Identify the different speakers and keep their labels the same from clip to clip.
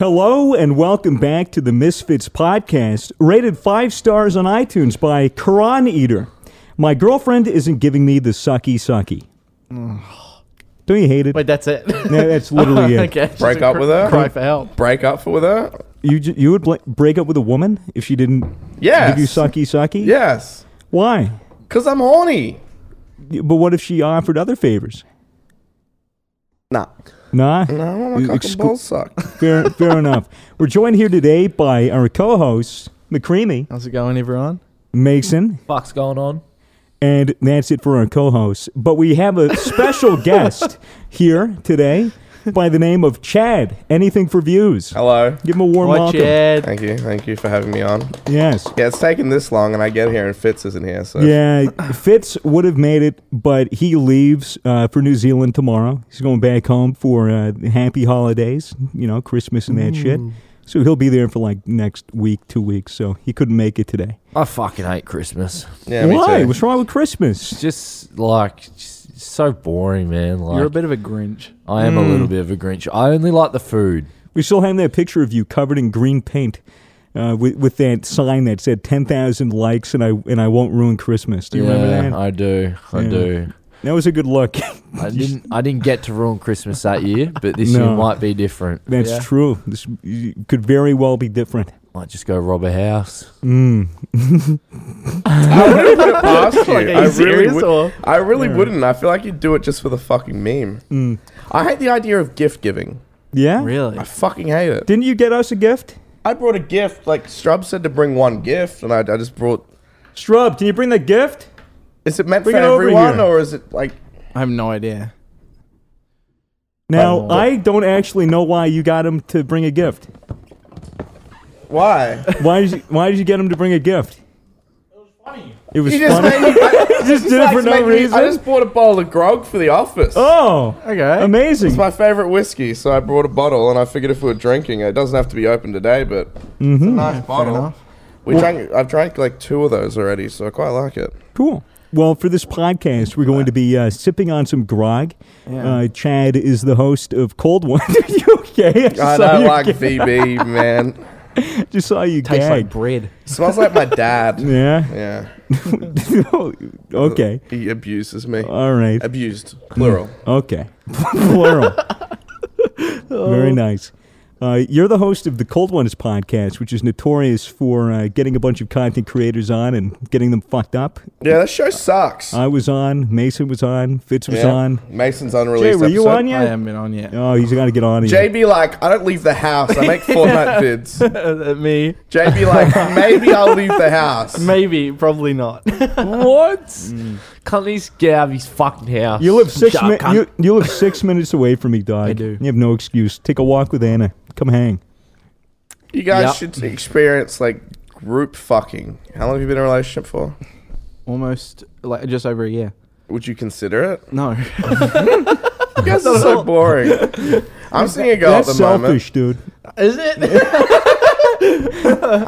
Speaker 1: Hello and welcome back to the Misfits podcast, rated five stars on iTunes by Quran Eater. My girlfriend isn't giving me the sucky sucky. Don't you hate it?
Speaker 2: Wait, that's it.
Speaker 1: No, that's literally it.
Speaker 2: okay. just
Speaker 3: Break
Speaker 2: a
Speaker 3: up
Speaker 2: cr-
Speaker 3: with her?
Speaker 2: Cry for help.
Speaker 3: break up with her?
Speaker 1: You ju- you would bl- break up with a woman if she didn't
Speaker 3: Yes.
Speaker 1: give you sucky sucky?
Speaker 3: Yes.
Speaker 1: Why?
Speaker 3: Because I'm horny.
Speaker 1: But what if she offered other favors?
Speaker 3: Nah.
Speaker 1: Nah.
Speaker 3: I want my cock
Speaker 1: Exclu-
Speaker 3: and balls sucked.
Speaker 1: Fair, fair enough. We're joined here today by our co-host McCreamy
Speaker 2: How's it going, everyone?
Speaker 1: Mason,
Speaker 4: fuck's going on?
Speaker 1: and that's it for our co-hosts. But we have a special guest here today by the name of Chad. Anything for views?
Speaker 3: Hello.
Speaker 1: Give him a warm
Speaker 2: Watch
Speaker 1: welcome.
Speaker 2: it.
Speaker 3: Thank you. Thank you for having me on.
Speaker 1: Yes.
Speaker 3: Yeah, it's taken this long, and I get here and Fitz isn't here. So
Speaker 1: Yeah, Fitz would have made it, but he leaves uh, for New Zealand tomorrow. He's going back home for uh, happy holidays, you know, Christmas and that shit. So he'll be there for like next week, two weeks. So he couldn't make it today.
Speaker 4: I fucking hate Christmas.
Speaker 3: yeah me
Speaker 1: Why?
Speaker 3: too.
Speaker 1: What's wrong with Christmas?
Speaker 4: Just like just so boring, man. Like
Speaker 2: You're a bit of a Grinch.
Speaker 4: I
Speaker 2: Mm.
Speaker 4: am a little bit of a Grinch. I only like the food.
Speaker 1: We still have that picture of you covered in green paint. Uh, with, with that sign that said ten thousand likes and I and I won't ruin Christmas. Do you
Speaker 4: Yeah, uh-huh.
Speaker 1: remember that?
Speaker 4: I do. I
Speaker 1: Yeah.
Speaker 4: do.
Speaker 1: that was a good look.
Speaker 4: I didn't. I didn't get to ruin Christmas that year, but this
Speaker 1: No.
Speaker 4: year might be different.
Speaker 1: That's
Speaker 2: Yeah.
Speaker 1: true. This you could very well be different.
Speaker 4: Might just go rob a house.
Speaker 1: Mm.
Speaker 3: I wouldn't put it past you.
Speaker 2: Like, are you
Speaker 3: I
Speaker 2: serious
Speaker 3: really, would,
Speaker 2: or-
Speaker 3: I really wouldn't. I feel like you'd do it just for the fucking meme.
Speaker 1: Mm.
Speaker 3: I hate the idea of gift giving.
Speaker 1: Yeah.
Speaker 2: Really?
Speaker 3: I fucking hate it.
Speaker 1: Didn't you get us a gift?
Speaker 3: I brought a gift. Like Strub said to bring one gift, and I, I just brought.
Speaker 1: Strub, can you bring the gift?
Speaker 3: Is it meant
Speaker 1: Bring
Speaker 3: for
Speaker 1: it over
Speaker 3: everyone,
Speaker 1: here.
Speaker 3: or is it like?
Speaker 2: I have no idea.
Speaker 1: Now,
Speaker 2: Oh.
Speaker 1: I don't actually know why you got him to bring a gift.
Speaker 3: Why?
Speaker 1: Why did you, why did you get him to bring a gift? It was
Speaker 3: You
Speaker 1: funny. It was
Speaker 3: just
Speaker 1: funny.
Speaker 3: made me. I,
Speaker 1: just did it for no reason.
Speaker 3: I just bought a bowl of grog for the office.
Speaker 1: oh,
Speaker 2: Okay.
Speaker 1: amazing.
Speaker 3: It's my favorite whiskey, so I brought a bottle, and I figured if we were drinking, it doesn't have to be open today, but
Speaker 1: Mm-hmm.
Speaker 3: it's a nice bottle. We drank. I've drank like two of those already, so I quite like it.
Speaker 1: Cool. Well, for this podcast, we're going to be uh, sipping on some grog. Uh, Chad is the host of Cold One. Are you okay? I just
Speaker 3: I
Speaker 1: saw
Speaker 3: don't
Speaker 1: you
Speaker 3: like
Speaker 1: gag-
Speaker 3: VB, man.
Speaker 1: just saw you
Speaker 2: Tastes like
Speaker 1: gag.
Speaker 2: bread.
Speaker 3: Smells like my dad.
Speaker 1: yeah.
Speaker 3: Yeah,
Speaker 1: okay.
Speaker 3: he abuses me.
Speaker 1: All right.
Speaker 3: Uh, Abused, plural.
Speaker 1: Okay. Plural.
Speaker 3: Oh.
Speaker 1: Very nice. Uh, you're the host of the Cold Ones podcast, which is notorious for uh, getting a bunch of content creators on and getting them fucked up.
Speaker 3: Yeah, that show sucks.
Speaker 1: I was on, Mason was on, Fitz was
Speaker 3: Yeah.
Speaker 1: on.
Speaker 3: Mason's
Speaker 1: Jay,
Speaker 3: unreleased.
Speaker 1: were you
Speaker 3: episode.
Speaker 1: on
Speaker 2: I
Speaker 1: yet?
Speaker 2: haven't been on yet.
Speaker 1: Oh, he's got to get on.
Speaker 3: Jay
Speaker 1: Here.
Speaker 3: be like, I don't leave the house. I make Fortnite vids.
Speaker 2: Uh, Me?
Speaker 3: Jay be like, maybe I'll leave the house.
Speaker 2: Maybe. Probably not.
Speaker 4: what?
Speaker 2: Mm.
Speaker 4: Can't these get out of his fucking house?
Speaker 1: You live six.
Speaker 4: Shut up,
Speaker 1: Mi-
Speaker 4: cunt.
Speaker 1: you, you live six minutes away from me, dog.
Speaker 2: I do.
Speaker 1: You have no excuse. Take a walk with Anna. Come hang.
Speaker 3: You guys
Speaker 4: Yep.
Speaker 3: should experience like group fucking. How long have you been in a relationship for?
Speaker 2: Almost like just over a year.
Speaker 3: Would you consider it?
Speaker 2: No.
Speaker 3: You guys are so boring. I'm seeing a girl at the
Speaker 1: That's selfish, dude.
Speaker 2: Is it?
Speaker 3: moment.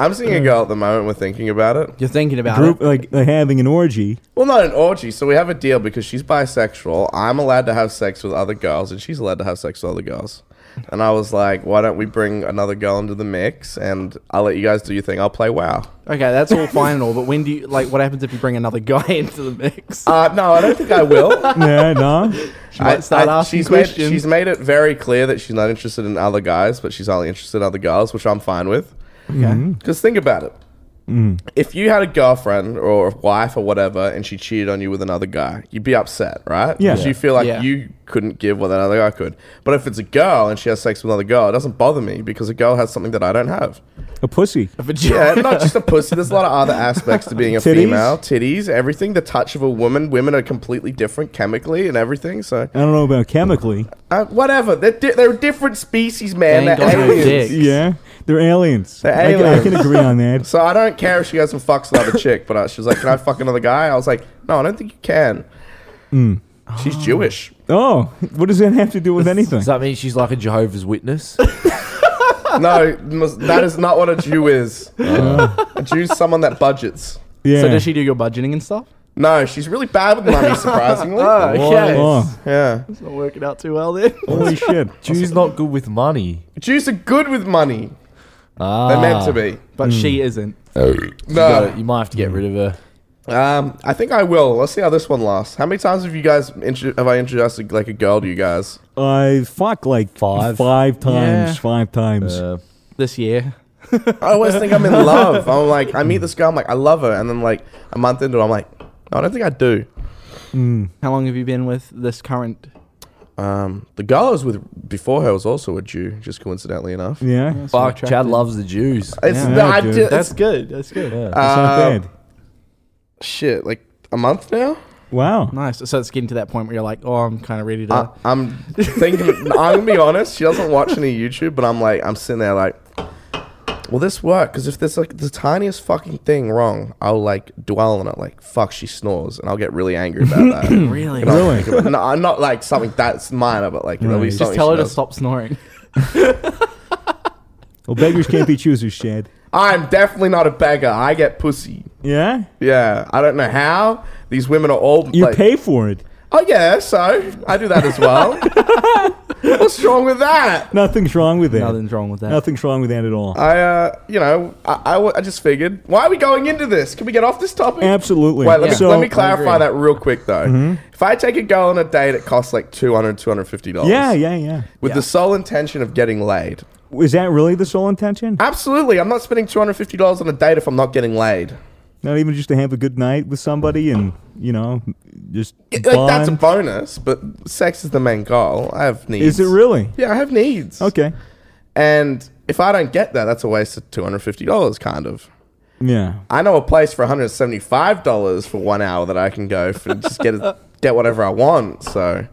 Speaker 3: I'm seeing a girl at the moment. We're thinking about it.
Speaker 2: You're thinking about
Speaker 1: Group
Speaker 2: it.
Speaker 1: like uh, having an orgy.
Speaker 3: Well, not an orgy. So we have a deal because she's bisexual. I'm allowed to have sex with other girls, and she's allowed to have sex with other girls. And I was like, why don't we bring another girl into the mix? And I'll let you guys do your thing. I'll play WoW.
Speaker 2: Okay, that's all fine and all, but when do you like? What happens if you bring another guy into the mix?
Speaker 3: Uh, no, I don't think I will.
Speaker 1: yeah, no.
Speaker 2: might start asking
Speaker 3: she's
Speaker 2: questions.
Speaker 3: Made, she's made it very clear that she's not interested in other guys, but she's only interested in other girls, which I'm fine with.
Speaker 2: Okay. Mm.
Speaker 3: Because think about it. If you had a girlfriend or a wife or whatever, and she cheated on you with another guy, you'd be upset, right?
Speaker 1: Yeah.
Speaker 3: Because you feel like
Speaker 2: Yeah.
Speaker 3: you couldn't give what another guy could. But if it's a girl and she has sex with another girl, it doesn't bother me because a girl has something that I don't have.
Speaker 1: A pussy.
Speaker 2: A vagina.
Speaker 3: Yeah, not just a pussy. There's a lot of other aspects to being a
Speaker 1: Titties?
Speaker 3: female. Titties, everything. The touch of a woman. Women are completely different chemically and everything. So
Speaker 1: I don't know about chemically.
Speaker 3: Uh, whatever. They're, di- they're a different species, man.
Speaker 2: They ain't
Speaker 3: They're
Speaker 2: got no dick.
Speaker 3: aliens.
Speaker 1: Yeah, they're aliens.
Speaker 3: They're
Speaker 1: I can- I, can
Speaker 3: aliens.
Speaker 1: agree on that.
Speaker 3: So I don't care if she goes and fucks another chick, but uh, she was like, "Can I fuck another guy?" I was like, "No, I don't think you can." She's Jewish.
Speaker 1: Oh, what does that have to do with anything?
Speaker 4: Does that mean she's like a Jehovah's Witness?
Speaker 3: No, mus- that is
Speaker 2: Oh.
Speaker 3: not what a Jew is. a Jew's someone that budgets.
Speaker 1: Yeah.
Speaker 2: So does she do your budgeting and stuff?
Speaker 3: No, she's really bad with money, surprisingly.
Speaker 2: Oh, okay.
Speaker 1: Oh,
Speaker 3: Yeah.
Speaker 2: It's not working out too well then.
Speaker 1: holy shit.
Speaker 4: Jews not good with money.
Speaker 3: Jews are good with money.
Speaker 4: Ah,
Speaker 3: They're meant to be.
Speaker 2: But she isn't.
Speaker 4: You, gotta-
Speaker 3: No.
Speaker 4: you might have to get rid of her.
Speaker 3: Um, I think I will. Let's see how this one lasts. How many times have you guys intro- have I introduced a, like a girl to you guys?
Speaker 1: I fuck like
Speaker 4: Five.
Speaker 1: five times,
Speaker 2: Yeah.
Speaker 1: five times.
Speaker 4: Uh,
Speaker 2: This year.
Speaker 3: I always think I'm in love. I'm like, I meet this girl, I'm like, I love her, and then like a month into it, I'm like, no, I don't think I do.
Speaker 2: How long have you been with this current?
Speaker 3: Um, the girl I was with before her was also a Jew, just coincidentally enough.
Speaker 1: yeah,
Speaker 4: fuck, Chad loves the Jews.
Speaker 3: It's
Speaker 1: Yeah,
Speaker 3: no, I
Speaker 1: dude.
Speaker 3: ju- it's-
Speaker 2: That's good. That's good.
Speaker 4: Yeah.
Speaker 1: it's not
Speaker 3: um,
Speaker 1: bad.
Speaker 3: shit, like a month now.
Speaker 1: Wow.
Speaker 2: Nice. So it's getting to that point where you're like, oh, I'm kind of ready to.
Speaker 3: I, I'm thinking. I'm gonna be honest. She doesn't watch any YouTube, but I'm like, I'm sitting there like, will this work? Because if there's like the tiniest fucking thing wrong, I'll like dwell on it. Like, fuck, she snores, and I'll get really angry about that. You
Speaker 2: really?
Speaker 3: know,
Speaker 1: Really?
Speaker 3: like, but no, I'm not like something that's minor, but like
Speaker 1: Right.
Speaker 3: at least
Speaker 2: Just
Speaker 3: something
Speaker 2: tell her
Speaker 3: she
Speaker 2: to
Speaker 3: does.
Speaker 2: stop snoring.
Speaker 1: Well, beggars can't be choosers, Shad.
Speaker 3: I'm definitely not a beggar. I get pussy.
Speaker 1: Yeah,
Speaker 3: Yeah, I don't know how these women are all.
Speaker 1: you
Speaker 3: like-
Speaker 1: pay for it.
Speaker 3: Oh yeah, so I do that as well. What's wrong with that?
Speaker 1: Nothing's wrong with that.
Speaker 2: Nothing's wrong with that.
Speaker 1: Nothing's wrong with that at all.
Speaker 3: I, uh, you know, I, I, w- I just figured, why are we going into this? Can we get off this topic?
Speaker 1: Absolutely.
Speaker 3: Wait, let, me,
Speaker 1: So- Mm-hmm.
Speaker 3: let me clarify that real quick, though. If I take a girl on a date, it costs like $200, $250.
Speaker 1: Yeah, yeah, yeah.
Speaker 3: With the sole intention of getting laid.
Speaker 1: Is that really the sole intention?
Speaker 3: Absolutely. I'm not spending $250 on a date if I'm not getting laid.
Speaker 1: Not even just to have a good night with somebody and you know just
Speaker 3: It- like, that's a
Speaker 1: bond?
Speaker 3: bonus, but sex is the main goal. I have needs.
Speaker 1: Is it really?
Speaker 3: Yeah, I have needs.
Speaker 1: Okay.
Speaker 3: And if I don't get that, that's a waste of $250, kind of.
Speaker 1: Yeah.
Speaker 3: I know a place for $175 for one hour that I can go for just get get whatever I want. So,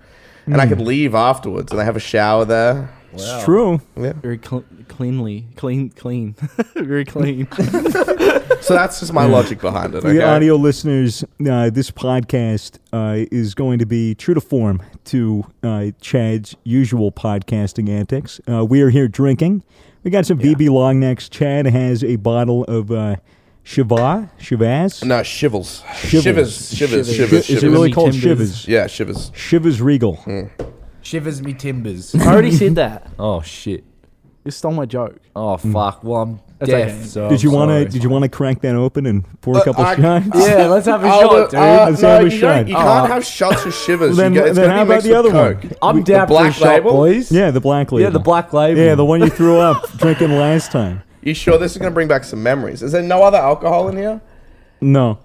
Speaker 3: and
Speaker 1: Hmm.
Speaker 3: I can leave afterwards, and they have a shower there.
Speaker 1: It's true.
Speaker 3: Yeah.
Speaker 2: Very cl- cleanly. Clean, clean. Very clean.
Speaker 3: So that's just
Speaker 1: Hmm.
Speaker 3: my logic behind it.
Speaker 1: For
Speaker 3: Okay.
Speaker 1: The audio listeners, uh, this podcast uh, is going to be true to form to uh, Chad's usual podcasting antics. Uh, we are here drinking. We got some BB long necks. Chad has a bottle of uh, Shiva, Shivas.
Speaker 3: No shivers.
Speaker 1: Shivers.
Speaker 3: Shivers. Shivers. Shivers.
Speaker 2: Shivers.
Speaker 3: Shivers.
Speaker 1: Is it really
Speaker 2: Shivas.
Speaker 1: called
Speaker 2: Timbers.
Speaker 1: Shivas?
Speaker 3: yeah, shivers.
Speaker 1: Shivas Regal.
Speaker 4: Shivers me timbers.
Speaker 2: I already said that.
Speaker 4: oh shit.
Speaker 2: You stole my joke.
Speaker 4: Oh fuck. Well, I'm
Speaker 2: That's
Speaker 4: deaf.
Speaker 2: okay.
Speaker 4: So
Speaker 1: Did you want
Speaker 4: want
Speaker 1: to? Did you want to crack that open and pour a couple
Speaker 3: I-
Speaker 1: shots?
Speaker 4: Uh, Yeah, let's have a
Speaker 3: Oh,
Speaker 4: shot,
Speaker 3: the-
Speaker 4: dude.
Speaker 3: uh,
Speaker 1: Let's
Speaker 3: no,
Speaker 1: have a
Speaker 3: you don't-
Speaker 1: shot.
Speaker 3: You
Speaker 1: Oh.
Speaker 3: can't have shots of shivers.
Speaker 1: Then-
Speaker 3: you get, it's
Speaker 1: then
Speaker 3: gonna
Speaker 1: how
Speaker 3: be
Speaker 1: about
Speaker 3: mixed
Speaker 1: the other
Speaker 3: with
Speaker 1: one?
Speaker 3: Coke.
Speaker 4: I'm down for a
Speaker 3: black
Speaker 4: shot,
Speaker 3: label?
Speaker 4: boys.
Speaker 1: Yeah, the black label.
Speaker 4: Yeah, the black label.
Speaker 1: Yeah, the one you threw up drinking last time.
Speaker 3: You sure this is gonna bring back some memories? Is there no other alcohol in here?
Speaker 1: No.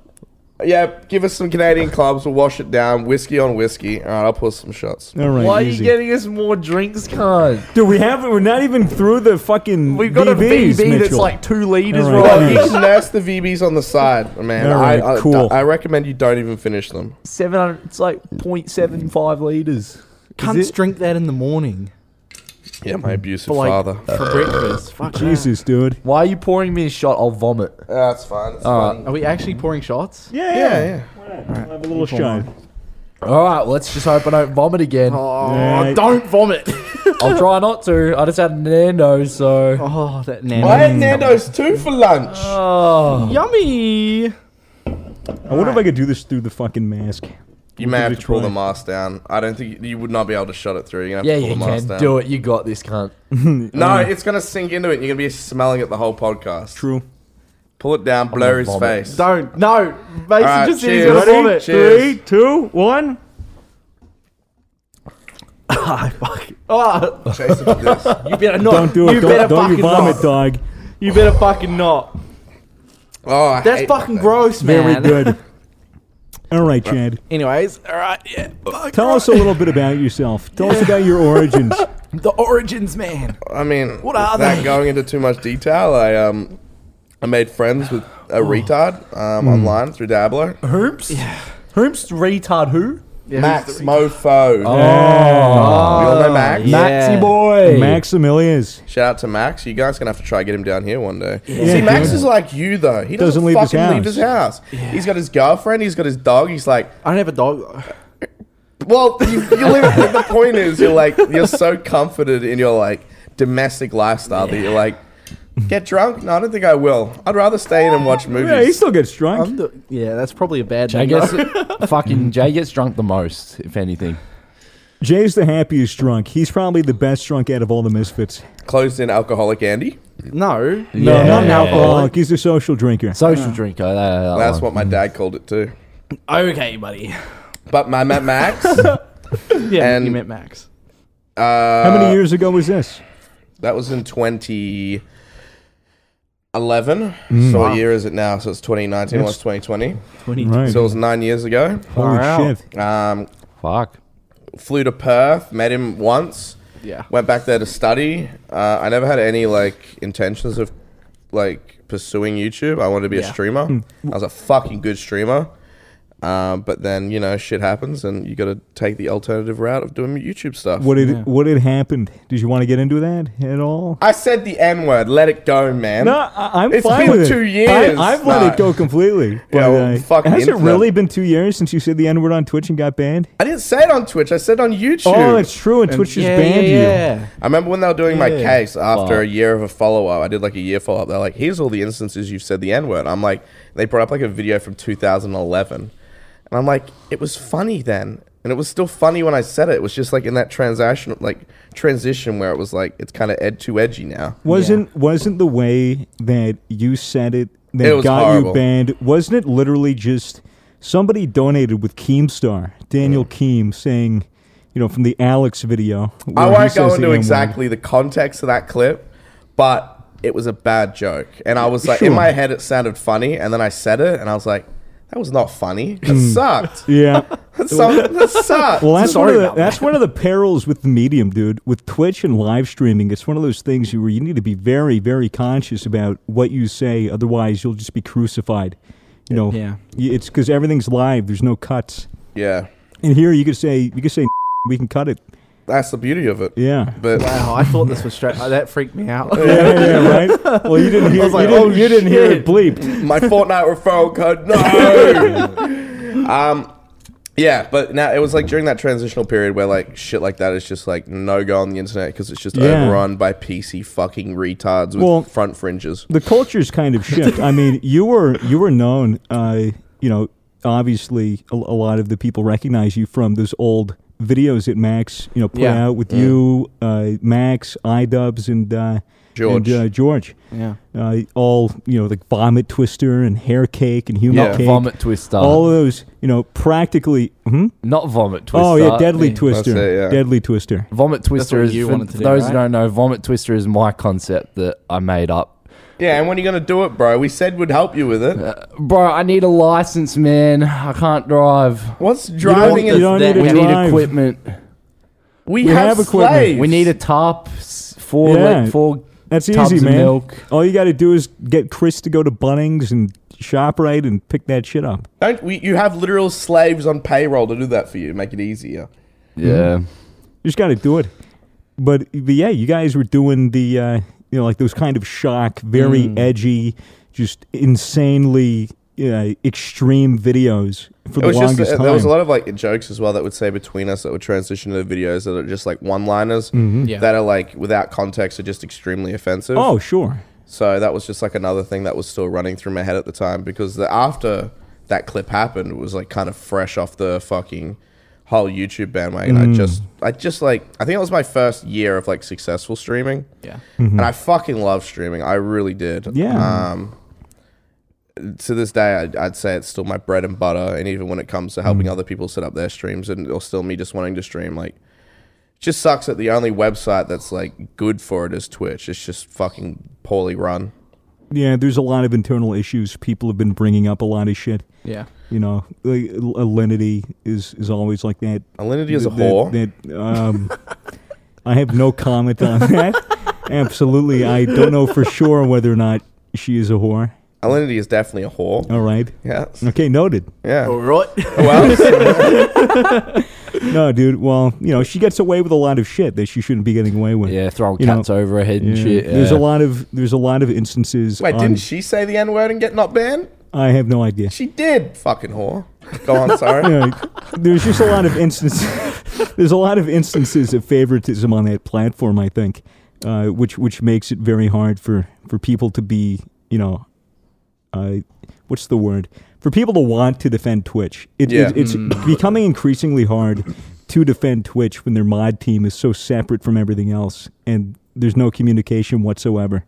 Speaker 3: Yeah, give us some Canadian clubs. We'll wash it down. Whiskey on whiskey. All right, I'll pour some shots.
Speaker 1: All right.
Speaker 4: Why
Speaker 1: easy.
Speaker 4: are you getting us more drinks, cunt?
Speaker 1: Dude, we haven't. We're not even through the fucking.
Speaker 4: We've got
Speaker 1: BBs,
Speaker 4: a VB that's
Speaker 1: Mitchell.
Speaker 4: like two liters
Speaker 1: All
Speaker 4: right,
Speaker 1: right,
Speaker 3: Well,
Speaker 1: Nice.
Speaker 3: you can nurse the VBs on the side, man.
Speaker 1: All right,
Speaker 3: I, I,
Speaker 1: cool.
Speaker 3: I recommend you don't even finish them.
Speaker 4: Seven hundred. It's like 0.75 liters.
Speaker 2: Cunts drink that in the morning
Speaker 3: Yeah, my abusive
Speaker 2: for like
Speaker 3: father.
Speaker 2: for breakfast. Fuck that.
Speaker 1: Jesus, dude.
Speaker 4: Why are you pouring me a shot? I'll vomit.
Speaker 3: Yeah, that's fine. It's fine.
Speaker 2: Are we actually pouring shots?
Speaker 1: Yeah,
Speaker 3: Yeah, yeah.
Speaker 1: Have a little shot.
Speaker 4: All right, well, let's just hope I don't vomit again.
Speaker 2: Oh,
Speaker 1: Right.
Speaker 2: don't vomit.
Speaker 4: I'll try not to. I just had Nando's, so.
Speaker 2: oh, that Nando.
Speaker 1: Mm.
Speaker 3: I had Nando's too for lunch.
Speaker 4: Oh.
Speaker 2: Yummy.
Speaker 1: I wonder if I could do this through the fucking mask.
Speaker 3: you may
Speaker 1: Give
Speaker 3: have
Speaker 1: it
Speaker 3: to
Speaker 1: a
Speaker 3: pull
Speaker 1: try.
Speaker 3: the mask down. I don't think you would not be able to shut it through. You're gonna
Speaker 4: Yeah,
Speaker 3: have to
Speaker 4: you
Speaker 3: pull the mask
Speaker 4: can
Speaker 3: down.
Speaker 4: do it. You got this, cunt.
Speaker 3: No, it's gonna sink into it. You're gonna be smelling it the whole podcast.
Speaker 1: True.
Speaker 3: Pull it down, blur his
Speaker 4: vomit.
Speaker 3: face.
Speaker 2: Don't. No. Mason
Speaker 3: right,
Speaker 2: just said he's
Speaker 3: cheers.
Speaker 2: gonna
Speaker 3: Ready?
Speaker 2: vomit.
Speaker 3: Cheers.
Speaker 1: Three, two, one.
Speaker 2: Oh,
Speaker 3: Chase it with this.
Speaker 2: you better not.
Speaker 1: Don't do it.
Speaker 2: You better
Speaker 1: don't don't
Speaker 2: fucking
Speaker 1: you vomit,
Speaker 2: not.
Speaker 1: dog.
Speaker 2: You better fucking not.
Speaker 3: Oh, I
Speaker 2: That's
Speaker 3: hate
Speaker 2: fucking
Speaker 3: that.
Speaker 2: gross, man.
Speaker 1: Very good. All right, Chad.
Speaker 2: Anyways, all right, yeah. Fuck,
Speaker 1: Tell
Speaker 2: right.
Speaker 1: us a little bit about yourself. Tell us about your origins.
Speaker 2: the origins, man.
Speaker 3: I mean,
Speaker 2: What are
Speaker 3: without
Speaker 2: they?
Speaker 3: going into too much detail, I um, I made friends with a retard um, online through Dablo.
Speaker 4: Hoops? Yeah. Hoops, retard who?
Speaker 3: Max Mofo.
Speaker 1: Oh, Yeah.
Speaker 3: We all know Max.
Speaker 2: yeah.
Speaker 4: Maxi boy.
Speaker 1: Maximilians.
Speaker 3: Shout out to Max. You guys gonna have to try and get him down here one day.
Speaker 1: Yeah,
Speaker 3: See, Max
Speaker 1: dude.
Speaker 3: is like you though. He doesn't,
Speaker 1: Doesn't leave his
Speaker 3: fucking leave
Speaker 1: house.
Speaker 3: his house. He's got his girlfriend. He's got his dog. He's like,
Speaker 2: I don't have a dog.
Speaker 3: well, you, you live. the point is, you're like, you're so comforted in your like domestic lifestyle that you're like, Get drunk? No, I don't think I will. I'd rather stay in and watch movies.
Speaker 1: Yeah, he still gets drunk.
Speaker 2: I'm the, yeah, that's probably a bad
Speaker 4: Jay
Speaker 2: thing.
Speaker 4: gets
Speaker 2: Mm.
Speaker 4: fucking Jay gets drunk the most, if anything.
Speaker 1: Jay's the happiest drunk. He's probably the best drunk out of all the misfits.
Speaker 3: Closed in alcoholic Andy.
Speaker 2: No.
Speaker 1: No,
Speaker 4: Yeah.
Speaker 1: not an alcoholic. He's a social drinker.
Speaker 4: Social drinker. uh, that- that
Speaker 3: That's
Speaker 4: one.
Speaker 3: what my dad called it too.
Speaker 2: Okay, buddy.
Speaker 3: But my Matt Max.
Speaker 2: Yeah,
Speaker 3: And-
Speaker 2: you met Max.
Speaker 1: How
Speaker 3: Uh,
Speaker 1: many years ago was this?
Speaker 3: That was in 2011. So what year is it now? So it's 2019, well, it's 2020.
Speaker 1: Right.
Speaker 3: So it was nine years ago.
Speaker 1: Holy
Speaker 4: Wow.
Speaker 1: shit.
Speaker 3: Um,
Speaker 4: Fuck.
Speaker 3: flew to Perth, met him once,
Speaker 2: Yeah.
Speaker 3: went back there to study. Uh, I never had any like intentions of like pursuing YouTube. I wanted to be
Speaker 2: Yeah.
Speaker 3: a streamer.
Speaker 1: Hmm.
Speaker 3: I was a fucking good streamer. Um, but then you know shit happens, and you got to take the alternative route of doing YouTube stuff.
Speaker 1: What had what had happened? Did you want to get into that at all?
Speaker 3: I said the N word. Let it go, man.
Speaker 1: No, I, I'm
Speaker 3: It's
Speaker 1: fine
Speaker 3: been
Speaker 1: with it.
Speaker 3: two years.
Speaker 1: I, have let
Speaker 3: Nah.
Speaker 1: it go completely. But,
Speaker 3: well,
Speaker 1: uh,
Speaker 3: fucking
Speaker 1: has it
Speaker 3: internet.
Speaker 1: really been two years since you said the N word on Twitch and got banned?
Speaker 3: I didn't say it on Twitch. I said it on YouTube.
Speaker 1: Oh, it's true. And, Twitch just banned you.
Speaker 3: I remember when they were doing my
Speaker 4: Yeah.
Speaker 3: case after a year of a follow up. I did like a year follow up. They're like, "Here's all the instances you've said the N word." I'm like, they brought up like a video from 2011, and I'm like, it was funny then, and it was still funny when I said it. It was just like in that transaction, like transition where it was like it's kind of ed too edgy now.
Speaker 1: Wasn't wasn't the way that you said it that
Speaker 3: It was
Speaker 1: got you
Speaker 3: horrible.
Speaker 1: banned? Wasn't it literally just somebody donated with Keemstar, Daniel Keem, saying, you know, from the Alex video?
Speaker 3: I
Speaker 1: where he
Speaker 3: won't
Speaker 1: says
Speaker 3: go
Speaker 1: the
Speaker 3: into
Speaker 1: N-word.
Speaker 3: exactly the context of that clip, but it was a bad joke. And I was like, in
Speaker 1: Sure.
Speaker 3: my head, it sounded funny. And then I said it, and I was like, that was not funny. That
Speaker 1: Mm.
Speaker 3: sucked.
Speaker 1: Yeah.
Speaker 3: That, sucked. that sucked.
Speaker 1: Well, that's one
Speaker 2: Sorry
Speaker 1: of the,
Speaker 2: about
Speaker 1: that's one of the perils with the medium, dude. With Twitch and live streaming, it's one of those things you- where you need to be very, very conscious about what you say. Otherwise, you'll just be crucified. You know,
Speaker 2: Yeah.
Speaker 1: Y- It's because everything's live. There's no cuts.
Speaker 3: yeah.
Speaker 1: And here, you could say, you could say, we can cut it.
Speaker 3: That's the beauty of it.
Speaker 1: Yeah.
Speaker 3: But
Speaker 2: Wow, I thought this was straight. oh, that freaked me out.
Speaker 1: Yeah, yeah, yeah, right. Well, you didn't hear.
Speaker 3: was like,
Speaker 1: you didn't,
Speaker 3: "Oh,
Speaker 1: you didn't hear it
Speaker 3: shit."
Speaker 1: bleeped.
Speaker 3: my Fortnite referral code, no. um, yeah, but now it was like during that transitional period where like shit like that is just like no go on the internet because it's just
Speaker 1: Yeah.
Speaker 3: overrun by PC fucking retards with
Speaker 1: Well-
Speaker 3: front fringes.
Speaker 1: The culture's kind of shift. I mean, you were you were known. Uh, you know, obviously, a, a lot of the people recognize you from those old videos that Max, you know, put
Speaker 2: Yeah.
Speaker 1: out with you, uh, Max, iDubbbz, and uh,
Speaker 3: George.
Speaker 1: and, uh, George.
Speaker 2: Yeah.
Speaker 1: Uh, all you know, like vomit twister and hair cake and human
Speaker 4: Not
Speaker 1: cake.
Speaker 4: vomit twister.
Speaker 1: All of those, you know, practically. Hmm?
Speaker 4: Not vomit twister.
Speaker 1: Oh yeah, deadly twister,
Speaker 3: it, yeah.
Speaker 1: deadly twister.
Speaker 4: Vomit twister
Speaker 2: what
Speaker 4: is
Speaker 2: you
Speaker 4: for
Speaker 2: wanted to do,
Speaker 4: those
Speaker 2: right?
Speaker 4: who don't know. Vomit twister is my concept that I made up.
Speaker 3: Yeah, and when are you gonna do it, bro? We said we'd help you with it.
Speaker 4: Bro, I need a license, man. I can't drive.
Speaker 3: What's
Speaker 1: don't-
Speaker 3: driving?
Speaker 1: you
Speaker 3: is
Speaker 1: don't
Speaker 3: that-
Speaker 1: need
Speaker 4: we
Speaker 1: to drive.
Speaker 4: need equipment.
Speaker 3: we,
Speaker 1: we
Speaker 3: have,
Speaker 1: have equipment.
Speaker 3: slaves.
Speaker 4: We need a tarp. s-
Speaker 1: Yeah.
Speaker 4: Four,
Speaker 1: Mm-hmm.
Speaker 4: like, four.
Speaker 1: That's
Speaker 4: tubs
Speaker 1: easy,
Speaker 4: of
Speaker 1: man.
Speaker 4: milk.
Speaker 1: All you got to do is get Chris to go to Bunnings and Shoprite and pick that shit up.
Speaker 3: Don't we? You have literal slaves on payroll to do that for you. Make it easier.
Speaker 4: Yeah.
Speaker 1: You just got to do it. But, but yeah, you guys were doing the uh, you know like those kind of shock, very edgy, just insanely uh, extreme videos for
Speaker 3: It
Speaker 1: the
Speaker 3: was just
Speaker 1: longest
Speaker 3: uh,
Speaker 1: time.
Speaker 3: there was a lot of like jokes as well that would say between us that would transition to videos that are just like one liners
Speaker 2: Yeah.
Speaker 3: that are like without context are just extremely offensive.
Speaker 1: Mm-hmm. oh sure,
Speaker 3: So that was just like another thing that was still running through my head at the time because the after that clip happened it was like kind of fresh off the fucking whole YouTube bandwagon.
Speaker 1: Mm.
Speaker 3: I just I just like I think it was my first year of like successful streaming.
Speaker 2: Yeah.
Speaker 3: And I fucking love streaming. I really did.
Speaker 1: Mm-hmm. Yeah.
Speaker 3: Um, to this day, I'd, I'd say it's still my bread and butter. And even when it comes to
Speaker 1: Mm.
Speaker 3: helping other people set up their streams, and or still me just wanting to stream, like, it just sucks that the only website that's like good for it is Twitch. It's just fucking poorly run.
Speaker 1: yeah. There's a lot of internal issues. People have been bringing up a lot of shit.
Speaker 2: Yeah.
Speaker 1: You know, like, Alinity is is always like that.
Speaker 3: Alinity is a
Speaker 1: that-
Speaker 3: whore.
Speaker 1: that, um, I have no comment on that. Absolutely, I don't know for sure whether or not she is a whore.
Speaker 3: Alinity is definitely a whore.
Speaker 1: All right.
Speaker 3: Yes.
Speaker 1: Okay, noted.
Speaker 3: Yeah.
Speaker 2: All right.
Speaker 3: Well,
Speaker 1: No, dude. Well, you know, she gets away with a lot of shit that she shouldn't be getting away with.
Speaker 4: Yeah, throwing
Speaker 1: You know,
Speaker 4: cats over her head
Speaker 1: Yeah.
Speaker 4: and shit.
Speaker 1: There's a
Speaker 4: yeah.
Speaker 1: lot of there's a lot of instances.
Speaker 3: wait,
Speaker 1: on-
Speaker 3: didn't she say the N word and get not banned?
Speaker 1: I have no idea.
Speaker 3: She did. Fucking whore. Go on, sorry.
Speaker 1: Yeah, there's just a lot of instances. there's a lot of instances of favoritism on that platform. I think uh, which which makes it very hard for for people to be you know, uh, what's the word for people to want to defend Twitch. It,
Speaker 3: Yeah.
Speaker 1: it, it's becoming increasingly hard to defend Twitch when their mod team is so separate from everything else and there's no communication whatsoever.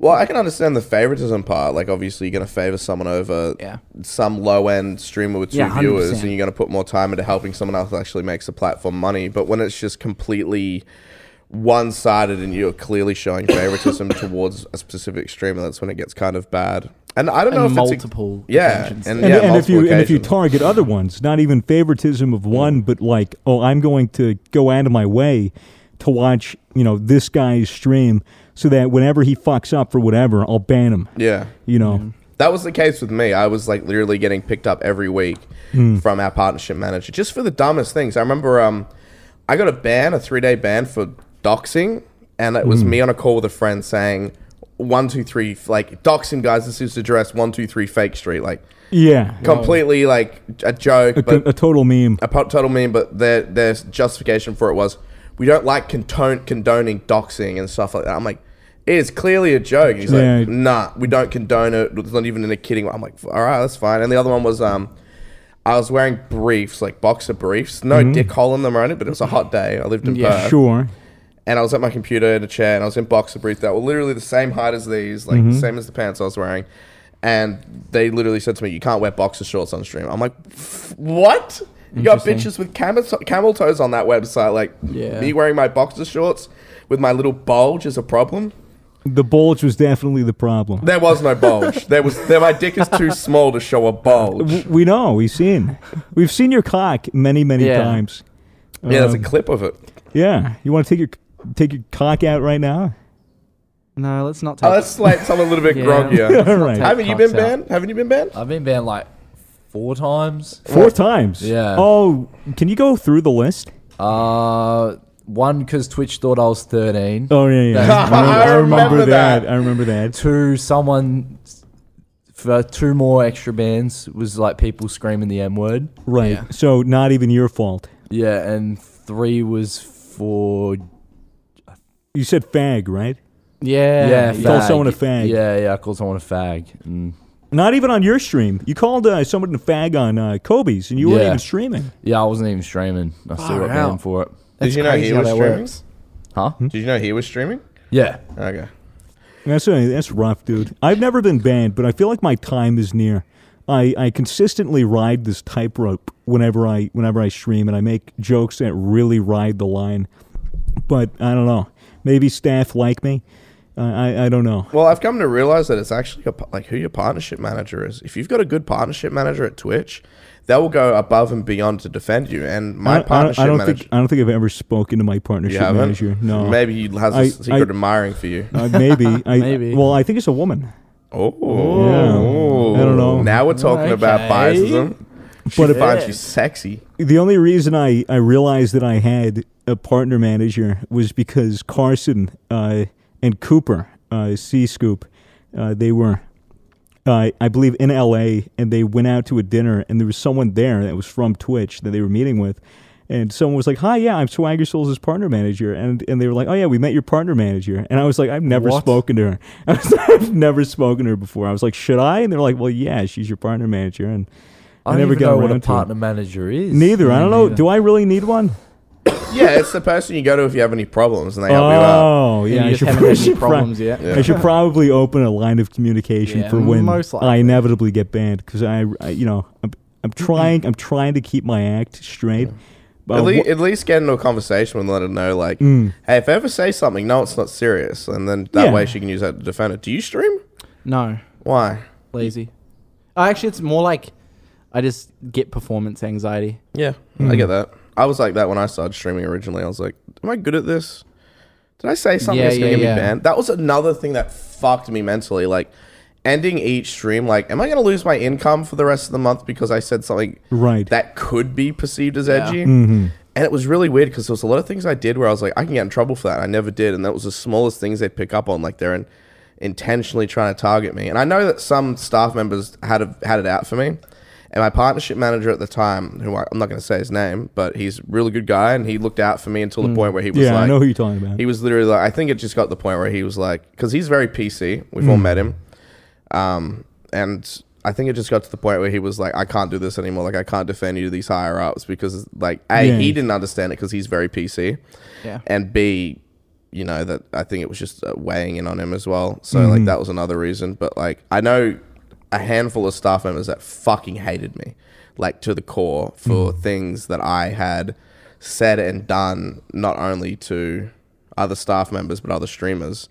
Speaker 3: Well, I can understand the favoritism part. Like, obviously, you're going to favor someone over
Speaker 2: Yeah.
Speaker 3: some low end streamer with two
Speaker 2: Yeah, 100%.
Speaker 3: viewers, and you're going to put more time into helping someone else that actually makes the platform money. But when it's just completely one sided and you're clearly showing favoritism towards a specific streamer, that's when it gets kind of bad. And I don't know
Speaker 2: And
Speaker 3: if
Speaker 2: multiple
Speaker 3: it's a, yeah,
Speaker 2: occasions.
Speaker 3: and,
Speaker 1: And,
Speaker 3: yeah,
Speaker 1: and if
Speaker 3: multiple
Speaker 1: you and if you
Speaker 3: occasions.
Speaker 1: target other ones, not even favoritism of one, but like, oh, I'm going to go out of my way to watch, you know, this guy's stream so that whenever he fucks up for whatever, I'll ban him.
Speaker 3: yeah,
Speaker 1: You know,
Speaker 3: That was the case with me. I was like literally getting picked up every week
Speaker 1: Hmm.
Speaker 3: from our partnership manager just for the dumbest things. I remember um, I got a ban, a three day ban for doxing, and it
Speaker 1: Hmm.
Speaker 3: was me on a call with a friend saying one two three f- like doxing guys. This is address one two three fake street like
Speaker 1: yeah,
Speaker 3: completely like a joke,
Speaker 1: a,
Speaker 3: but Uh,
Speaker 1: a total meme.
Speaker 3: a po- total meme. But their their justification for it was we don't like contone, condoning doxing and stuff like that. I'm like. It is clearly a joke. He's
Speaker 1: Yeah.
Speaker 3: like, nah, we don't condone it. It's not even in a kidding. way." I'm like, all right, that's fine. And the other one was, um, I was wearing briefs, like boxer briefs, no dick hole in them or anything, but it was a hot day. I lived in
Speaker 2: Yeah.
Speaker 3: Perth,
Speaker 1: Mm-hmm. Sure.
Speaker 3: and I was at my computer in a chair, and I was in boxer briefs that were literally the same height as these, like
Speaker 2: Mm-hmm.
Speaker 3: the same as the pants I was wearing. And they literally said to me, "You can't wear boxer shorts on stream." I'm like, "F- "What? You got
Speaker 2: Interesting.
Speaker 3: bitches with camel, to- camel toes on that website? Like
Speaker 2: Yeah.
Speaker 3: me wearing my boxer shorts with my little bulge is a problem?"
Speaker 1: The bulge was definitely the problem.
Speaker 3: There was no bulge. there was there, my dick is too small to show a bulge.
Speaker 1: W- We know. We've seen. We've seen your cock many, many
Speaker 2: Yeah.
Speaker 1: times.
Speaker 3: Yeah, there's a
Speaker 1: Um,
Speaker 3: clip of it.
Speaker 1: yeah. You want to take your take your cock out right now?
Speaker 2: No, let's not take.
Speaker 3: Oh, let's slap someone a little bit
Speaker 2: uh, Yeah.
Speaker 3: groggier.
Speaker 1: All right.
Speaker 2: take-
Speaker 3: Haven't you been
Speaker 2: Cocks out.
Speaker 3: banned? Haven't you been banned?
Speaker 4: I've been banned like four times.
Speaker 1: Four times.
Speaker 4: Yeah.
Speaker 1: Oh, can you go through the list?
Speaker 4: Uh, one because Twitch thought I was 13.
Speaker 1: Oh yeah, yeah.
Speaker 4: That's-
Speaker 3: I remember that.
Speaker 1: I remember that.
Speaker 4: Two, someone for two more extra bans was like people screaming the M word.
Speaker 1: Right. So not even your fault.
Speaker 4: Yeah, and three was for
Speaker 1: You said fag, right?
Speaker 2: yeah,
Speaker 4: yeah,
Speaker 1: You called
Speaker 4: fag.
Speaker 1: someone a fag.
Speaker 4: Yeah, yeah, I called someone a fag. Mm.
Speaker 1: Not even on your stream. You called uh, someone a fag on uh, Kobe's, and you weren't
Speaker 4: Yeah.
Speaker 1: even streaming.
Speaker 4: Yeah, I wasn't even streaming. I still
Speaker 2: Far
Speaker 4: got
Speaker 2: out.
Speaker 4: banned for it.
Speaker 3: Did you know he Hmm? was streaming?
Speaker 4: Huh?
Speaker 3: Did you know he was streaming?
Speaker 4: Yeah.
Speaker 3: Okay.
Speaker 1: That's uh, that's rough, dude. I've never been banned, but I feel like my time is near. I, I consistently ride this tightrope whenever I whenever I stream, and I make jokes that really ride the line. But I don't know. Maybe staff like me. Uh, I I don't know.
Speaker 3: Well, I've come to realize that it's actually a, like who your partnership manager is. If you've got a good partnership manager at Twitch, they will go above and beyond to defend you. And
Speaker 1: I
Speaker 3: my
Speaker 1: don't- I don't,
Speaker 3: partnership
Speaker 1: I don't
Speaker 3: manager,
Speaker 1: think I don't think I've ever spoken to my partnership
Speaker 3: you haven't.
Speaker 1: manager. No,
Speaker 3: Maybe he has a
Speaker 1: I-
Speaker 3: secret
Speaker 1: I-
Speaker 3: admiring for you.
Speaker 1: Uh, maybe. I,
Speaker 4: Maybe.
Speaker 1: Well, I think it's a woman.
Speaker 3: Oh,
Speaker 1: Yeah. I don't know.
Speaker 3: Now we're talking about
Speaker 4: Okay.
Speaker 3: biasism. She
Speaker 1: But if-
Speaker 3: finds you sexy.
Speaker 1: The only reason I, I realized that I had a partner manager was because Carson uh, and Cooper, uh, C Scoop, uh, they were, uh, I believe, in LA and they went out to a dinner and there was someone there that was from Twitch that they were meeting with. And someone was like, "Hi, yeah, I'm Swagger Souls' partner manager," and and they were like, "Oh yeah, we met your partner manager," and I was like, "I've never
Speaker 4: What?
Speaker 1: spoken to her. I was like, I've never spoken to her before." I was like, "Should I?" And they're like, "Well, yeah, she's your partner manager," and
Speaker 4: I,
Speaker 1: I
Speaker 4: don't
Speaker 1: never
Speaker 4: even
Speaker 1: got
Speaker 4: know what
Speaker 1: around
Speaker 4: a
Speaker 1: to it.
Speaker 4: partner manager is.
Speaker 1: Neither. I don't know.
Speaker 4: neither.
Speaker 1: Do I really need one?
Speaker 3: Yeah, it's the person you go to if you have any problems, and they help you out.
Speaker 1: Oh, yeah.
Speaker 2: you
Speaker 1: I
Speaker 2: just
Speaker 1: should,
Speaker 2: haven't
Speaker 1: I
Speaker 2: had any
Speaker 1: should pro-
Speaker 2: problems yet.
Speaker 3: Yeah.
Speaker 1: I should probably open a line of communication
Speaker 2: Yeah,
Speaker 1: for when
Speaker 2: most likely.
Speaker 1: I inevitably get banned because I, I, you know, I'm, I'm trying. I'm trying to keep my act straight. But
Speaker 3: Mm-hmm. At,
Speaker 1: Oh. Uh, wha- Mm.
Speaker 3: lea- at least get into a conversation with them, let her know, like, hey, if I ever say something, no, it's not serious. And then that
Speaker 1: Yeah.
Speaker 3: way she can use that to defend it. Do you stream?
Speaker 2: No,
Speaker 3: Why?
Speaker 2: lazy. Oh, actually, it's more like I just get performance anxiety.
Speaker 3: Yeah, I
Speaker 2: Hmm.
Speaker 3: get that. I was like that when I started streaming originally. I was like, am I good at this? Did I say something
Speaker 2: Yeah,
Speaker 3: that's going
Speaker 2: yeah,
Speaker 3: to get
Speaker 2: yeah.
Speaker 3: me banned? That was another thing that fucked me mentally. Like, ending each stream, like, am I going to lose my income for the rest of the month because I said something
Speaker 1: Right. Mm-hmm.
Speaker 3: that could be perceived as edgy? And it was really weird because there was a lot of things I did where I was like, I can get in trouble for that. I never did. And that was the smallest things they'd pick up on. Like, they're in, intentionally trying to target me. And I know that some staff members had, a, had it out for me. And my partnership manager at the time, who I, I'm not going to say his name, but he's a really good guy, and he looked out for me until the point where he was
Speaker 1: Mm. Yeah,
Speaker 3: like,
Speaker 1: I know who you're talking about.
Speaker 3: he was literally like, I think it just got to the point where he was like, because he's very PC. We've
Speaker 1: Mm.
Speaker 3: all met him. Um, and I think it just got to the point where he was like, I can't do this anymore. Like, I can't defend you to these higher ups because, like, A,
Speaker 1: Yeah.
Speaker 3: he didn't understand it because he's very PC.
Speaker 2: Yeah.
Speaker 3: And B, you know, that I think it was just uh, weighing in on him as well. So, like, that was another reason. But, like, I know a handful of staff members that fucking hated me, like, to the core for things that I had said and done, not only to other staff members, but other streamers.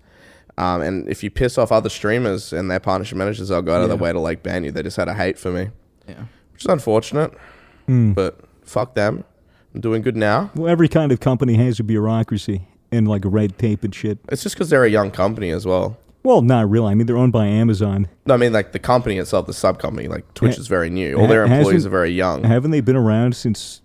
Speaker 3: Um, and if you piss off other streamers and their partnership managers, they'll go out of their way to like ban you. They just had a hate for me,
Speaker 2: Yeah.
Speaker 3: which is unfortunate. But fuck them. I'm doing good now.
Speaker 1: Well, every kind of company has a bureaucracy and like red tape and shit.
Speaker 3: It's just because they're a young company as well.
Speaker 1: Well, not really. I mean, they're owned by Amazon.
Speaker 3: No, I mean like the company itself, the sub company, like Twitch
Speaker 1: Ha-
Speaker 3: is very new. All their
Speaker 1: ha-
Speaker 3: employees
Speaker 1: hasn't-
Speaker 3: are very young.
Speaker 1: Haven't they been around since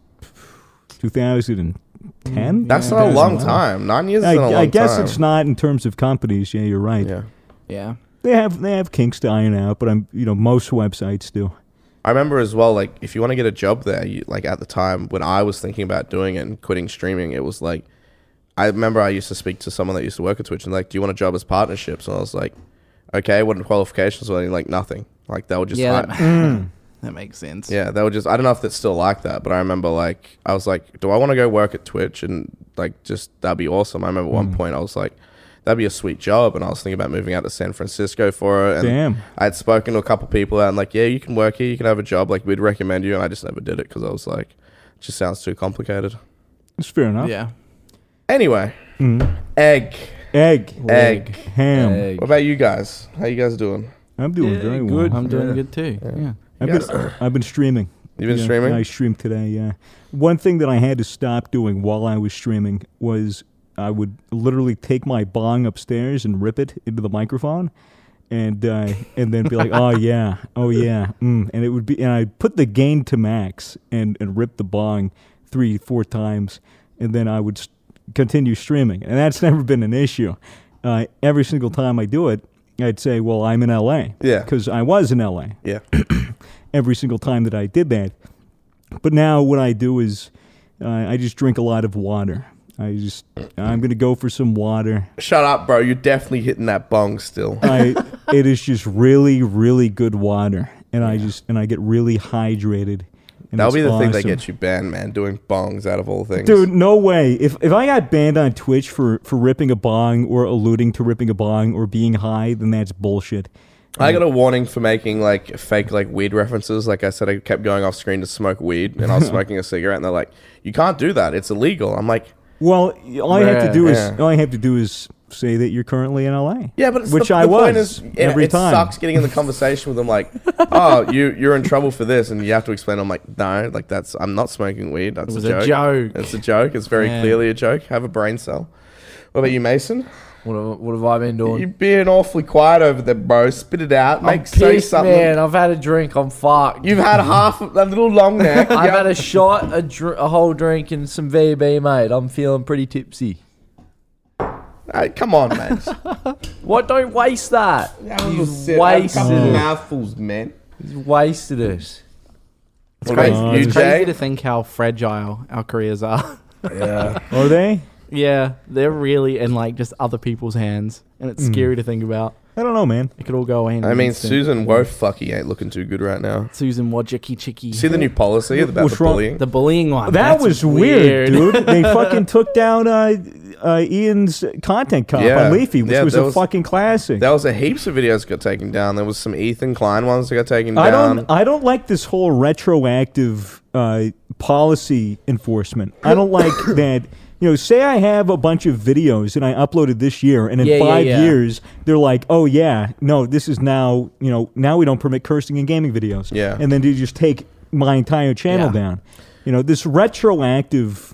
Speaker 1: 2010?
Speaker 3: That's not a long time. Nine years
Speaker 1: I,
Speaker 3: isn't a long
Speaker 1: I guess
Speaker 3: time.
Speaker 1: it's not in terms of companies. Yeah, you're right.
Speaker 3: Yeah,
Speaker 2: Yeah.
Speaker 1: They have they have kinks to iron out, but I'm you know most websites do.
Speaker 3: I remember as well. Like if you want to get a job there, you, like at the time when I was thinking about doing it and quitting streaming, it was like I remember I used to speak to someone that used to work at Twitch and like, do you want a job as partnerships? And I was like, okay, what are the qualifications? Well, like nothing. Like that would just
Speaker 2: yeah.
Speaker 3: hire-
Speaker 2: That, that makes sense.
Speaker 3: Yeah, they were just. I don't know if that's still like that, but I remember like I was like, do I want to go work at Twitch and like just that'd be awesome. I remember at
Speaker 1: Mm.
Speaker 3: one point I was like, that'd be a sweet job, and I was thinking about moving out to San Francisco for it. And
Speaker 1: Damn.
Speaker 3: I had spoken to a couple people and like, yeah, you can work here, you can have a job, like we'd recommend you, and I just never did it because I was like, it just sounds too complicated.
Speaker 1: It's fair enough. Mm-hmm.
Speaker 2: Yeah.
Speaker 3: Anyway, egg,
Speaker 1: Egg,
Speaker 3: egg.
Speaker 1: ham.
Speaker 4: Egg.
Speaker 3: What about you guys? How you guys doing?
Speaker 1: I'm doing very well.
Speaker 4: good.
Speaker 2: I'm doing
Speaker 4: Yeah.
Speaker 2: good too. Yeah.
Speaker 1: I've, been, I've been streaming.
Speaker 3: You've been
Speaker 1: Yeah,
Speaker 3: streaming?
Speaker 1: I streamed today, yeah. One thing that I had to stop doing while I was streaming was I would literally take my bong upstairs and rip it into the microphone and uh, and then be like, oh, yeah, oh, yeah. Mm. And it would be, and I'd put the gain to max and, and rip the bong three, four times. And then I would s continue streaming. And that's never been an issue. Uh, every single time I do it, I'd say, well, I'm in LA.
Speaker 3: Yeah.
Speaker 1: Because I was in LA
Speaker 3: Yeah,
Speaker 1: every single time that I did that. But now what I do is uh, I just drink a lot of water. I just I'm gonna go for some water.
Speaker 3: shut up, bro. You're definitely hitting that bong still.
Speaker 1: I it is just really really good water, and I just and I get really hydrated. and
Speaker 3: That'll
Speaker 1: it's
Speaker 3: be the thing that
Speaker 1: awesome.
Speaker 3: gets you banned, man. Doing bongs out of all things.
Speaker 1: Dude, no way. If if I got banned on Twitch for for ripping a bong or alluding to ripping a bong or being high, then that's bullshit.
Speaker 3: I got a warning for making like fake like weed references. Like I said, I kept going off screen to smoke weed, and I was smoking a cigarette, and they're like, "You can't do that; it's illegal." I'm like,
Speaker 1: Well, all I have to
Speaker 4: Yeah,
Speaker 1: do is
Speaker 3: yeah.
Speaker 1: all I have to do is say that you're currently in LA.
Speaker 3: "Yeah, but it's
Speaker 1: which
Speaker 3: the,
Speaker 1: I
Speaker 3: the
Speaker 1: was
Speaker 3: point is, yeah,
Speaker 1: every
Speaker 3: it
Speaker 1: time.
Speaker 3: sucks getting in the conversation with them. Like, oh, you you're in trouble for this, and you have to explain." I'm like, "No, like that's I'm not smoking weed. That's
Speaker 2: It was
Speaker 3: a, joke.
Speaker 2: a joke.
Speaker 3: It's a joke. It's very
Speaker 2: Yeah.
Speaker 3: clearly a joke. Have a brain cell." What about you, Mason?
Speaker 4: What have, what have I been doing?
Speaker 3: You've been awfully quiet over there, bro. Spit it out. Make
Speaker 4: I'm
Speaker 3: say
Speaker 4: pissed,
Speaker 3: something.
Speaker 4: man. I've had a drink. I'm fucked.
Speaker 3: You've had half of that little long neck.
Speaker 4: I've
Speaker 3: Yeah.
Speaker 4: had a shot, a, dr- a whole drink, and some VB, mate. I'm feeling pretty tipsy.
Speaker 3: Hey, come on, man.
Speaker 4: What? Don't waste that. He's wasted it.
Speaker 3: mouthfuls, man.
Speaker 4: He's wasted it.
Speaker 3: What about
Speaker 1: Oh,
Speaker 3: you,
Speaker 1: it's
Speaker 3: Jay?
Speaker 2: Crazy to think how fragile our careers are.
Speaker 1: Are they?
Speaker 2: yeah, they're really in like just other people's hands, and it's scary to think about.
Speaker 1: I don't know, man.
Speaker 2: It could all go in.
Speaker 3: Hmm. I
Speaker 2: an
Speaker 3: mean,
Speaker 2: instant.
Speaker 3: Susan Wofucky ain't looking too good right now.
Speaker 2: Susan Wojcicki Chicky.
Speaker 3: See the new policy about
Speaker 1: What's
Speaker 3: the
Speaker 1: wrong-
Speaker 3: bullying?
Speaker 2: the bullying one.
Speaker 1: That
Speaker 2: That's
Speaker 1: was weird, dude. They fucking took down uh, uh, Ian's content cop
Speaker 3: Yeah.
Speaker 1: on Leafy, which
Speaker 3: Yeah,
Speaker 1: was
Speaker 3: that
Speaker 1: a
Speaker 3: was-
Speaker 1: fucking classic.
Speaker 3: there was a heaps of videos got taken down. There was some Ethan Klein ones that got taken
Speaker 1: I
Speaker 3: down.
Speaker 1: don't. I don't like this whole retroactive uh, policy enforcement. I don't like that. You know, say I have a bunch of videos and I uploaded this year, and in
Speaker 4: Yeah, yeah,
Speaker 1: five
Speaker 4: yeah.
Speaker 1: years they're like, "Oh yeah, no, this is now. You know, now we don't permit cursing in gaming videos."
Speaker 3: Yeah.
Speaker 1: and then you just take my entire channel
Speaker 2: Yeah.
Speaker 1: down. You know, this retroactive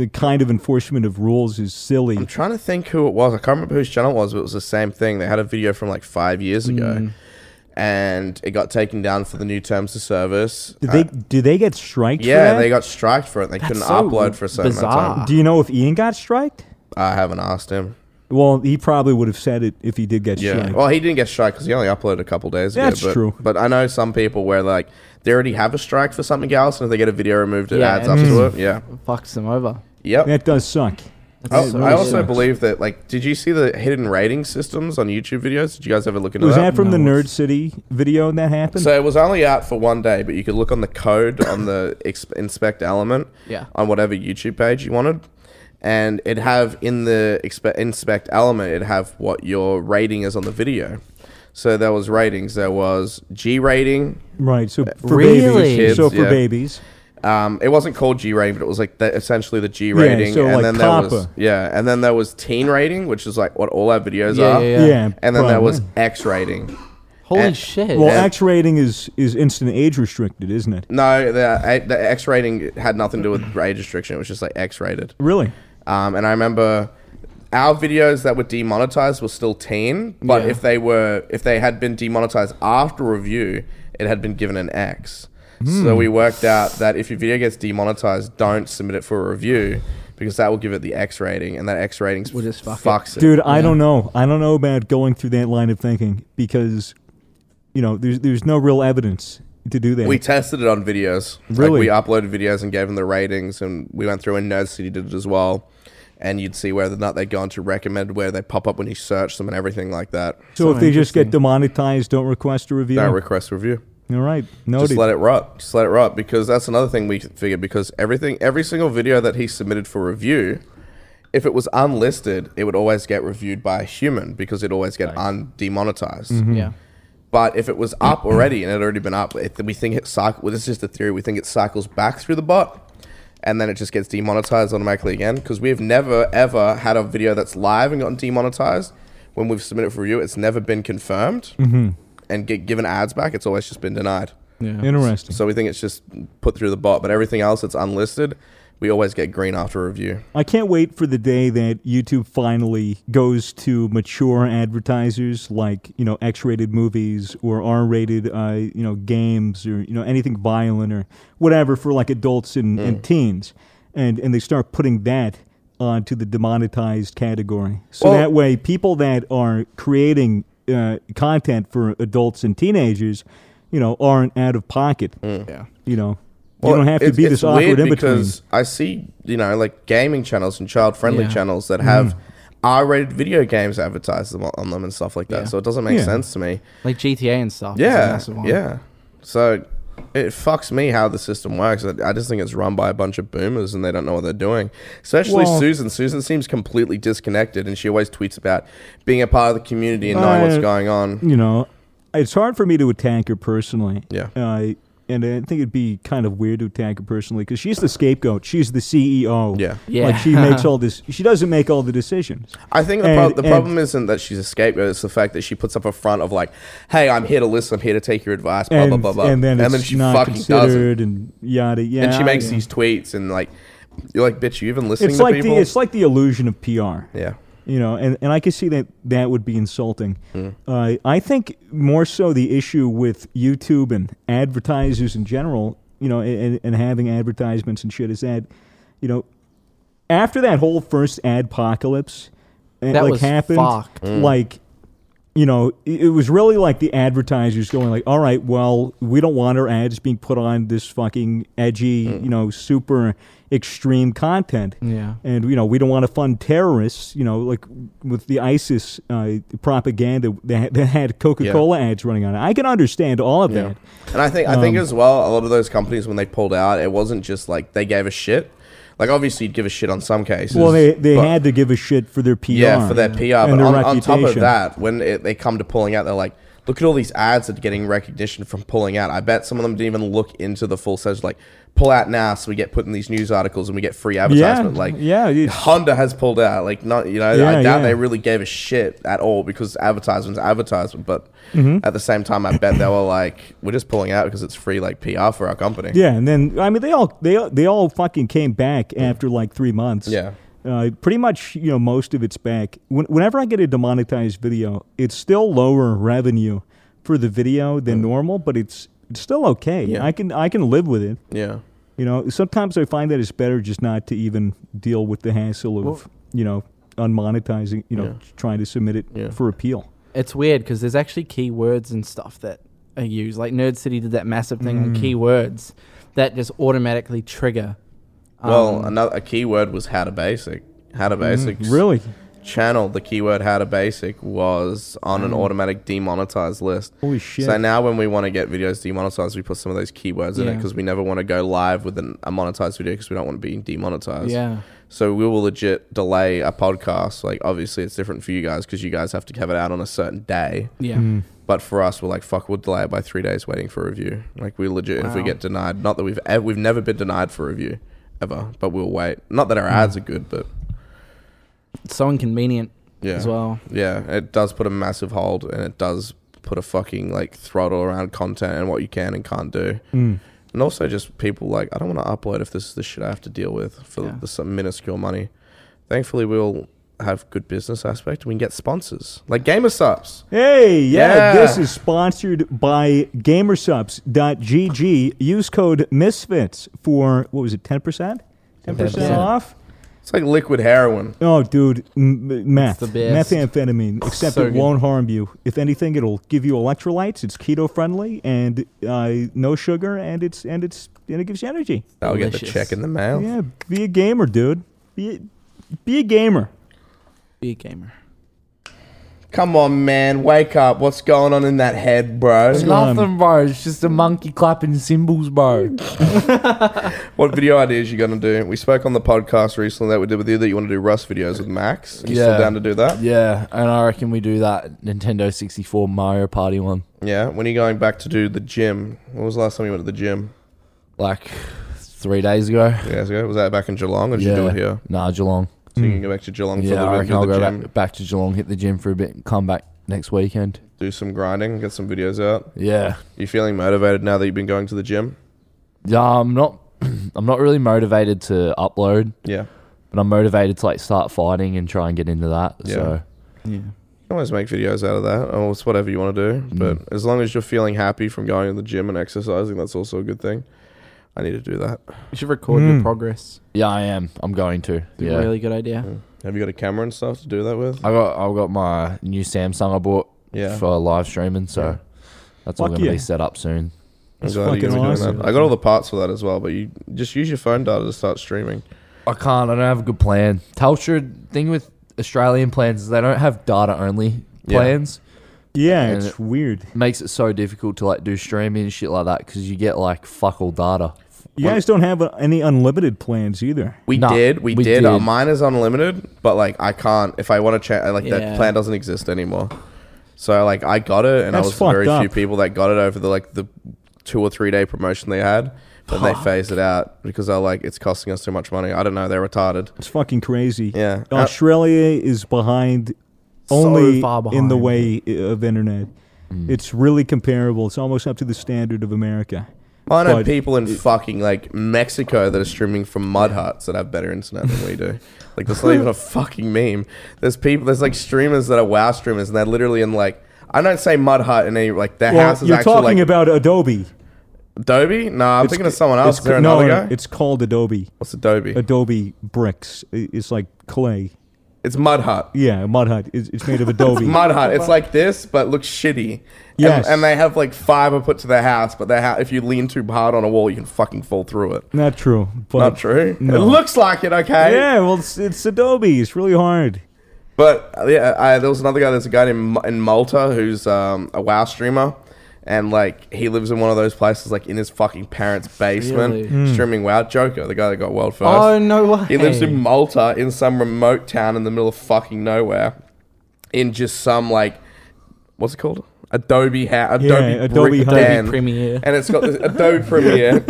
Speaker 1: uh, kind of enforcement of rules is silly.
Speaker 3: I'm trying to think who it was. I can't remember whose channel it was, but it was the same thing. They had a video from like five years ago,
Speaker 1: Mm.
Speaker 3: and it got taken down for the new terms of service.
Speaker 1: Did
Speaker 3: Uh,
Speaker 1: they? Do they get striked? for
Speaker 3: yeah,
Speaker 1: that?
Speaker 3: they got striked for it. They couldn't
Speaker 2: so
Speaker 3: upload for a certain amount of
Speaker 2: bizarre.
Speaker 3: time.
Speaker 1: Do you know if Ian got striked?
Speaker 3: I haven't asked him.
Speaker 1: Well, he probably would have said it if he did get
Speaker 3: Yeah.
Speaker 1: shy.
Speaker 3: Well, he didn't get strike because he only uploaded a couple days ago.
Speaker 1: That's
Speaker 3: but,
Speaker 1: true.
Speaker 3: But I know some people where like they already have a strike for something else, and if they get a video removed, it
Speaker 2: Yeah,
Speaker 3: adds
Speaker 2: it
Speaker 3: up to
Speaker 2: just-
Speaker 3: it. Yeah.
Speaker 2: Fucks them over.
Speaker 3: Yep.
Speaker 1: that does suck.
Speaker 3: Oh,
Speaker 2: so
Speaker 3: I also
Speaker 2: sucks.
Speaker 3: believe that like, did you see the hidden rating systems on YouTube videos? Did you guys ever look into
Speaker 1: Was
Speaker 3: that?
Speaker 1: that from the
Speaker 4: No,
Speaker 1: Nerd
Speaker 4: it's-
Speaker 1: City video that happened?
Speaker 3: So it was only out for one day, but you could look on the code on the ex- inspect element
Speaker 2: Yeah.
Speaker 3: on whatever YouTube page you wanted, and it'd have in the expe- inspect element it'd have what your rating is on the video. So there was ratings. There was G rating.
Speaker 1: right. So for
Speaker 4: Really?
Speaker 1: babies. so
Speaker 3: uh, Kids,
Speaker 1: for
Speaker 3: yeah.
Speaker 1: babies.
Speaker 3: Um, it wasn't called G rating, but it was like the, essentially the G
Speaker 1: Yeah,
Speaker 3: rating.
Speaker 1: so
Speaker 3: and
Speaker 1: like
Speaker 3: then there was
Speaker 1: copper.
Speaker 3: yeah, and then there was teen rating, which is like what all our videos
Speaker 2: Yeah,
Speaker 3: are.
Speaker 2: yeah,
Speaker 1: Yeah.
Speaker 3: And then there
Speaker 1: probably.
Speaker 3: was X rating.
Speaker 2: Holy
Speaker 3: And-
Speaker 2: shit.
Speaker 1: Well,
Speaker 3: Yeah.
Speaker 1: X rating is is instant age restricted, isn't it?
Speaker 3: No, the, the X rating had nothing to do with age restriction. It was just like X rated.
Speaker 1: Really?
Speaker 3: Um, and I remember our videos that were demonetized were still teen, but
Speaker 2: Yeah.
Speaker 3: if they were if they had been demonetized after review, it had been given an X.
Speaker 2: Hmm.
Speaker 3: So we worked out that if your video gets demonetized, don't submit it for a review because that will give it the X rating, and that X rating
Speaker 2: We'll just fuck it.
Speaker 3: fucks it.
Speaker 1: Dude, I don't know. I don't know about going through that line of thinking because, you know, there's there's no real evidence to do that.
Speaker 3: We tested it on videos.
Speaker 1: Really?
Speaker 3: Like we uploaded videos and gave them the ratings, and we went through and Nerd City did it as well. And you'd see whether or not they go on to recommend, where they pop up when you search them, and everything like that.
Speaker 1: so if they just get demonetized, don't request a review.
Speaker 3: Don't request review.
Speaker 1: All right,
Speaker 3: Just
Speaker 1: noted.
Speaker 3: let it rot. Just let it rot because that's another thing we figured. Because everything, every single video that he submitted for review, if it was unlisted, it would always get reviewed by a human because it'd always get undemonetized.
Speaker 2: yeah.
Speaker 3: But if it was up already and it had already been up, it, we think it cycles. Well, this is just a theory. We think it cycles back through the bot, and then it just gets demonetized automatically again. Because we've never ever had a video that's live and gotten demonetized. When we've submitted for review, it's never been confirmed and get given ads back. It's always just been denied.
Speaker 2: Yeah.
Speaker 1: Interesting.
Speaker 3: So we think it's just put through the bot. But everything else that's unlisted, we always get green after review.
Speaker 1: I can't wait for the day that YouTube finally goes to mature advertisers like you know X-rated movies or R-rated uh, you know games or you know anything violent or whatever for like adults and,
Speaker 3: Mm.
Speaker 1: and teens, and and they start putting that onto the demonetized category. So
Speaker 3: Well-
Speaker 1: that way, people that are creating uh, content for adults and teenagers, you know, aren't out of pocket.
Speaker 2: Yeah.
Speaker 1: You know, you don't have to
Speaker 3: Mm. it's-
Speaker 1: be
Speaker 3: it's
Speaker 1: this
Speaker 3: weird
Speaker 1: awkward in between.
Speaker 3: because I see, you know, like gaming channels and child friendly
Speaker 2: Yeah.
Speaker 3: channels that have
Speaker 1: Mm.
Speaker 3: R rated video games advertised them on them and stuff like that.
Speaker 2: Yeah.
Speaker 3: So it doesn't make
Speaker 1: Yeah.
Speaker 3: sense to me.
Speaker 2: Like GTA and stuff. is a
Speaker 3: Yeah.
Speaker 2: massive one.
Speaker 3: Yeah. So it fucks me how the system works. I I just think it's run by a bunch of boomers and they don't know what they're doing. Especially
Speaker 1: Well-
Speaker 3: Susan. Susan seems completely disconnected and she always tweets about being a part of the community and knowing what's
Speaker 1: Uh,
Speaker 3: going on.
Speaker 1: you know, it's hard for me to attack her personally.
Speaker 3: Yeah.
Speaker 1: Uh, and I think it'd be kind of weird to attack her personally because she's the scapegoat. She's the CEO.
Speaker 3: Yeah.
Speaker 2: Yeah.
Speaker 1: Like she makes all this. She doesn't make all the decisions.
Speaker 3: I think the,
Speaker 1: And-
Speaker 3: prob- the
Speaker 1: and-
Speaker 3: problem isn't that she's a scapegoat. It's the fact that she puts up a front of like, "Hey, I'm here to listen. I'm here to take your advice." Blah
Speaker 1: and,
Speaker 3: blah blah blah.
Speaker 1: and then it's
Speaker 3: she
Speaker 1: not
Speaker 3: fucking does it.
Speaker 1: considered and yada yada.
Speaker 3: And she makes these tweets and like, you're like, "Bitch, you even listening
Speaker 1: It's
Speaker 3: to
Speaker 1: like
Speaker 3: people?"
Speaker 1: the it's like the illusion of PR.
Speaker 3: yeah,
Speaker 1: you know and, and i could see that that would be insulting
Speaker 2: Mm-hmm.
Speaker 1: uh, i think more so the issue with youtube and advertisers in general you know and, and having advertisements and shit is that you know after that whole first adpocalypse eh,
Speaker 2: That
Speaker 1: like
Speaker 2: was
Speaker 1: happened
Speaker 2: fucked. Mm.
Speaker 1: like you know, it it was really like the advertisers going like, "All right, well, we don't want our ads being put on this fucking edgy, you know, super extreme content."
Speaker 2: Mm. Yeah.
Speaker 1: and you know we don't want to fund terrorists. You know, like with the ISIS uh, propaganda that, that had Coca-Cola ads running on it. I can understand all of
Speaker 3: yeah.
Speaker 1: that.
Speaker 3: And I think I
Speaker 1: Um,
Speaker 3: think as well, a lot of those companies when they pulled out, it wasn't just like they gave a shit. Like obviously, you'd give a shit on some cases.
Speaker 1: Well, they they
Speaker 3: but-
Speaker 1: had to give a shit for their PR.
Speaker 3: Yeah, for their PR.
Speaker 1: and
Speaker 3: but
Speaker 1: their
Speaker 3: on, on top of
Speaker 1: reputation.
Speaker 3: that, when it, they come to pulling out, they're like, look at all these ads that are getting recognition from pulling out. I bet some of them didn't even look into the full session. Like, pull out now, so we get put in these news articles and we get free advertisement. like,
Speaker 1: yeah, it's-
Speaker 3: Honda has pulled out. Like, not you know,
Speaker 1: Yeah,
Speaker 3: I doubt
Speaker 1: yeah.
Speaker 3: they really gave a shit at all because advertisements, advertisement. But
Speaker 1: Mm-hmm.
Speaker 3: at the same time, I bet they were like, we're just pulling out because it's free, like PR for our company.
Speaker 1: Yeah, and then I mean they all they all- they all fucking came back after like three months.
Speaker 3: Yeah.
Speaker 1: Uh, pretty much, you know, most of it's back. When, whenever I get a demonetized video, it's still lower revenue for the video than normal, but it's it's still okay.
Speaker 3: Yeah.
Speaker 1: I can I can live with it.
Speaker 3: Yeah.
Speaker 1: You know, sometimes I find that it's better just not to even deal with the hassle of you know on monetizing, you know,
Speaker 3: Yeah.
Speaker 1: trying to submit it
Speaker 3: Yeah.
Speaker 1: for appeal.
Speaker 2: It's weird because there's actually keywords and stuff that are used. Like Nerd City did that massive thing on
Speaker 3: Hmm.
Speaker 1: Mm.
Speaker 2: keywords that just automatically trigger.
Speaker 3: Well,
Speaker 2: um,
Speaker 3: another a keyword was how to basic. How
Speaker 1: Mm-hmm.
Speaker 3: to basic
Speaker 1: Really?
Speaker 3: channel. The keyword how to basic was on
Speaker 2: Mm.
Speaker 3: an automatic demonetized list.
Speaker 1: Holy shit.
Speaker 3: So now when we want to get videos demonetized, we put some of those keywords in it
Speaker 2: Yeah.
Speaker 3: because we never want to go live with an, a monetized video because we don't want to be demonetized.
Speaker 2: yeah.
Speaker 3: So we will legit delay a podcast. Like obviously it's different for you guys because you guys have to have it out on a certain day.
Speaker 2: Yeah.
Speaker 1: Mm.
Speaker 3: But for us, we're like, fuck, we'll delay it by three days waiting for a review. Like we legit, if we
Speaker 2: Wow.
Speaker 3: get denied, not that we've ever, we've never been denied for a review ever, but we'll wait. Not that our
Speaker 2: Mm.
Speaker 3: ads are good, but
Speaker 2: It's so inconvenient
Speaker 3: yeah,
Speaker 2: as well.
Speaker 3: yeah, it does put a massive hold and it does put a fucking like throttle around content and what you can and can't do.
Speaker 1: Mm.
Speaker 3: And also just people like, I don't want to upload if this is the shit I have to deal with for
Speaker 2: Yeah.
Speaker 3: the, some minuscule money. Thankfully, we'll have good business aspect. We can get sponsors like Gamer Subs.
Speaker 1: Hey, yeah,
Speaker 3: Yeah.
Speaker 1: this is sponsored by gamersups.gg. Use code MISFITS for, what was it, 10%? 10%
Speaker 4: 10%.
Speaker 1: off?
Speaker 3: It's like liquid heroin.
Speaker 1: Oh, dude, m- m- meth.
Speaker 2: It's the best.
Speaker 1: Methamphetamine, except
Speaker 2: So
Speaker 1: it
Speaker 2: good.
Speaker 1: won't harm you. If anything, it'll give you electrolytes. It's keto friendly and uh, no sugar, and it's and it's and it gives you energy.
Speaker 3: I'll get the
Speaker 2: Delicious.
Speaker 3: check in the
Speaker 2: Oh.
Speaker 3: mail.
Speaker 1: Yeah, be a gamer, dude. Be a, be a gamer.
Speaker 2: Be a gamer.
Speaker 3: Come on, man, wake up. What's going on in that head, bro?
Speaker 4: Nothing, bro. It's just a monkey clapping cymbals, bro.
Speaker 3: What video ideas you gonna do? We spoke on the podcast recently that we did with you that you want to do Rust videos with Max. You still
Speaker 4: Yeah.
Speaker 3: down to do that?
Speaker 4: yeah, and I reckon we do that Nintendo 64 Mario Party one.
Speaker 3: Yeah. When are you going back to do the gym? When was the last time you went to the gym?
Speaker 4: Like three days ago.
Speaker 3: Three days ago? Was that back in Geelong or did you do
Speaker 4: Yeah.
Speaker 3: it here?
Speaker 4: Nah, Geelong.
Speaker 3: So you can go back to Geelong for
Speaker 4: Yeah, I
Speaker 3: a little bit,
Speaker 4: reckon
Speaker 3: do the
Speaker 4: I'll go
Speaker 3: gym,
Speaker 4: back, back to Geelong, hit the gym for a bit, and come back next weekend.
Speaker 3: do some grinding, get some videos out.
Speaker 4: Yeah.
Speaker 3: You feeling motivated now that you've been going to the gym?
Speaker 4: Yeah, I'm not. I'm not really motivated to upload,
Speaker 3: Yeah.
Speaker 4: but I'm motivated to like start fighting and try and get into that.
Speaker 3: Yeah.
Speaker 4: So
Speaker 2: Yeah.
Speaker 3: You can always make videos out of that, or it's whatever you want to do.
Speaker 4: Mm.
Speaker 3: But as long as you're feeling happy from going to the gym and exercising, that's also a good thing. I need to do that.
Speaker 2: You should record
Speaker 1: Mm.
Speaker 2: your progress.
Speaker 4: yeah, I am. I'm going to.
Speaker 2: It's
Speaker 4: Yeah,
Speaker 2: a really good idea.
Speaker 3: Have you got a camera and stuff to do that with?
Speaker 4: I got. I got my new Samsung I bought
Speaker 3: Yeah.
Speaker 4: for live streaming. So
Speaker 3: Yeah.
Speaker 4: that's all
Speaker 1: Fuck
Speaker 4: going to
Speaker 1: yeah.
Speaker 4: be set up soon.
Speaker 3: I'm
Speaker 1: That's
Speaker 3: glad you're
Speaker 1: fucking
Speaker 3: doing
Speaker 1: awesome.
Speaker 3: that. I got all the parts for that as well, but you just use your phone data to start streaming.
Speaker 4: I can't. I don't have a good plan. Telstra thing with Australian plans is they don't have data only
Speaker 3: Yeah.
Speaker 4: plans.
Speaker 1: Yeah,
Speaker 4: And
Speaker 1: it's
Speaker 4: it-
Speaker 1: weird.
Speaker 4: Makes it so difficult to like do streaming and shit like that because you get like fuck all data.
Speaker 1: You guys don't have uh, any unlimited plans either.
Speaker 3: We
Speaker 4: Nah,
Speaker 3: did, we,
Speaker 4: we
Speaker 3: did. Uh,
Speaker 4: did.
Speaker 3: mine is unlimited, but like I can't. If I want to change, like that
Speaker 2: Yeah.
Speaker 3: plan doesn't exist anymore. So like I got it, and
Speaker 1: That's
Speaker 3: I was the very
Speaker 1: fucked
Speaker 3: few
Speaker 1: up.
Speaker 3: people that got it over the like the two or three day promotion they had. But they phased it out because they're like, it's costing us too much money. I don't know. They're retarded.
Speaker 1: It's fucking crazy.
Speaker 3: Yeah. Uh,
Speaker 1: Australia is behind
Speaker 2: So
Speaker 1: only
Speaker 2: far
Speaker 1: in the
Speaker 2: behind.
Speaker 1: way i- of internet. It's really comparable. It's almost up to the standard of America.
Speaker 3: I know
Speaker 1: But-
Speaker 3: people in fucking like Mexico that are streaming from mud huts that have better internet than we do. Like that's not even a fucking meme. There's people, there's like streamers that are WoW streamers, and they're literally in like I don't say mud hut in any like their
Speaker 1: Well,
Speaker 3: house is
Speaker 1: you're
Speaker 3: actually
Speaker 1: talking
Speaker 3: like
Speaker 1: about Adobe.
Speaker 3: Adobe. No, I'm
Speaker 1: It's
Speaker 3: thinking
Speaker 1: c-
Speaker 3: of someone
Speaker 1: It's,
Speaker 3: else. Is there
Speaker 1: c- no,
Speaker 3: another
Speaker 1: no,
Speaker 3: guy?
Speaker 1: it's called Adobe.
Speaker 3: What's Adobe?
Speaker 1: Adobe bricks. I- It's like clay.
Speaker 3: It's mud hut.
Speaker 1: Yeah, mud hut. It's, it's made of Adobe.
Speaker 3: Mud hut. It's like this, but looks shitty.
Speaker 1: Yes.
Speaker 3: And, and they have like fiber put to their house, but their house, if you lean too hard on a wall, you can fucking fall through it.
Speaker 1: Not true. But
Speaker 3: Not true. It
Speaker 1: No.
Speaker 3: looks like it, okay?
Speaker 1: Yeah, well, it's, it's Adobe. It's really hard.
Speaker 3: But uh, yeah, I, there was another guy. There's a guy in, in Malta who's um, a WoW streamer, and like he lives in one of those places, like in his fucking parents' basement,
Speaker 2: Really?
Speaker 1: Hmm.
Speaker 3: streaming WoW. Joker, the guy that got world first.
Speaker 2: Oh no way.
Speaker 3: He lives in Malta in some remote town in the middle of fucking nowhere, in just some like, what's it called? Adobe hat, Adobe, brick
Speaker 1: Adobe hut.
Speaker 3: den.
Speaker 2: Adobe Premiere.
Speaker 3: and it's got this Adobe Premiere.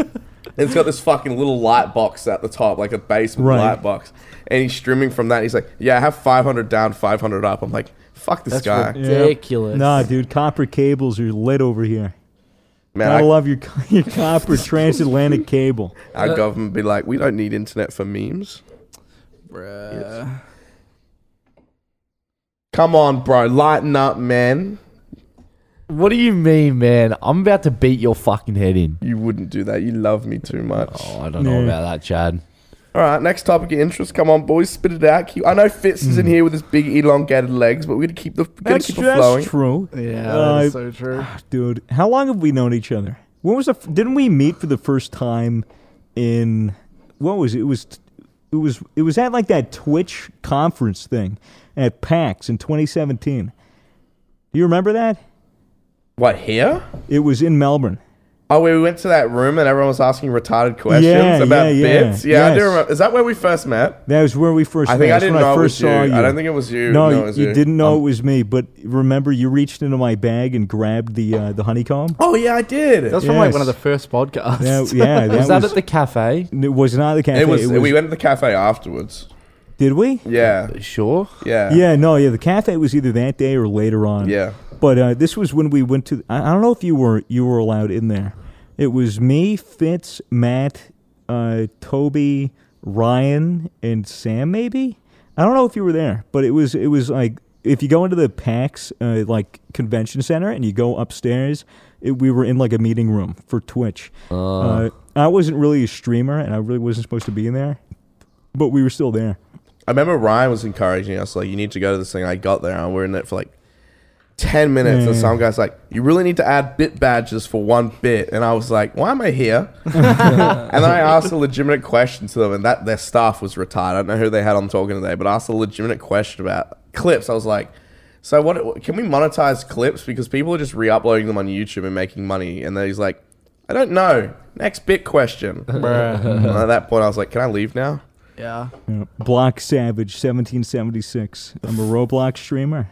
Speaker 3: It's got this fucking little light box at the top, like a basement
Speaker 1: Right.
Speaker 3: light box, and he's streaming from that. He's like, "Yeah, I have 500 down, 500 up." I'm like, "Fuck this
Speaker 2: That's
Speaker 3: guy,
Speaker 2: rid- Ridiculous.
Speaker 1: Nah, dude, copper cables are lit over here.
Speaker 3: man."
Speaker 1: I
Speaker 3: I,
Speaker 1: love your, co- your copper transatlantic cable.
Speaker 3: our government be like, "We don't need internet for memes."
Speaker 2: Bruh.
Speaker 3: Come on, bro, lighten up, man.
Speaker 4: What do you mean, man? I'm about to beat your fucking head in.
Speaker 3: You wouldn't do that. You love me too much.
Speaker 4: Oh, I don't know
Speaker 1: Yeah.
Speaker 4: about that, Chad.
Speaker 3: All right, next topic of interest. Come on, boys, spit it out. Keep, I know Fitz is in here with his big elongated legs, but we're gonna keep the we're gonna
Speaker 1: Hmm. That's,
Speaker 3: keep it
Speaker 1: that's
Speaker 3: flowing.
Speaker 1: true,
Speaker 2: Yeah,
Speaker 1: Uh,
Speaker 2: that's so true.
Speaker 1: dude. How long have we known each other? When was the? F- didn't we meet for the first time in? What was it? It was. It was. It was at like that Twitch conference thing at PAX in 2017. Do you remember that?
Speaker 3: What here?
Speaker 1: It was in Melbourne.
Speaker 3: Oh, where we went to that room and everyone was asking retarded questions
Speaker 1: Yeah,
Speaker 3: about
Speaker 1: yeah, yeah.
Speaker 3: bits. Yeah, I do
Speaker 1: Yes.
Speaker 3: remember. Is that where we first met?
Speaker 1: That was where we first.
Speaker 3: I
Speaker 1: met.
Speaker 3: think I
Speaker 1: That's
Speaker 3: didn't
Speaker 1: when
Speaker 3: know
Speaker 1: I first
Speaker 3: it was
Speaker 1: saw
Speaker 3: you.
Speaker 1: you.
Speaker 3: I don't think it was you. Um,
Speaker 1: No,
Speaker 3: it
Speaker 1: you,
Speaker 3: was
Speaker 1: you didn't know it was me. But remember, you reached into my bag and grabbed the uh, the honeycomb.
Speaker 3: Oh yeah, I did.
Speaker 2: That's from like
Speaker 1: yes.
Speaker 2: one of the first podcasts.
Speaker 1: That, yeah, that
Speaker 4: was
Speaker 1: was.
Speaker 4: that at the cafe?
Speaker 1: it was not the cafe.
Speaker 3: it was, We went to the cafe afterwards.
Speaker 1: Did we?
Speaker 3: Yeah,
Speaker 2: Sure.
Speaker 3: yeah,
Speaker 1: Yeah, no, yeah. The cafe was either that day or later on.
Speaker 3: yeah.
Speaker 1: But uh, this was when we went to. I, I don't know if you were you were allowed in there. It was me, Fitz, Matt, uh, Toby, Ryan, and Sam. Maybe I don't know if you were there, but it was it was like if you go into the PAX uh, like convention center and you go upstairs, it, we were in like a meeting room for Twitch. Uh. I wasn't really a streamer, and I really wasn't supposed to be in there, but we were still there.
Speaker 3: I remember Ryan was encouraging us like, you need to go to this thing. I got there and we are in it for like ten minutes, and
Speaker 1: Yeah.
Speaker 3: some guy's like, you really need to add bit badges for one bit, and I was like, why am I here? and then I asked a legitimate question to them, and that their staff was retired. I don't know who they had on talking today, but I asked a legitimate question about clips. I was like. So what? Can we monetize clips because people are just re-uploading them on YouTube and making money? And then he's like, "I don't know." Next bit question. and at that point, I was like, "Can I leave now?"
Speaker 2: Yeah.
Speaker 1: Yeah. Block Savage, 1776. I'm a Roblox streamer.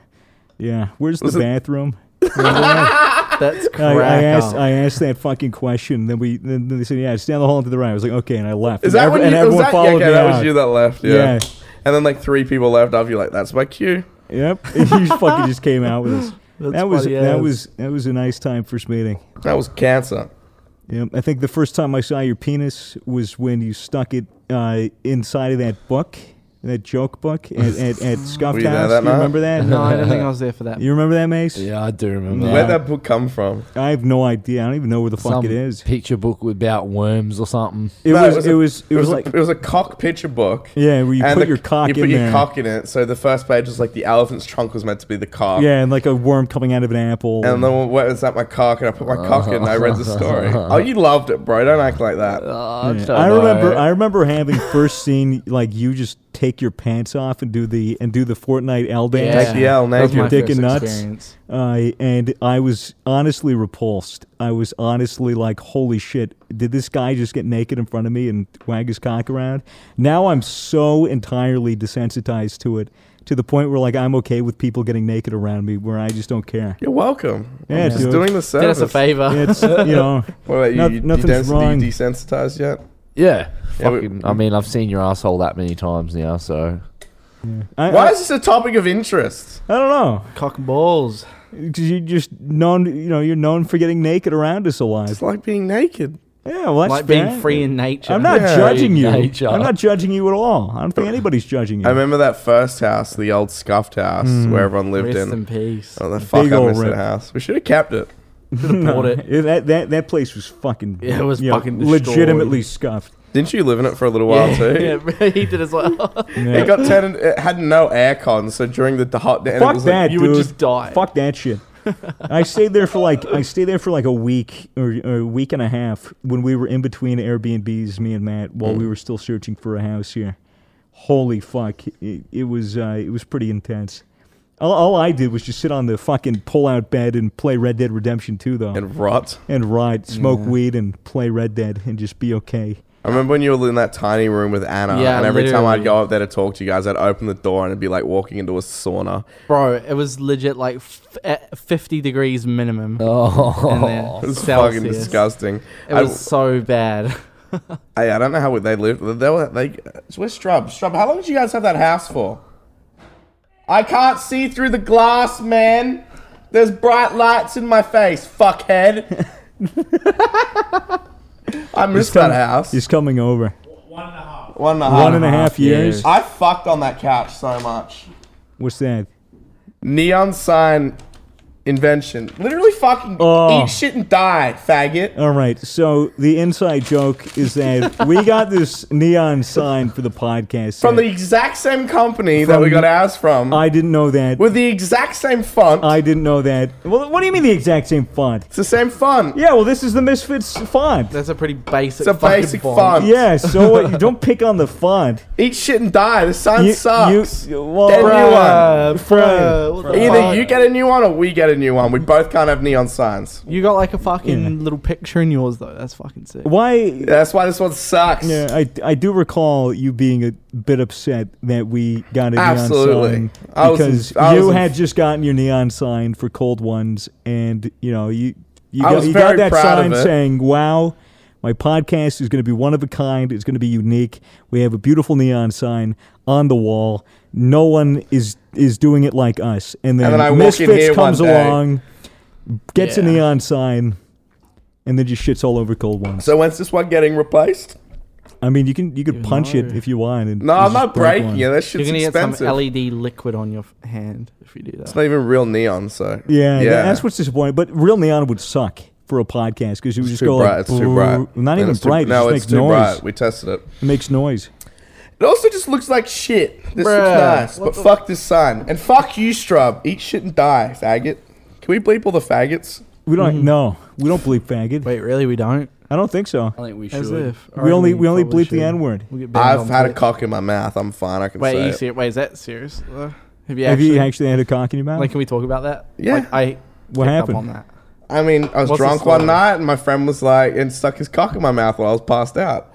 Speaker 1: Yeah. Where's the
Speaker 3: Was it-
Speaker 1: bathroom?
Speaker 2: That's
Speaker 1: I,
Speaker 2: crack
Speaker 1: I asked.
Speaker 2: up.
Speaker 1: I asked that fucking question. Then we. Then then they said, "Yeah, it's down the hall and to the right." I was like, "Okay," and I left.
Speaker 3: Is
Speaker 1: and
Speaker 3: that
Speaker 1: every-
Speaker 3: when
Speaker 1: and
Speaker 3: you,
Speaker 1: everyone
Speaker 3: was that, yeah,
Speaker 1: followed
Speaker 3: okay,
Speaker 1: me
Speaker 3: that
Speaker 1: out.
Speaker 3: was you that left, yeah.
Speaker 1: Yeah.
Speaker 3: And then like three people left after you like, that's my cue.
Speaker 1: Yep. you fucking just came out with us.
Speaker 2: That's
Speaker 1: that was
Speaker 2: funny
Speaker 1: that
Speaker 2: as.
Speaker 1: was that was a nice time first meeting.
Speaker 3: That was cancer.
Speaker 1: Yep. I think the first time I saw your penis was when you stuck it uh, inside of that book, that joke book at at, at Scuffed
Speaker 3: you there
Speaker 1: House.
Speaker 3: that
Speaker 1: Do you
Speaker 3: night?
Speaker 1: remember that?
Speaker 2: no, I don't think I was there for that.
Speaker 1: You remember that, Mace?
Speaker 4: Yeah, I do remember.
Speaker 1: Yeah.
Speaker 3: Where'd that book come from?
Speaker 1: I have no idea. I don't even know where the fuck
Speaker 4: Some
Speaker 1: it is.
Speaker 4: picture book about worms or something.
Speaker 1: It,
Speaker 3: No,
Speaker 1: was, it was. It was. like.
Speaker 3: a, it was a cock picture book.
Speaker 1: yeah, where you
Speaker 3: and
Speaker 1: put
Speaker 3: the-
Speaker 1: your cock
Speaker 3: you
Speaker 1: in
Speaker 3: put your
Speaker 1: there.
Speaker 3: cock in it. So the first page was like the elephant's trunk was meant to be the cock.
Speaker 1: Yeah, and like a worm coming out of an apple.
Speaker 3: And then what is that my cock? And I put my cock in. and I read the story. Oh, you loved it, bro. Don't act like that.
Speaker 4: Oh,
Speaker 1: Yeah. I remember. uh, I remember having first seen like you just take your pants off and do the and do the Fortnite L dance.
Speaker 3: Take the L,
Speaker 2: That was
Speaker 3: naked.
Speaker 2: my
Speaker 1: Dick and
Speaker 2: first
Speaker 1: nuts.
Speaker 2: experience.
Speaker 1: Uh, and I was honestly repulsed. I was honestly like, holy shit, did this guy just get naked in front of me and wag his cock around? Now I'm so entirely desensitized to it to the point where like I'm okay with people getting naked around me where I just don't care.
Speaker 3: You're welcome.
Speaker 1: Yeah,
Speaker 3: I'm just
Speaker 1: dude.
Speaker 3: doing the
Speaker 2: Did us
Speaker 3: service.
Speaker 2: a favor.
Speaker 1: It's you know
Speaker 3: What about you?
Speaker 1: Noth-
Speaker 3: you,
Speaker 1: nothing's
Speaker 3: you, dens- you
Speaker 1: wrong.
Speaker 3: desensitized yet?
Speaker 4: Yeah.
Speaker 3: Yeah, we-
Speaker 4: Fucking, I mean, I've seen your asshole that many times now, so
Speaker 1: I,
Speaker 3: Why
Speaker 1: I,
Speaker 3: is this a topic of interest?
Speaker 1: I don't know.
Speaker 2: Cock and balls.
Speaker 1: Because you just known, you know, you're known for getting naked around us a lot.
Speaker 3: It's like being naked.
Speaker 1: Yeah, well, that's
Speaker 2: like being
Speaker 1: fair.
Speaker 2: free in nature.
Speaker 1: I'm not
Speaker 3: Yeah.
Speaker 1: judging you.
Speaker 4: Nature.
Speaker 1: I'm not judging you at all. I don't think anybody's judging you.
Speaker 3: I remember that first house, the old scuffed house where everyone lived
Speaker 2: Rest
Speaker 3: in.
Speaker 2: in peace.
Speaker 3: oh, the fuck! I
Speaker 1: Mm. old
Speaker 3: missed
Speaker 1: rip.
Speaker 3: that house. We should have kept it.
Speaker 1: No,
Speaker 2: bought it.
Speaker 1: yeah, that, that that place was fucking.
Speaker 2: Yeah, it was
Speaker 1: you know,
Speaker 2: fucking destroyed.
Speaker 1: legitimately scuffed.
Speaker 3: Didn't you live in it for a little while too?
Speaker 2: yeah, he did as well.
Speaker 1: Yeah.
Speaker 3: It got turned. It had no aircon, so during the d- hot day, and it
Speaker 1: Fuck
Speaker 3: was
Speaker 1: that,
Speaker 2: you
Speaker 1: dude.
Speaker 2: would just die.
Speaker 1: Fuck that shit. I stayed there for like I stayed there for like a week or, or a week and a half when we were in between Airbnbs, me and Matt, while
Speaker 2: Mm.
Speaker 1: we were still searching for a house here. Holy fuck! It, it was uh, it was pretty intense. All, all I did was just sit on the fucking pull-out bed and play Red Dead Redemption 2, though,
Speaker 3: like,
Speaker 1: and,
Speaker 3: and rot.
Speaker 1: ride, smoke weed, and play Red Dead, and just be okay.
Speaker 3: I remember when you were in that tiny room with Anna,
Speaker 2: Yeah,
Speaker 3: and every time I'd
Speaker 2: literally.
Speaker 3: go up there to talk to you guys, I'd open the door and it'd be like walking into a sauna.
Speaker 2: Bro, it was legit like f- at 50 degrees minimum. in there.
Speaker 4: oh,
Speaker 3: It was
Speaker 2: Celsius.
Speaker 3: fucking disgusting.
Speaker 2: It was so bad.
Speaker 3: I, I, I don't know how they lived. They were they. Where's Strub? Strub, how long did you guys have that house for? I can't see through the glass, man. There's bright lights in my face, fuckhead. I missed that house.
Speaker 1: He's coming over.
Speaker 3: One and a half.
Speaker 1: One and a half years.
Speaker 4: years.
Speaker 3: I fucked on that couch so much.
Speaker 1: What's that?
Speaker 3: Neon sign invention. Literally fucking
Speaker 1: Oh.
Speaker 3: eat shit and die, faggot.
Speaker 1: All right. So the inside joke is that we got this neon sign for the podcast.
Speaker 3: From the
Speaker 1: that
Speaker 3: exact same company that we
Speaker 1: From-
Speaker 3: got ours from,
Speaker 1: I didn't know that.
Speaker 3: with the exact same font.
Speaker 1: I didn't know that. Well, what do you mean the exact same font?
Speaker 3: it's the same font.
Speaker 1: Yeah. Well, this is the Misfits font.
Speaker 2: That's a pretty basic.
Speaker 3: It's a
Speaker 2: fucking
Speaker 3: basic
Speaker 2: bond.
Speaker 3: font.
Speaker 1: Yeah. So what? You don't pick on the font.
Speaker 3: Eat shit and die. The sign
Speaker 1: You-
Speaker 3: sucks.
Speaker 1: you- well,
Speaker 3: Get a new one.
Speaker 2: Bruh,
Speaker 1: Fine.
Speaker 2: bruh, what the
Speaker 3: Either
Speaker 2: fuck?
Speaker 3: you get a new one or we get a new one. We both can't have neon signs.
Speaker 2: You got like a fucking
Speaker 1: Yeah.
Speaker 2: little picture in yours though. That's fucking sick.
Speaker 1: Why?
Speaker 3: That's why this one sucks.
Speaker 1: Yeah, I, I do recall you being a bit upset that we got a
Speaker 3: Absolutely.
Speaker 1: neon sign
Speaker 3: I was
Speaker 1: because
Speaker 3: in- I
Speaker 1: you
Speaker 3: was in-
Speaker 1: had just gotten your neon sign for Cold Ones, and you know you you
Speaker 3: I
Speaker 1: got,
Speaker 3: was
Speaker 1: you got
Speaker 3: very
Speaker 1: that
Speaker 3: proud
Speaker 1: sign
Speaker 3: of it.
Speaker 1: saying, "Wow, my podcast is going to be one of a kind. It's going to be unique. We have a beautiful neon sign on the wall. No one is is doing it like us." And then,
Speaker 3: then I walk in
Speaker 1: Misfits
Speaker 3: here one
Speaker 1: comes
Speaker 3: day.
Speaker 1: along, gets a
Speaker 2: Yeah.
Speaker 1: neon sign, and then just shits all over Cold Ones.
Speaker 3: So when's this one getting replaced?
Speaker 1: I mean, you can you could
Speaker 2: You
Speaker 1: punch it
Speaker 2: know.
Speaker 1: if you want. And
Speaker 3: No,
Speaker 1: you
Speaker 3: I'm
Speaker 1: just
Speaker 3: not
Speaker 1: break
Speaker 3: breaking
Speaker 1: one.
Speaker 3: it. That
Speaker 2: You're
Speaker 3: shit's
Speaker 2: gonna get
Speaker 3: expensive.
Speaker 2: some E LED liquid on your f- hand if you do that.
Speaker 3: it's not even real neon, so
Speaker 1: Yeah, yeah, that's what's disappointing. But real neon would suck for a podcast because you would just
Speaker 3: It's too
Speaker 1: go
Speaker 3: bright.
Speaker 1: like,
Speaker 3: it's too
Speaker 1: "Boo."
Speaker 3: bright.
Speaker 1: not
Speaker 3: And
Speaker 1: even
Speaker 3: it's too-
Speaker 1: bright.
Speaker 3: no,
Speaker 1: it
Speaker 3: it's
Speaker 1: just
Speaker 3: too
Speaker 1: makes noise.
Speaker 3: bright. We tested it.
Speaker 1: It makes noise.
Speaker 3: It also just looks like shit. This
Speaker 2: Bruh,
Speaker 3: looks nice,
Speaker 2: what
Speaker 3: but
Speaker 2: the-
Speaker 3: fuck this sign. And fuck you, Strub. Eat shit and die, faggot. Can we bleep all the faggots?
Speaker 1: We don't no, we don't bleep faggot.
Speaker 2: Mm-hmm. Wait, really? We don't.
Speaker 1: I don't think so.
Speaker 4: I think we
Speaker 2: As
Speaker 4: should.
Speaker 2: if
Speaker 1: we
Speaker 2: Or
Speaker 1: only we only
Speaker 2: probably
Speaker 1: bleep the
Speaker 2: should.
Speaker 1: n word.
Speaker 2: We'll get banned
Speaker 3: I've
Speaker 2: on
Speaker 3: had a
Speaker 2: Twitter.
Speaker 3: cock in my mouth. I'm fine. I can
Speaker 2: Wait,
Speaker 3: say
Speaker 2: are you
Speaker 3: it.
Speaker 2: ser- wait, is that serious? Uh, Have you
Speaker 1: Have
Speaker 2: actually?
Speaker 1: you actually had a cock in your mouth?
Speaker 2: like, can we talk about that?
Speaker 3: Yeah.
Speaker 2: Like, I
Speaker 1: what
Speaker 2: picked up
Speaker 1: happened?
Speaker 2: on that.
Speaker 3: I mean, I
Speaker 2: What's
Speaker 3: was
Speaker 2: the
Speaker 3: drunk one
Speaker 2: story?
Speaker 3: night, and my friend was like, and stuck his cock in my mouth while I was passed out.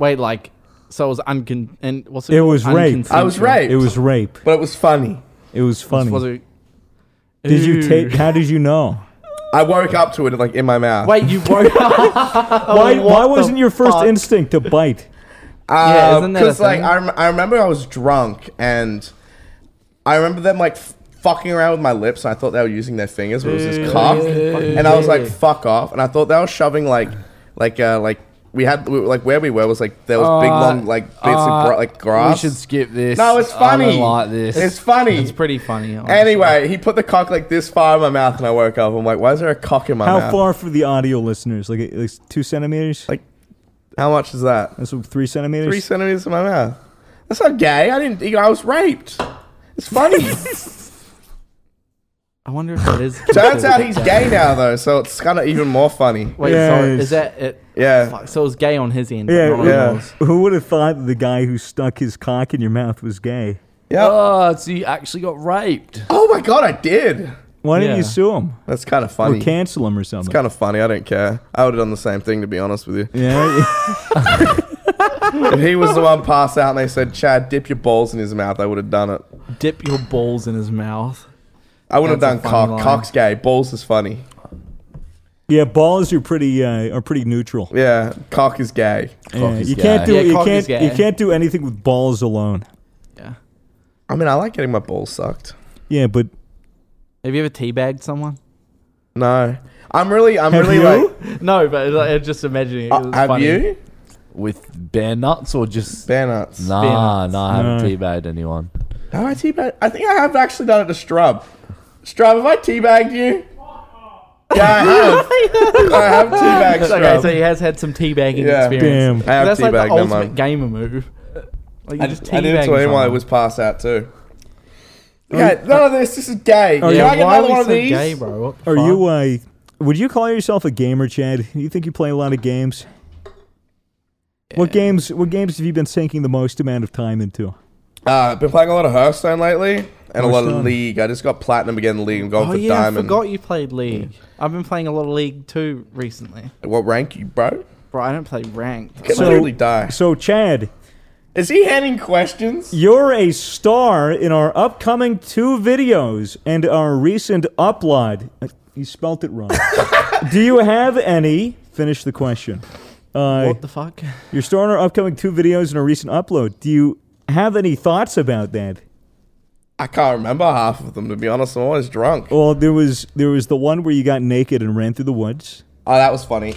Speaker 2: Wait, like, so it was uncon and what's it?
Speaker 1: It
Speaker 2: called?
Speaker 1: was rape.
Speaker 2: Unconsensual.
Speaker 3: I was raped.
Speaker 1: It was rape.
Speaker 3: but it was funny.
Speaker 1: It was funny.
Speaker 2: Was it?
Speaker 1: did you
Speaker 2: Ew.
Speaker 1: take? How did you know?
Speaker 3: I woke up to it like in my mouth.
Speaker 2: Wait, you woke up.
Speaker 1: why
Speaker 2: Oh, what
Speaker 1: why
Speaker 2: the
Speaker 1: wasn't your first
Speaker 2: fuck?
Speaker 1: instinct to bite?
Speaker 2: Yeah,
Speaker 3: because
Speaker 2: isn't that a
Speaker 3: Uh, like
Speaker 2: thing?
Speaker 3: I, rem- I remember I was drunk and I remember them like f- fucking around with my lips and I thought they were using their fingers but it was
Speaker 2: Ew.
Speaker 3: just cock
Speaker 2: Ew.
Speaker 3: and I was like
Speaker 2: Ew.
Speaker 3: fuck off and I thought they were shoving like like uh like we had we, like where we were was like there was big
Speaker 4: Uh,
Speaker 3: long like bits of
Speaker 4: uh,
Speaker 3: gra- like grass.
Speaker 4: We should skip this.
Speaker 3: no, it's funny.
Speaker 4: I don't like this.
Speaker 3: It's funny.
Speaker 2: It's pretty funny. honestly.
Speaker 3: anyway, he put the cock like this far in my mouth and I woke up. I'm like, why is there a cock in my
Speaker 1: How
Speaker 3: mouth?
Speaker 1: far for the audio listeners? Like, at least two centimeters.
Speaker 3: Like- How much is that?
Speaker 1: that's what, three centimeters.
Speaker 3: Three centimeters in my mouth. That's not gay. I didn't. you know, I was raped. It's funny.
Speaker 2: I wonder if it is.
Speaker 3: Turns
Speaker 2: considered
Speaker 3: out he's gay now, though, so it's kind of even more funny.
Speaker 2: Wait,
Speaker 1: Yeah,
Speaker 2: sorry.
Speaker 1: it's-
Speaker 2: Is that it?
Speaker 3: Yeah.
Speaker 2: Fuck, so it was gay on his end. but
Speaker 1: Yeah,
Speaker 2: not on
Speaker 3: yeah.
Speaker 2: yours.
Speaker 1: Who would have thought that the guy who stuck his cock in your mouth was gay?
Speaker 3: Yeah.
Speaker 4: Oh, so you actually got raped.
Speaker 3: Oh my god, I did.
Speaker 1: Why didn't you
Speaker 2: Yeah.
Speaker 1: sue him
Speaker 3: That's kind of
Speaker 1: or
Speaker 3: funny. It's
Speaker 1: cancel him or something?
Speaker 3: kind of funny. I don't care. I would have done the same thing, to be honest with you.
Speaker 1: yeah,
Speaker 3: if he was the one pass out and they said, "Chad, dip your balls in his mouth," I would have done it.
Speaker 2: Dip your balls in his mouth.
Speaker 3: I would have
Speaker 2: That's
Speaker 3: done
Speaker 2: a funny
Speaker 3: cock.
Speaker 2: line.
Speaker 3: Cock's gay. Balls is funny.
Speaker 1: yeah. Balls are pretty uh, are pretty neutral.
Speaker 3: Yeah. Cock is gay.
Speaker 1: Yeah,
Speaker 4: is
Speaker 1: you
Speaker 4: gay.
Speaker 1: can't do
Speaker 2: Yeah,
Speaker 1: you
Speaker 2: cock
Speaker 1: can't
Speaker 2: is
Speaker 1: you
Speaker 2: gay.
Speaker 1: can't do anything with balls alone.
Speaker 2: Yeah.
Speaker 3: I mean, I like getting my balls sucked.
Speaker 1: Yeah, but
Speaker 2: Have you ever teabagged someone?
Speaker 3: No. I'm really, I'm
Speaker 1: Have
Speaker 3: really
Speaker 1: you?
Speaker 3: like.
Speaker 2: No, but it's like, I'm just imagining. It.
Speaker 3: Uh,
Speaker 2: It's
Speaker 3: have
Speaker 2: funny.
Speaker 3: you?
Speaker 4: With bare nuts or just.
Speaker 3: Bear nuts.
Speaker 2: bare
Speaker 4: Nah,
Speaker 2: nuts.
Speaker 4: nah, I haven't
Speaker 1: No.
Speaker 4: teabagged anyone.
Speaker 3: Have I teabagged? I think I have actually done it to Strub. Strub, have I teabagged you? Yeah, I have. I have teabagged Strub.
Speaker 2: Okay, so he has had some teabagging
Speaker 3: um, Yeah.
Speaker 2: experience.
Speaker 1: Damn.
Speaker 3: I have
Speaker 2: That's like the
Speaker 3: teabagged, never
Speaker 2: ultimate
Speaker 3: mind.
Speaker 2: gamer move. Like you
Speaker 3: I,
Speaker 2: just
Speaker 3: just, I did it
Speaker 2: teabagging
Speaker 3: to him while
Speaker 2: someone.
Speaker 3: he was passed out too. Okay, none of this. This is gay. Can
Speaker 2: Oh, yeah,
Speaker 3: I get
Speaker 2: why
Speaker 3: another
Speaker 2: are
Speaker 3: one
Speaker 2: we
Speaker 3: of
Speaker 2: so
Speaker 3: these?
Speaker 2: gay, bro? What the
Speaker 1: are
Speaker 2: fuck?
Speaker 1: you uh, would you call yourself a gamer, Chad? You think you play a lot of games? What games? What games have you been sinking the most amount of time into?
Speaker 3: Uh, been playing a lot of Hearthstone lately and a lot of
Speaker 1: Hearthstone.
Speaker 3: League. I just got platinum again in League. I'm going
Speaker 2: Oh
Speaker 3: for
Speaker 2: yeah, I
Speaker 3: diamond.
Speaker 2: forgot you played League. I've been playing a lot of League too recently.
Speaker 3: What rank you, bro?
Speaker 2: Bro, I don't play ranked.
Speaker 3: Can
Speaker 1: So-
Speaker 3: literally die.
Speaker 1: So, Chad,
Speaker 3: Is he handing questions?
Speaker 1: You're a star in our upcoming two videos and our recent upload. Uh, You spelt it wrong. Do you have any? Finish the question. Uh,
Speaker 2: What the fuck?
Speaker 1: you're a star in our upcoming two videos and our recent upload. Do you have any thoughts about that?
Speaker 3: I can't remember half of them to be honest. I'm always drunk.
Speaker 1: Well, there was there was the one where you got naked and ran through the woods.
Speaker 3: Oh, that was funny.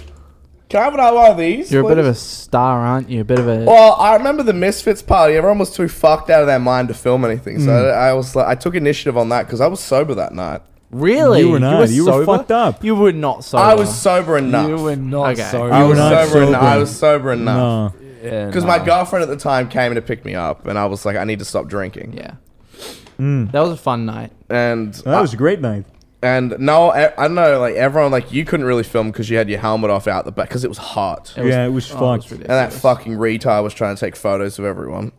Speaker 3: Can I have another one of these?
Speaker 2: You're a bit of
Speaker 3: please?
Speaker 2: a star, aren't you? A bit of a.
Speaker 3: Well, I remember the Misfits party. Everyone was too fucked out of their mind to film anything, so I was like, I took initiative on that because I was sober that night.
Speaker 4: Really?
Speaker 1: You were not. You were,
Speaker 4: sober?
Speaker 1: fucked up.
Speaker 2: You were not sober.
Speaker 3: I was sober enough.
Speaker 4: You were not
Speaker 2: Okay.
Speaker 4: sober.
Speaker 3: I
Speaker 1: were
Speaker 3: was
Speaker 1: not
Speaker 3: sober,
Speaker 1: sober.
Speaker 3: enough. I was sober enough.
Speaker 1: No.
Speaker 4: Yeah,
Speaker 3: Because
Speaker 4: no.
Speaker 3: my girlfriend at the time came to pick me up, and I was like, I need to stop drinking.
Speaker 2: Yeah.
Speaker 1: Mm.
Speaker 2: That was a fun night.
Speaker 3: And
Speaker 1: That was a great night.
Speaker 3: and no, I, I don't know, like everyone, like you couldn't really film because you had your helmet off out the back because it was hot,
Speaker 2: It was-
Speaker 1: yeah, it was
Speaker 2: oh, it was
Speaker 1: fucked.
Speaker 2: ridiculous.
Speaker 3: and that fucking retard was trying to take photos of everyone.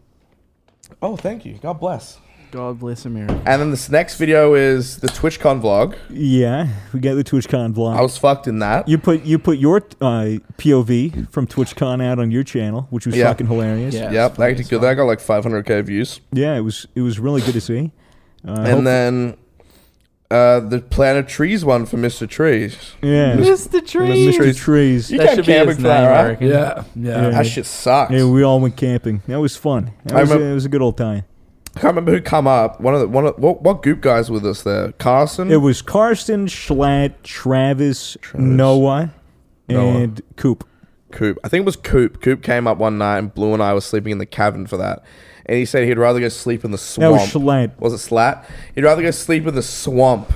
Speaker 3: Oh, thank you. God bless.
Speaker 2: God bless America.
Speaker 3: And then this next video is the TwitchCon vlog.
Speaker 1: yeah, we got the TwitchCon vlog.
Speaker 3: I was fucked in that.
Speaker 1: you put you put your uh, POV from TwitchCon out on your channel, which was
Speaker 3: Yeah.
Speaker 1: fucking hilarious.
Speaker 4: Yeah.
Speaker 3: yep, that, did good. that got like 500k views.
Speaker 1: Yeah, it was it was really good to see. Uh, hope-
Speaker 3: and then uh, the Planet Trees one for Mr. Trees.
Speaker 1: yeah,
Speaker 2: Mr. Tree.
Speaker 1: Mr. Trees.
Speaker 3: You
Speaker 2: That
Speaker 3: got
Speaker 2: should be
Speaker 3: camping
Speaker 2: his
Speaker 3: for
Speaker 2: name,
Speaker 3: that,
Speaker 2: I
Speaker 3: right?
Speaker 2: reckon.
Speaker 4: Yeah, yeah.
Speaker 1: Yeah.
Speaker 3: That shit sucks.
Speaker 1: Yeah, we all went camping. That was fun. That
Speaker 3: I
Speaker 1: was,
Speaker 3: remem-
Speaker 1: it was a good old time.
Speaker 3: I can't remember who come up. One of the one of what what goop guys with us there? Carson.
Speaker 1: It was Karsten, Schlatt, Travis,
Speaker 3: Travis.
Speaker 1: Noah,
Speaker 3: Noah.
Speaker 1: and Coop.
Speaker 3: Coop. I think it was Coop. Coop came up one night and Blue and I were sleeping in the cabin for that. And he said he'd rather go sleep in the
Speaker 1: That was
Speaker 3: swamp.
Speaker 1: Schlatt.
Speaker 3: was it Slat? He'd rather go sleep in the swamp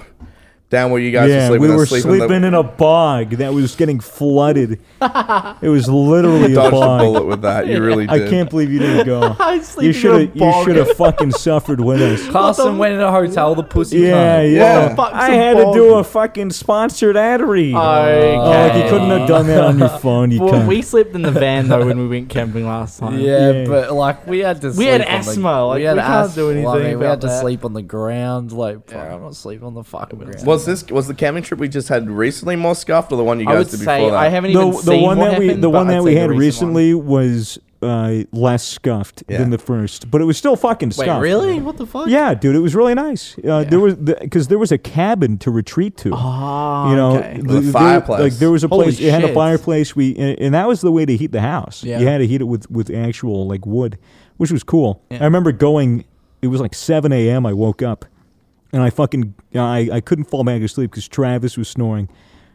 Speaker 3: down where you guys
Speaker 1: Yeah,
Speaker 3: were sleeping.
Speaker 1: we
Speaker 3: than
Speaker 1: were
Speaker 3: sleep
Speaker 1: sleeping
Speaker 3: in
Speaker 1: in a bog that was getting flooded. it was literally
Speaker 3: the,
Speaker 1: a
Speaker 3: dodged a
Speaker 1: bog.
Speaker 3: bullet with that. You really
Speaker 1: I
Speaker 3: did.
Speaker 1: can't believe you didn't go.
Speaker 2: I
Speaker 1: you
Speaker 2: sleep in a
Speaker 1: should have. You
Speaker 2: bog.
Speaker 1: should have fucking suffered with us.
Speaker 4: Carson went in a hotel. The pussy.
Speaker 1: Yeah,
Speaker 4: cunt.
Speaker 1: yeah.
Speaker 3: the
Speaker 2: fuck's
Speaker 1: I
Speaker 2: a
Speaker 1: had to
Speaker 2: bog?
Speaker 1: do a fucking sponsored ad read.
Speaker 2: Okay.
Speaker 1: Oh, like you couldn't have done that on your phone. You
Speaker 2: Well,
Speaker 1: cunt.
Speaker 2: we slept in the van though when we went camping last time.
Speaker 4: Yeah,
Speaker 1: Yeah.
Speaker 4: but like we had to.
Speaker 2: We had
Speaker 4: sleep on the-
Speaker 2: asthma, like, we can't do
Speaker 4: asthma,
Speaker 2: anything
Speaker 4: we
Speaker 2: about
Speaker 4: had to
Speaker 2: that.
Speaker 4: sleep on the ground. Like, bro, I'm not sleeping on the fucking ground.
Speaker 3: Was this was the camping trip we just had recently more scuffed, or the one you guys
Speaker 2: I would
Speaker 3: did
Speaker 2: say
Speaker 3: before that?
Speaker 2: I haven't even
Speaker 1: the, the
Speaker 2: seen
Speaker 1: one
Speaker 2: what
Speaker 1: that we
Speaker 2: happened,
Speaker 1: the
Speaker 2: but
Speaker 1: one
Speaker 2: I'd
Speaker 1: that
Speaker 2: say
Speaker 1: we
Speaker 2: the
Speaker 1: had
Speaker 2: recent one.
Speaker 1: recently was uh, less scuffed
Speaker 3: Yeah.
Speaker 1: than the first, but it was still fucking
Speaker 2: Wait,
Speaker 1: scuffed.
Speaker 2: really? What the fuck?
Speaker 1: Yeah, dude, it was really nice. Uh, There was because there was a cabin to retreat to.
Speaker 2: Ah,
Speaker 1: you know,
Speaker 2: okay.
Speaker 1: there- there-
Speaker 3: fireplace.
Speaker 1: like there was a
Speaker 2: Holy
Speaker 1: place. It had a
Speaker 2: shit.
Speaker 1: fireplace. We and, and that was the way to heat the house.
Speaker 2: Yeah.
Speaker 1: You had to heat it with with actual like wood, which was cool.
Speaker 2: Yeah.
Speaker 1: I remember going. It was like seven a.m. I woke up, and I fucking I I couldn't fall back asleep because Travis was snoring.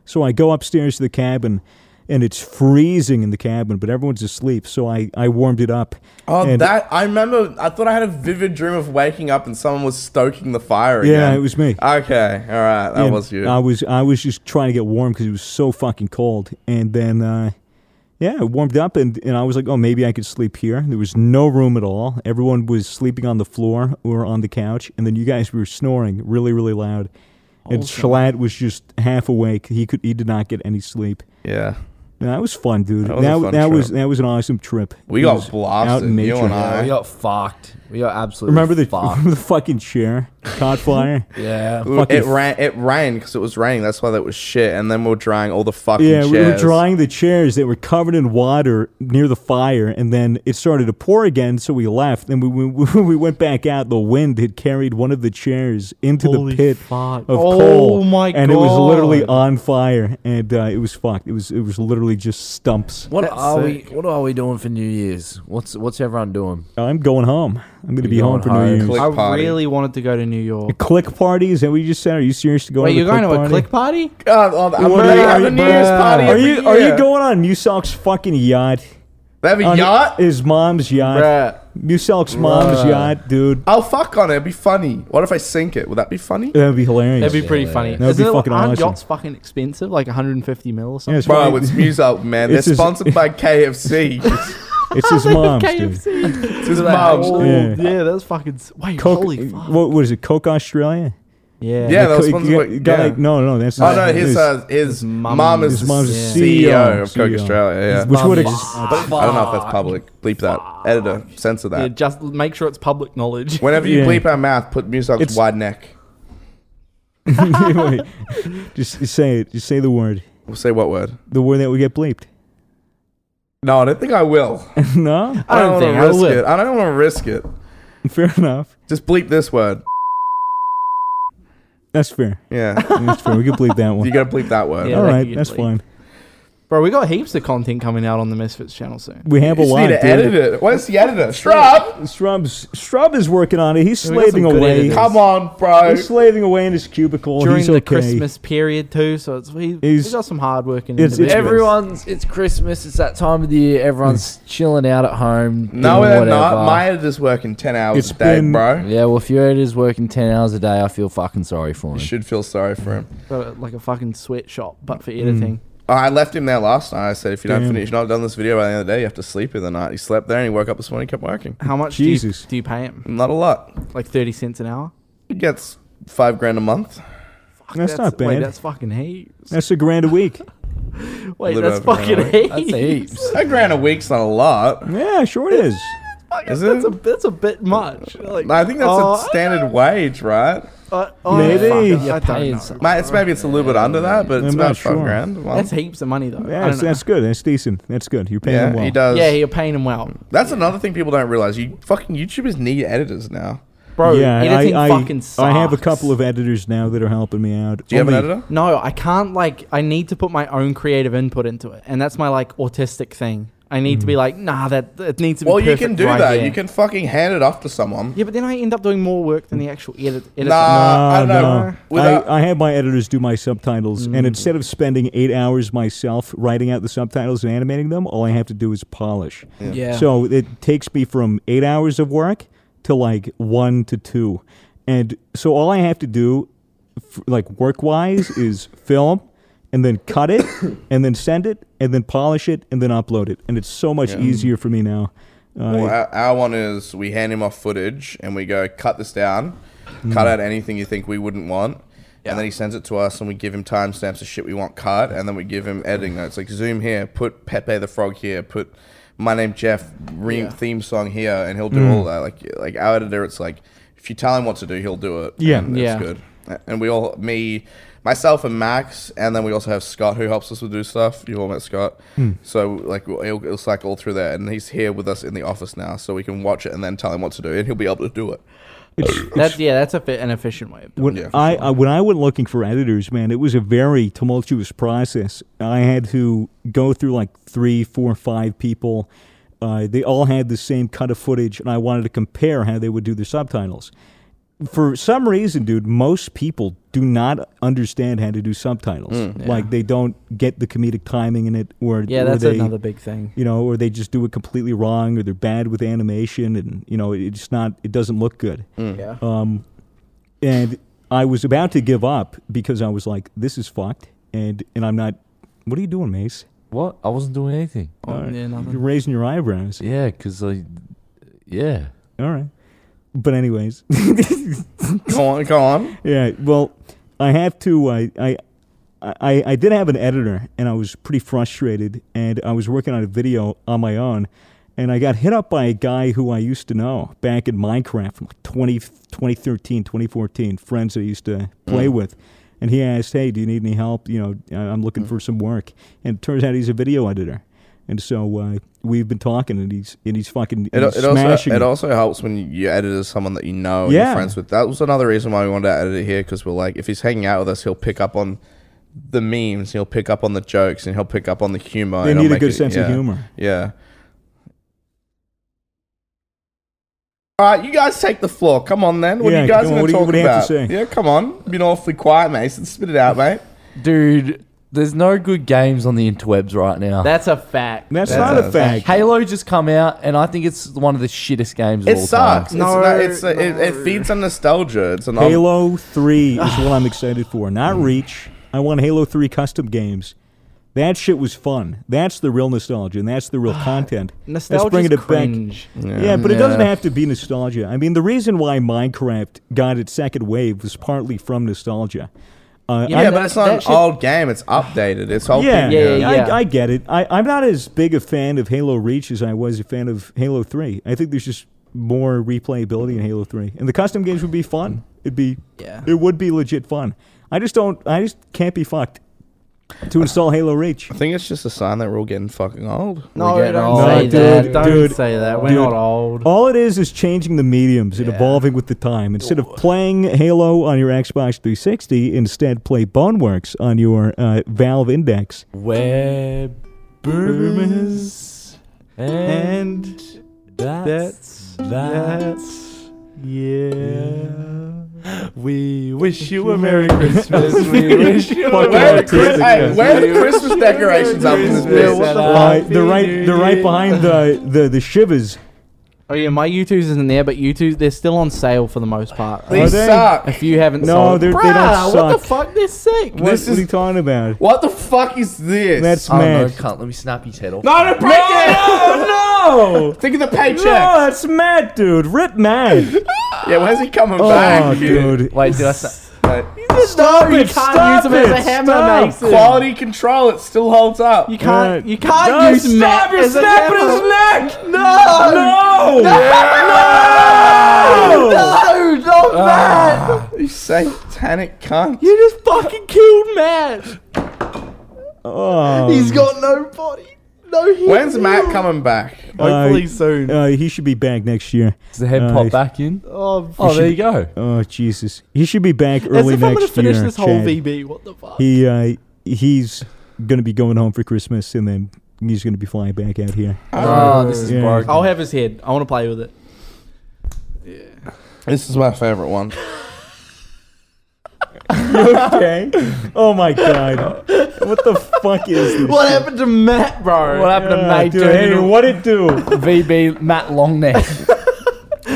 Speaker 1: So I go upstairs to the cabin. And it's freezing in the cabin, but everyone's asleep. So I, I warmed it up.
Speaker 3: Oh,
Speaker 1: and-
Speaker 3: that I remember. I thought I had a vivid dream of waking up and someone was stoking the fire.
Speaker 1: Yeah,
Speaker 3: again.
Speaker 1: it was me.
Speaker 3: Okay, all right, that
Speaker 1: and uh,
Speaker 3: was you.
Speaker 1: I was I was just trying to get warm because it was so fucking cold, and then uh, yeah, it warmed up, and, and I was like, oh, maybe I could sleep here. There was no room at all. Everyone was sleeping on the floor or on the couch, and then you guys were snoring really really loud,
Speaker 3: Oh,
Speaker 1: and Shalat was just half awake. He could he did not get any sleep.
Speaker 3: yeah,
Speaker 1: And that was fun, dude.
Speaker 3: That
Speaker 1: That
Speaker 3: was a
Speaker 1: that,
Speaker 3: fun
Speaker 1: was
Speaker 3: trip.
Speaker 1: that was an awesome trip.
Speaker 3: We
Speaker 1: It
Speaker 3: got
Speaker 1: was
Speaker 3: blasted, you and I.
Speaker 4: Yeah, we got fucked. We got absolutely
Speaker 1: Remember the
Speaker 4: fucked.
Speaker 1: remember the fucking chair caught fire.
Speaker 4: yeah.
Speaker 1: Fucking
Speaker 3: it ran. It rained because it was raining. That's why that was shit. And then we were drying all the fucking
Speaker 1: Yeah,
Speaker 3: chairs.
Speaker 1: we were drying the chairs that were covered in water near the fire, and then it started to pour again, so we left. And we, we, when we went back out, the wind had carried one of the chairs into
Speaker 2: Holy
Speaker 1: the pit
Speaker 2: fuck.
Speaker 1: of
Speaker 2: Oh
Speaker 1: coal.
Speaker 2: my
Speaker 1: And it was literally
Speaker 2: God.
Speaker 1: on fire, and uh, it was fucked. It was it was literally just stumps.
Speaker 4: What
Speaker 2: That's
Speaker 4: are
Speaker 2: sick.
Speaker 4: we? What are we doing for New Year's? What's What's everyone doing?
Speaker 1: I'm going home. I'm going to
Speaker 4: You're
Speaker 1: be home
Speaker 4: going
Speaker 1: for
Speaker 4: home.
Speaker 1: New Year's.
Speaker 3: Click
Speaker 2: I
Speaker 3: party.
Speaker 2: really wanted to go to New York.
Speaker 1: A click party? Is that what you just said? Are you serious to go?
Speaker 2: Wait,
Speaker 1: to
Speaker 2: you're
Speaker 1: the
Speaker 2: going to a
Speaker 1: party?
Speaker 2: click party?
Speaker 3: God, oh, the- I'm
Speaker 1: What
Speaker 3: gonna
Speaker 1: are
Speaker 3: have
Speaker 1: you-
Speaker 3: a New Year's
Speaker 4: bruh.
Speaker 3: party.
Speaker 1: Are
Speaker 3: every
Speaker 1: you Um, are you
Speaker 3: year.
Speaker 1: going on Musalk's fucking yacht?
Speaker 3: They have a
Speaker 1: On
Speaker 3: yacht.
Speaker 1: His mom's yacht.
Speaker 2: Bruh.
Speaker 1: Musalk's mom's
Speaker 4: Bruh.
Speaker 1: yacht, dude.
Speaker 3: I'll fuck on it. It'd be funny. What if I sink it? Would that be funny?
Speaker 1: That'd be hilarious.
Speaker 2: That'd be pretty funny.
Speaker 1: That'd
Speaker 2: Isn't
Speaker 1: be
Speaker 2: it-
Speaker 1: fucking
Speaker 2: aren't
Speaker 1: awesome.
Speaker 2: yachts fucking expensive? Like 150 mil or something?
Speaker 1: Yeah, it's
Speaker 3: Bro,
Speaker 1: probably-
Speaker 3: it's Muso, man. They're
Speaker 1: It's just-
Speaker 3: sponsored by KFC.
Speaker 1: it's his mom's, dude.
Speaker 2: KFC.
Speaker 3: it's his mom's.
Speaker 2: Oh,
Speaker 1: Yeah.
Speaker 2: yeah. that's fucking. s- Wait,
Speaker 1: Coke, uh,
Speaker 2: holy fuck.
Speaker 1: what was it? Coke Australia?
Speaker 2: yeah.
Speaker 3: Yeah, that was
Speaker 1: Coke-
Speaker 3: sponsored
Speaker 1: you
Speaker 3: by-
Speaker 1: got- you got
Speaker 3: yeah.
Speaker 1: like- no, no, that's
Speaker 3: Oh
Speaker 1: not-
Speaker 3: no, his
Speaker 1: it's-
Speaker 3: uh, his
Speaker 2: mum-
Speaker 3: mom is
Speaker 1: his
Speaker 3: the
Speaker 1: mom's
Speaker 3: CEO,
Speaker 1: CEO,
Speaker 3: of Coke
Speaker 1: CEO.
Speaker 3: Australia. Yeah,
Speaker 1: E which would
Speaker 4: Mum-
Speaker 1: ex-
Speaker 3: I don't know if that's public. Bleep that, editor. Censor
Speaker 2: Yeah,
Speaker 3: that.
Speaker 2: just make sure it's public knowledge.
Speaker 3: Whenever you
Speaker 1: Yeah.
Speaker 3: bleep our mouth, put Musok's
Speaker 1: It's-
Speaker 3: wide neck.
Speaker 1: Wait, just say it. Just say the word.
Speaker 3: We'll say what word?
Speaker 1: The word that we get bleeped.
Speaker 3: No, I don't think I will.
Speaker 1: no,
Speaker 3: I don't,
Speaker 2: think I
Speaker 3: want to risk
Speaker 2: will.
Speaker 3: it. I don't want to risk it.
Speaker 1: fair enough.
Speaker 3: Just bleep this word.
Speaker 1: That's fair.
Speaker 3: Yeah,
Speaker 1: That's fair. We can bleep that
Speaker 3: you
Speaker 1: one.
Speaker 3: gotta bleep that word.
Speaker 2: Yeah.
Speaker 1: All
Speaker 2: that
Speaker 1: right,
Speaker 2: you can
Speaker 1: that's
Speaker 2: bleep.
Speaker 1: fine.
Speaker 2: Bro, we got heaps of content coming out on the Misfits channel soon.
Speaker 1: We have
Speaker 3: You
Speaker 1: a
Speaker 3: just
Speaker 1: lot.
Speaker 3: need to
Speaker 1: dude.
Speaker 3: edit it. Where's the editor? Strub!
Speaker 1: Strub's Strub is working on it. He's
Speaker 2: We got some
Speaker 1: slaving
Speaker 2: good
Speaker 1: away.
Speaker 2: editors.
Speaker 3: Come on, bro.
Speaker 1: He's slaving away in his cubicle.
Speaker 2: During
Speaker 1: He's
Speaker 2: the
Speaker 1: okay.
Speaker 2: Christmas period too, so it's we, we
Speaker 1: He's-
Speaker 2: got some hard work in
Speaker 1: It's- it's-
Speaker 4: Everyone's it's Christmas. It's that time of the year. Everyone's chilling out at home.
Speaker 3: No,
Speaker 4: doing
Speaker 3: they're
Speaker 4: whatever.
Speaker 3: not. My editor's working 10 hours
Speaker 1: It's
Speaker 3: a day,
Speaker 1: been-
Speaker 3: bro.
Speaker 4: yeah, well, if your editor's working ten hours a day, I feel fucking sorry for
Speaker 3: You
Speaker 4: him.
Speaker 3: should feel sorry for him.
Speaker 2: got a, like a fucking sweatshop, but
Speaker 1: Mm.
Speaker 2: for editing.
Speaker 3: I left him there last night. I said, if you don't
Speaker 1: Damn.
Speaker 3: finish, not done this video by the end of the day, you have to sleep in the night. He slept there and he woke up this morning, kept working.
Speaker 2: How much
Speaker 1: Jesus.
Speaker 2: Do, you, do you pay him?
Speaker 3: Not a lot.
Speaker 2: Like thirty cents an hour?
Speaker 3: He gets five grand a month.
Speaker 2: Fuck,
Speaker 1: That's not
Speaker 2: Wait,
Speaker 1: bad.
Speaker 2: that's fucking heaps.
Speaker 1: That's a grand a week.
Speaker 2: Wait,
Speaker 3: little
Speaker 2: that's
Speaker 3: over an
Speaker 2: fucking
Speaker 3: hour.
Speaker 2: heaps.
Speaker 4: That's heaps.
Speaker 3: A grand a week's not a lot.
Speaker 1: Yeah, sure it is.
Speaker 2: Fuck,
Speaker 3: Is
Speaker 2: that's
Speaker 3: it? Uh,
Speaker 2: A, that's a bit much. Like,
Speaker 3: I think that's
Speaker 2: oh,
Speaker 3: a standard wage, right?
Speaker 2: uh, oh,
Speaker 1: Maybe.
Speaker 2: fuck, I don't
Speaker 4: Paying
Speaker 2: know.
Speaker 4: some-
Speaker 3: Mate, it's maybe it's a little bit under that, but it's
Speaker 1: I'm
Speaker 3: about
Speaker 1: not
Speaker 3: five
Speaker 1: sure.
Speaker 3: grand. a month.
Speaker 2: That's heaps of money though.
Speaker 1: Yeah,
Speaker 2: Yeah,
Speaker 1: that's, that's good. That's decent. That's good. You're paying
Speaker 3: yeah,
Speaker 1: him well.
Speaker 3: he does.
Speaker 2: yeah, you're paying him well,
Speaker 3: That's another thing people don't realize. You fucking YouTubers need editors now.
Speaker 2: bro.
Speaker 1: yeah,
Speaker 2: editing
Speaker 1: I, I,
Speaker 2: fucking sucks.
Speaker 1: I have a couple of editors now that are helping me out.
Speaker 3: Do you
Speaker 1: Only-
Speaker 3: have an editor?
Speaker 2: No, I can't like I need to put my own creative input into it. And that's my like autistic thing. I need
Speaker 1: Mm.
Speaker 2: to be like, nah, that it needs to be
Speaker 3: Well, you
Speaker 2: perfect
Speaker 3: can do
Speaker 2: right
Speaker 3: that.
Speaker 2: there.
Speaker 3: You can fucking hand it off to someone.
Speaker 2: Yeah, but then I end up doing more work than the actual edit editor.
Speaker 3: Nah. I
Speaker 1: Uh,
Speaker 3: don't know.
Speaker 1: no.
Speaker 3: Without- Mm.
Speaker 1: I, I have my editors do my subtitles, and instead of spending eight hours myself writing out the subtitles and animating them, all I have to do is polish.
Speaker 4: Yeah.
Speaker 1: So it takes me from eight hours of work to like one to two. And so all I have to do, f- like work wise, is film and then cut it and then send it and then polish it and then upload it. And it's so much easier for me now. Uh,
Speaker 3: Well, our, our one is we hand him off footage and we go cut this down, cut out anything you think we wouldn't want, and then he sends it to us and we give him timestamps of shit we want cut, and then we give him editing notes like zoom here, put Pepe the Frog here, put my name Jeff re- theme song here, and he'll do all that. Like like our editor, it's like if you tell him what to do, he'll do it.
Speaker 1: Yeah.
Speaker 3: and
Speaker 2: Yeah.
Speaker 3: it's good. A- And we all me. Myself and Max, and then we also have Scott who helps us to do stuff. You all met Scott,
Speaker 1: Hmm.
Speaker 3: so like we'll- it'll, it'll cycle all through there, and he's here with us in the office now, so we can watch it and then tell him what to do, and he'll be able to do it.
Speaker 1: it's,
Speaker 2: That's yeah, that's a fi- an efficient way of doing
Speaker 1: When
Speaker 3: Yeah, for
Speaker 1: I, I when I went looking for editors, man, it was a very tumultuous process. I had to go through like three, four, five people. Uh, they all had the same cut of footage, and I wanted to compare how they would do their subtitles. For some reason, dude, most people do not understand how to do subtitles. Like they don't get the comedic timing in it, or
Speaker 2: it. Mm, Yeah,
Speaker 1: or
Speaker 2: that's
Speaker 1: they,
Speaker 2: another big thing.
Speaker 1: you know, or they just do it completely wrong, or they're bad with animation, and you know, it's not, it doesn't look good
Speaker 3: Hmm.
Speaker 2: Yeah.
Speaker 1: Oh, and I was about to give up because I was like, "This is fucked," and and I'm not. What are you doing, Mace?
Speaker 4: What? I wasn't doing anything.
Speaker 2: Oh, yeah, nothing.
Speaker 1: You're raising your eyebrows.
Speaker 4: Yeah, because I, yeah.
Speaker 1: All right, but anyways,
Speaker 3: Go on, go on.
Speaker 1: yeah. Well, I have to. I I. I, I did have an editor and I was pretty frustrated and I was working on a video on my own and I got hit up by a guy who I used to know back in Minecraft from like 20, 2013, 2014, friends I used to
Speaker 3: Mm.
Speaker 1: play with. And he asked, hey, do you need any help? You know, I- I'm
Speaker 3: Mm.
Speaker 1: looking for some work. And it turns out he's a video editor. And so uh, we've been talking and he's, and he's fucking
Speaker 3: It,
Speaker 1: he's
Speaker 3: it also
Speaker 1: smashing
Speaker 3: it
Speaker 1: it.
Speaker 3: also helps when you edit as someone that you know and
Speaker 1: Yeah.
Speaker 3: you're friends with. That was another reason why we wanted to edit it here because we're like, if he's hanging out with us, he'll pick up on the memes, he'll pick up on the jokes, and he'll pick up on the humor.
Speaker 1: They
Speaker 3: and he'll
Speaker 1: need a
Speaker 3: make
Speaker 1: good
Speaker 3: it-
Speaker 1: sense of
Speaker 3: yeah.
Speaker 1: humor.
Speaker 3: Yeah. All right, you guys take the floor. Come on, then. What are
Speaker 1: Yeah,
Speaker 3: you guys
Speaker 1: come on,
Speaker 3: going
Speaker 1: what
Speaker 3: to
Speaker 1: do you-
Speaker 3: talk
Speaker 1: what do you
Speaker 3: about?
Speaker 1: have to say?
Speaker 3: Yeah, come on. Been awfully quiet, Mason. Spit it out, mate.
Speaker 4: Dude, there's no good games on the interwebs right now.
Speaker 2: That's a fact.
Speaker 1: That's
Speaker 3: That's
Speaker 1: not a
Speaker 3: a-
Speaker 1: fact.
Speaker 4: Halo just come out, and I think it's one of the shittest games of
Speaker 3: It
Speaker 4: all
Speaker 3: sucks.
Speaker 4: time.
Speaker 3: It's
Speaker 2: No,
Speaker 3: not- it's- it- It,
Speaker 2: no.
Speaker 3: feeds on nostalgia. It's
Speaker 2: Um,
Speaker 3: an
Speaker 1: Halo 3 is what I'm excited for, not
Speaker 2: Mm.
Speaker 1: Reach. I want Halo 3 custom games. That shit was fun. That's the real nostalgia, and that's the real content. That's
Speaker 2: Nostalgia's
Speaker 1: bringing it
Speaker 2: cringe.
Speaker 1: back. Yeah, but it doesn't have to be nostalgia. I mean, the reason why Minecraft got its second wave was partly from nostalgia. Uh,
Speaker 3: Yeah,
Speaker 1: I'm
Speaker 3: but
Speaker 1: not-
Speaker 3: it's not
Speaker 2: that
Speaker 3: an
Speaker 2: shit-
Speaker 3: old game. It's updated. It's old.
Speaker 1: yeah,
Speaker 2: Yeah, yeah, yeah.
Speaker 1: I, I get it. I, I'm not as big a fan of Halo Reach as I was a fan of Halo 3. I think there's just more replayability in Halo 3. And the custom games would be fun. It'd be
Speaker 2: Yeah.
Speaker 1: it would be legit fun. I just don't I just can't be fucked to install Halo Reach.
Speaker 3: I think it's just a sign that we're all getting fucking old.
Speaker 2: No,
Speaker 4: getting
Speaker 2: don't
Speaker 4: old.
Speaker 2: say
Speaker 1: No,
Speaker 2: that.
Speaker 1: dude,
Speaker 2: don't
Speaker 1: dude,
Speaker 2: say that. We're
Speaker 1: dude.
Speaker 2: not old.
Speaker 1: All it is is changing the mediums and evolving with the time. Instead of playing Halo on your Xbox 360, instead play Boneworks on your uh, Valve Index.
Speaker 4: We're boomers, and that's that. Yeah. We wish you a Merry Christmas. we wish you a
Speaker 1: Fucking
Speaker 3: Where
Speaker 4: Merry
Speaker 3: the, Chris-
Speaker 1: autistic
Speaker 3: hey,
Speaker 1: guys.
Speaker 3: where the Christmas decorations up in this
Speaker 4: Yeah,
Speaker 3: bitch?
Speaker 4: what the
Speaker 1: Uh,
Speaker 4: fuck?
Speaker 1: they're right. They're right behind the the, the shivers.
Speaker 2: Oh yeah, my U2s isn't there, but U2s they're still on sale for the most part.
Speaker 3: These
Speaker 1: Are they?
Speaker 3: suck.
Speaker 2: If you haven't
Speaker 1: No,
Speaker 2: sold
Speaker 1: they're- they
Speaker 2: Bruh,
Speaker 1: don't
Speaker 2: What the
Speaker 1: suck.
Speaker 2: fuck? They're sick.
Speaker 1: What, what
Speaker 3: This
Speaker 1: are you
Speaker 3: is-
Speaker 1: talking about?
Speaker 3: What the fuck is this?
Speaker 1: That's
Speaker 4: Oh no,
Speaker 1: mad.
Speaker 4: cunt! Let me snap his head off.
Speaker 3: no, no, break it!
Speaker 1: no,
Speaker 3: Think of the
Speaker 1: no,
Speaker 3: paycheck.
Speaker 1: that's mad, dude. Rip mad.
Speaker 3: Yeah, where's he coming
Speaker 1: Oh,
Speaker 3: back?
Speaker 1: dude.
Speaker 4: Wait, did I? Sa-
Speaker 3: Like,
Speaker 1: Stop
Speaker 2: You
Speaker 1: it!
Speaker 2: can't
Speaker 1: Stop
Speaker 2: use them as a
Speaker 1: it!
Speaker 2: hammer,
Speaker 1: Stop!
Speaker 2: Mason.
Speaker 3: quality control, it still holds up.
Speaker 2: You can't.
Speaker 1: Uh,
Speaker 2: you can't
Speaker 1: no,
Speaker 2: use
Speaker 1: stop!
Speaker 2: Matt
Speaker 1: You're
Speaker 2: as a
Speaker 1: snapping
Speaker 2: hammer.
Speaker 1: his neck.
Speaker 2: No.
Speaker 1: No! No!
Speaker 2: No, not Matt.
Speaker 3: You satanic cunt.
Speaker 2: You just fucking killed Matt.
Speaker 1: Oh.
Speaker 2: He's got no body. No. Head.
Speaker 3: When's Matt coming back?
Speaker 4: Hopefully soon.
Speaker 1: Uh, he should be back next year.
Speaker 4: Does the head
Speaker 1: uh,
Speaker 4: pop back in?
Speaker 2: Oh,
Speaker 4: Oh,
Speaker 1: should-
Speaker 4: there you go.
Speaker 1: Oh Jesus! He should be back
Speaker 2: as
Speaker 1: early
Speaker 2: if I'm gonna
Speaker 1: next
Speaker 2: finish
Speaker 1: year.
Speaker 2: this whole
Speaker 1: Chad.
Speaker 2: VB. What the fuck?
Speaker 1: He uh, he's gonna be going home for Christmas, and then he's gonna be flying back out here.
Speaker 2: Ah,
Speaker 4: Oh, this is
Speaker 1: Yeah.
Speaker 4: bark.
Speaker 2: I'll have his head. I want to play with it.
Speaker 3: This is my favorite one.
Speaker 1: okay. Oh my God! What the fuck is this?
Speaker 2: What happened to Matt, bro?
Speaker 4: What happened
Speaker 1: Yeah,
Speaker 4: to Matt?
Speaker 1: dude,
Speaker 4: turning
Speaker 1: hey,
Speaker 4: into
Speaker 1: what it do?
Speaker 4: VB Matt Longneck.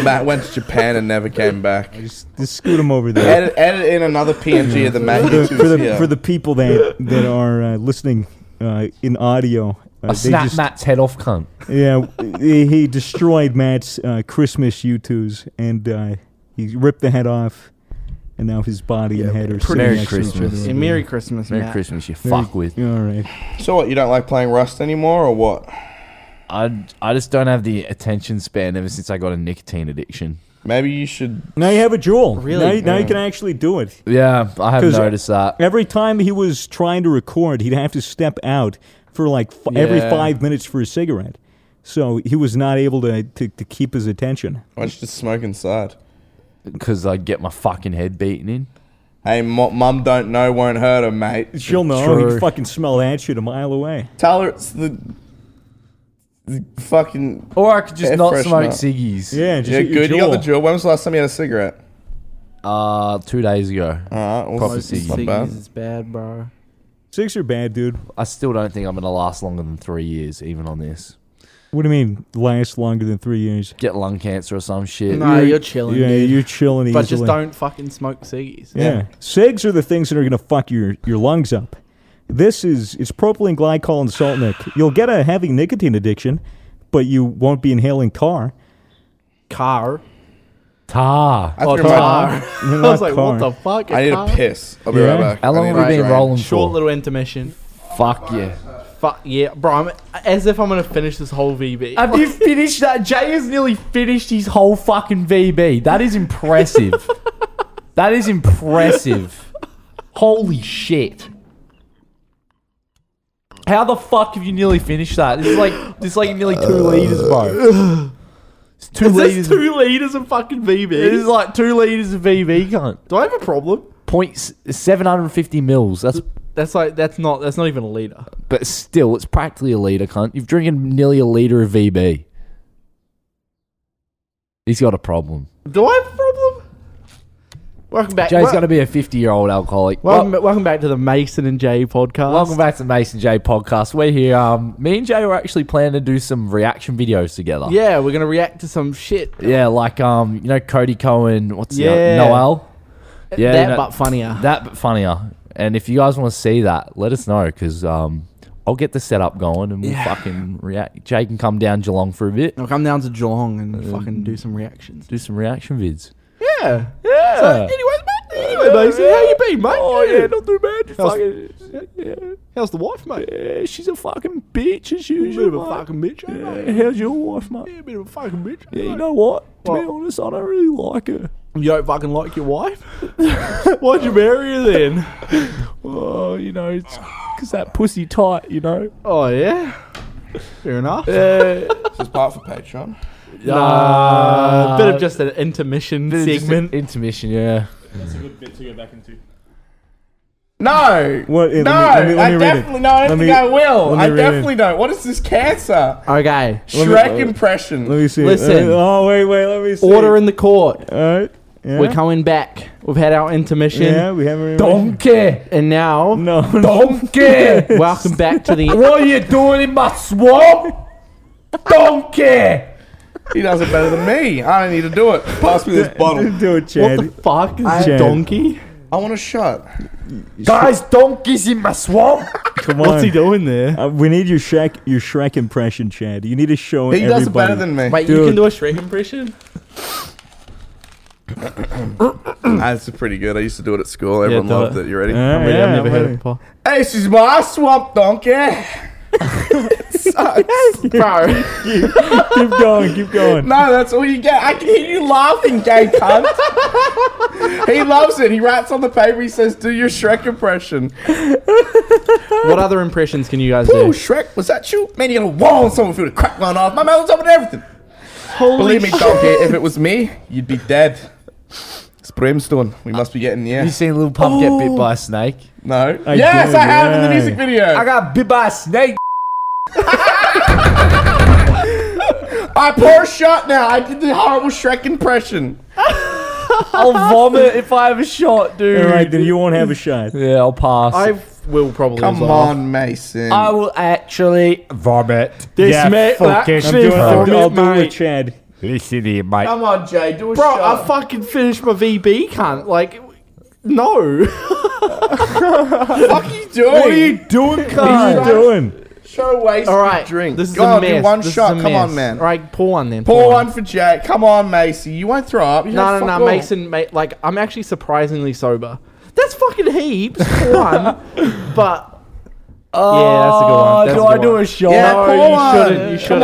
Speaker 3: Matt went to Japan and never came back.
Speaker 1: Just, just scoot him over there.
Speaker 3: Edit, edit in another PNG of the Matt
Speaker 1: for the,
Speaker 3: YouTube's
Speaker 1: for the,
Speaker 4: uh,
Speaker 3: here.
Speaker 1: for the people that that are uh, listening uh, in audio, uh,
Speaker 4: I snap
Speaker 1: just,
Speaker 4: Matt's head off, cunt.
Speaker 1: yeah, he, he destroyed Matt's uh, Christmas U2s, and uh, he ripped the head off, and now his body and head are sitting
Speaker 4: Merry
Speaker 1: next to each
Speaker 4: Christmas.
Speaker 1: other.
Speaker 2: Yeah, Merry Christmas,
Speaker 4: Merry
Speaker 2: Matt.
Speaker 4: Christmas, you
Speaker 1: Merry-
Speaker 4: fuck with.
Speaker 1: All right.
Speaker 3: so what, you don't like playing Rust anymore or what?
Speaker 4: I I just don't have the attention span ever since I got a nicotine addiction.
Speaker 3: Maybe you should...
Speaker 1: Now you have a jewel.
Speaker 2: Really?
Speaker 1: Now, you- now you can actually do it.
Speaker 4: Yeah, I have
Speaker 1: 'Cause-
Speaker 4: noticed that.
Speaker 1: Every time he was trying to record, he'd have to step out for like f- every
Speaker 4: Yeah.
Speaker 1: five minutes for a cigarette. So he was not able to, to, to keep his attention.
Speaker 3: Why don't you just smoke inside?
Speaker 4: Because I get my fucking head beaten in.
Speaker 3: Hey, mu- mum don't know won't hurt her, mate.
Speaker 1: She'll know. He
Speaker 4: True.
Speaker 1: can fucking smell that shit a mile away.
Speaker 3: Tell her it's the... the fucking...
Speaker 4: Or I could just
Speaker 3: Yeah,
Speaker 4: not
Speaker 3: freshen
Speaker 4: smoke
Speaker 3: up.
Speaker 4: ciggies.
Speaker 1: Yeah, just
Speaker 3: Yeah,
Speaker 1: hit your
Speaker 3: good. You got the
Speaker 1: jaw.
Speaker 3: drill. When was the last time you had a cigarette?
Speaker 4: Uh, two days ago.
Speaker 3: Alright, well,
Speaker 4: Proper
Speaker 3: it's
Speaker 4: ciggies.
Speaker 3: not bad.
Speaker 2: It's bad, bro.
Speaker 1: Six are bad, dude.
Speaker 4: I still don't think I'm gonna last longer than three years, even on this.
Speaker 1: What do you mean last longer than three years?
Speaker 4: Get lung cancer or some shit.
Speaker 2: No, you're chilling,
Speaker 1: yeah,
Speaker 2: dude.
Speaker 1: you're chilling
Speaker 2: But
Speaker 1: easily.
Speaker 2: just don't fucking smoke ciggies.
Speaker 1: Yeah. cigs are the things that are going to fuck your, your lungs up. This is it's propylene glycol and saltnick. You'll get a heavy nicotine addiction, but you won't be inhaling tar.
Speaker 2: Car.
Speaker 4: Tar.
Speaker 3: I,
Speaker 2: Oh,
Speaker 3: threw my-
Speaker 2: tar. I was like,
Speaker 1: tar.
Speaker 2: what the fuck?
Speaker 3: I need
Speaker 2: car?
Speaker 3: a piss. I'll be
Speaker 1: Yeah.
Speaker 3: right back.
Speaker 4: How
Speaker 3: I
Speaker 4: long
Speaker 3: need
Speaker 4: have
Speaker 3: a
Speaker 4: we been
Speaker 3: drink.
Speaker 4: rolling
Speaker 2: Short
Speaker 4: for?
Speaker 2: little intermission.
Speaker 4: Fuck yeah.
Speaker 2: Fuck yeah, bro. I'm, as if I'm gonna finish this whole VB.
Speaker 4: Have you finished that? Jay has nearly finished his whole fucking VB. That is impressive. that is impressive. Holy shit. How the fuck have you nearly finished that? It's like it's like nearly two liters, bro. It's two
Speaker 2: is
Speaker 4: liters.
Speaker 2: this two liters of fucking
Speaker 4: it is
Speaker 2: VB?
Speaker 4: like two liters of VB, cunt.
Speaker 2: Do I have a problem?
Speaker 4: Point s- 750 mils. That's
Speaker 2: That's like that's not that's not even a liter.
Speaker 4: but still, it's practically a liter, cunt. You've drinking nearly a liter of VB. He's got a problem.
Speaker 2: Do I have a problem? Welcome back.
Speaker 4: Jay's
Speaker 2: Wel-
Speaker 4: going to be a 50 year old alcoholic.
Speaker 2: welcome,
Speaker 4: Wel-
Speaker 2: welcome back to the Mason and Jay podcast.
Speaker 4: welcome back to the Mason Jay podcast. We're here. Um, me and Jay were actually planning to do some reaction videos together.
Speaker 2: Yeah, we're gonna react to some shit.
Speaker 4: Yeah, like, um, you know, Cody Cohen, what's the
Speaker 2: Yeah.
Speaker 4: other- Noel? Yeah.
Speaker 2: that
Speaker 4: you know,
Speaker 2: but funnier.
Speaker 4: that, but funnier. And if you guys want to see that, let us know because um, I'll get the setup going and we'll fucking react. Jay can come down Geelong for a bit,
Speaker 2: I'll come down to Geelong and
Speaker 4: Mm.
Speaker 2: fucking do some reactions.
Speaker 4: do some reaction vids.
Speaker 2: Yeah. Yeah. So, anyways, mate. Anyway, Mason, how you been, mate?
Speaker 4: Oh, yeah, not too bad.
Speaker 2: How's-
Speaker 4: Fucking, yeah,
Speaker 2: How's the wife, mate?
Speaker 4: yeah, she's a fucking bitch as
Speaker 2: You bit of
Speaker 4: usual.
Speaker 2: a
Speaker 4: mate.
Speaker 2: fucking bitch, ain't
Speaker 4: Yeah,
Speaker 2: you, mate?
Speaker 4: how's your wife, mate?
Speaker 2: Yeah, bit of a fucking bitch.
Speaker 4: Yeah,
Speaker 2: mate.
Speaker 4: you know what? To be
Speaker 2: What?
Speaker 4: honest, I don't really like her.
Speaker 2: You don't fucking like your wife? Why'd you marry her then?
Speaker 4: Oh, you know, it's because that pussy tight, you know.
Speaker 2: Oh yeah. Fair enough.
Speaker 3: This is part for Patreon.
Speaker 2: Uh, bit of just an intermission segment.
Speaker 4: intermission, yeah.
Speaker 5: That's a good bit to go back into.
Speaker 3: No.
Speaker 1: What- yeah,
Speaker 3: no,
Speaker 1: let me- let me- let
Speaker 3: I
Speaker 1: me read it.
Speaker 3: definitely no. I
Speaker 1: Let
Speaker 3: don't
Speaker 1: me-
Speaker 3: think I will.
Speaker 1: let me
Speaker 3: I
Speaker 1: read
Speaker 3: definitely don't. What is this cancer?
Speaker 2: okay.
Speaker 3: Shrek impression.
Speaker 1: Let me see.
Speaker 2: Listen.
Speaker 1: Uh, oh wait, wait. Let me see.
Speaker 2: Order in the court.
Speaker 1: All right. Yeah.
Speaker 2: We're coming back. We've had our intermission,
Speaker 1: Yeah, we haven't. really-
Speaker 4: Donkey,
Speaker 2: and now
Speaker 1: No.
Speaker 4: donkey,
Speaker 2: welcome back to the.
Speaker 4: what are you doing in my swamp? Donkey.
Speaker 3: He does it better than me. I don't need to do it. Pass me this bottle.
Speaker 1: Do it,
Speaker 2: What
Speaker 1: Chad.
Speaker 2: the fuck is
Speaker 1: Chad.
Speaker 2: donkey?
Speaker 3: I want a shot.
Speaker 4: Guys, donkeys in my swamp.
Speaker 1: Come on.
Speaker 2: What's he doing there?
Speaker 1: Uh, we need your Shrek, your Shrek impression, Chad. You need to show
Speaker 3: He
Speaker 1: everybody.
Speaker 3: does it better than me.
Speaker 2: Wait, you
Speaker 1: Dude.
Speaker 2: can do a Shrek impression?
Speaker 3: That's pretty good. I used to do it at school. Everyone
Speaker 2: do
Speaker 3: loved
Speaker 2: it.
Speaker 3: it. You ready?
Speaker 1: All right,
Speaker 2: Wait,
Speaker 1: Uh, yeah,
Speaker 2: I've never
Speaker 1: I'm
Speaker 2: heard it
Speaker 1: ready.
Speaker 2: before.
Speaker 3: Hey, she's my swamp donkey. it sucks.
Speaker 2: Bro,
Speaker 1: Keep going. Keep going.
Speaker 3: No, that's all you get. I can hear you laughing, gay cunt. he loves it. He writes on the paper. He says, "Do your Shrek impression."
Speaker 2: what other impressions can you guys
Speaker 3: Ooh,
Speaker 2: do?
Speaker 3: Shrek, was that you? Man, you got a wall on someone for you to crack one off. My mouth's open to everything.
Speaker 2: Holy
Speaker 3: Believe me, donkey, if it was me, you'd be dead. It's brimstone. We must be getting the air.
Speaker 4: You seen little pump get bit by a snake?
Speaker 3: No.
Speaker 1: I
Speaker 3: yes,
Speaker 1: do,
Speaker 3: I have in the
Speaker 1: yeah.
Speaker 3: music video.
Speaker 4: I
Speaker 3: I,
Speaker 4: got bit by a snake.
Speaker 3: pour a shot now. I did the horrible Shrek impression.
Speaker 4: I'll vomit if I have a shot, dude.
Speaker 1: All right, then you won't have a shot.
Speaker 4: yeah, I'll pass. I,
Speaker 2: I will probably. as
Speaker 3: Come
Speaker 2: well.
Speaker 3: on, Mason.
Speaker 4: will actually vomit.
Speaker 2: This
Speaker 4: Yeah,
Speaker 2: mate
Speaker 4: fucking
Speaker 1: I'm
Speaker 2: actually
Speaker 1: doing, I'll,
Speaker 2: vomit,
Speaker 1: do- I'll do it
Speaker 2: mate.
Speaker 1: with Chad.
Speaker 4: Listen here, mate.
Speaker 3: Come on, Jay. Do a
Speaker 2: Bro,
Speaker 3: shot.
Speaker 2: I fucking finished my VB, cunt. Like, no.
Speaker 3: fuck are you doing?
Speaker 4: What are you doing,
Speaker 1: What are you
Speaker 4: guys?
Speaker 1: doing?
Speaker 3: Show waste.
Speaker 2: All right.
Speaker 3: Drink.
Speaker 2: This is
Speaker 3: Go
Speaker 2: a
Speaker 3: on,
Speaker 2: mess.
Speaker 3: do one
Speaker 2: This is
Speaker 3: shot.
Speaker 2: a
Speaker 3: Come on,
Speaker 2: mess.
Speaker 3: man.
Speaker 2: All right, pour one then.
Speaker 3: Pour one for Jay. Come on, Macy. You won't throw up. You
Speaker 2: No,
Speaker 3: know,
Speaker 2: no,
Speaker 3: fuck
Speaker 2: no,
Speaker 3: all.
Speaker 2: Mason, mate. Like, I'm actually surprisingly sober. That's fucking heaps. Pour one. But,
Speaker 3: Oh,
Speaker 2: yeah, that's a good one. That's
Speaker 4: do
Speaker 2: a
Speaker 4: I
Speaker 2: good
Speaker 4: do
Speaker 2: one.
Speaker 4: a shot?
Speaker 3: Yeah,
Speaker 2: No,
Speaker 3: pour
Speaker 2: you
Speaker 3: one.
Speaker 2: shouldn't, you
Speaker 3: Come
Speaker 2: shouldn't.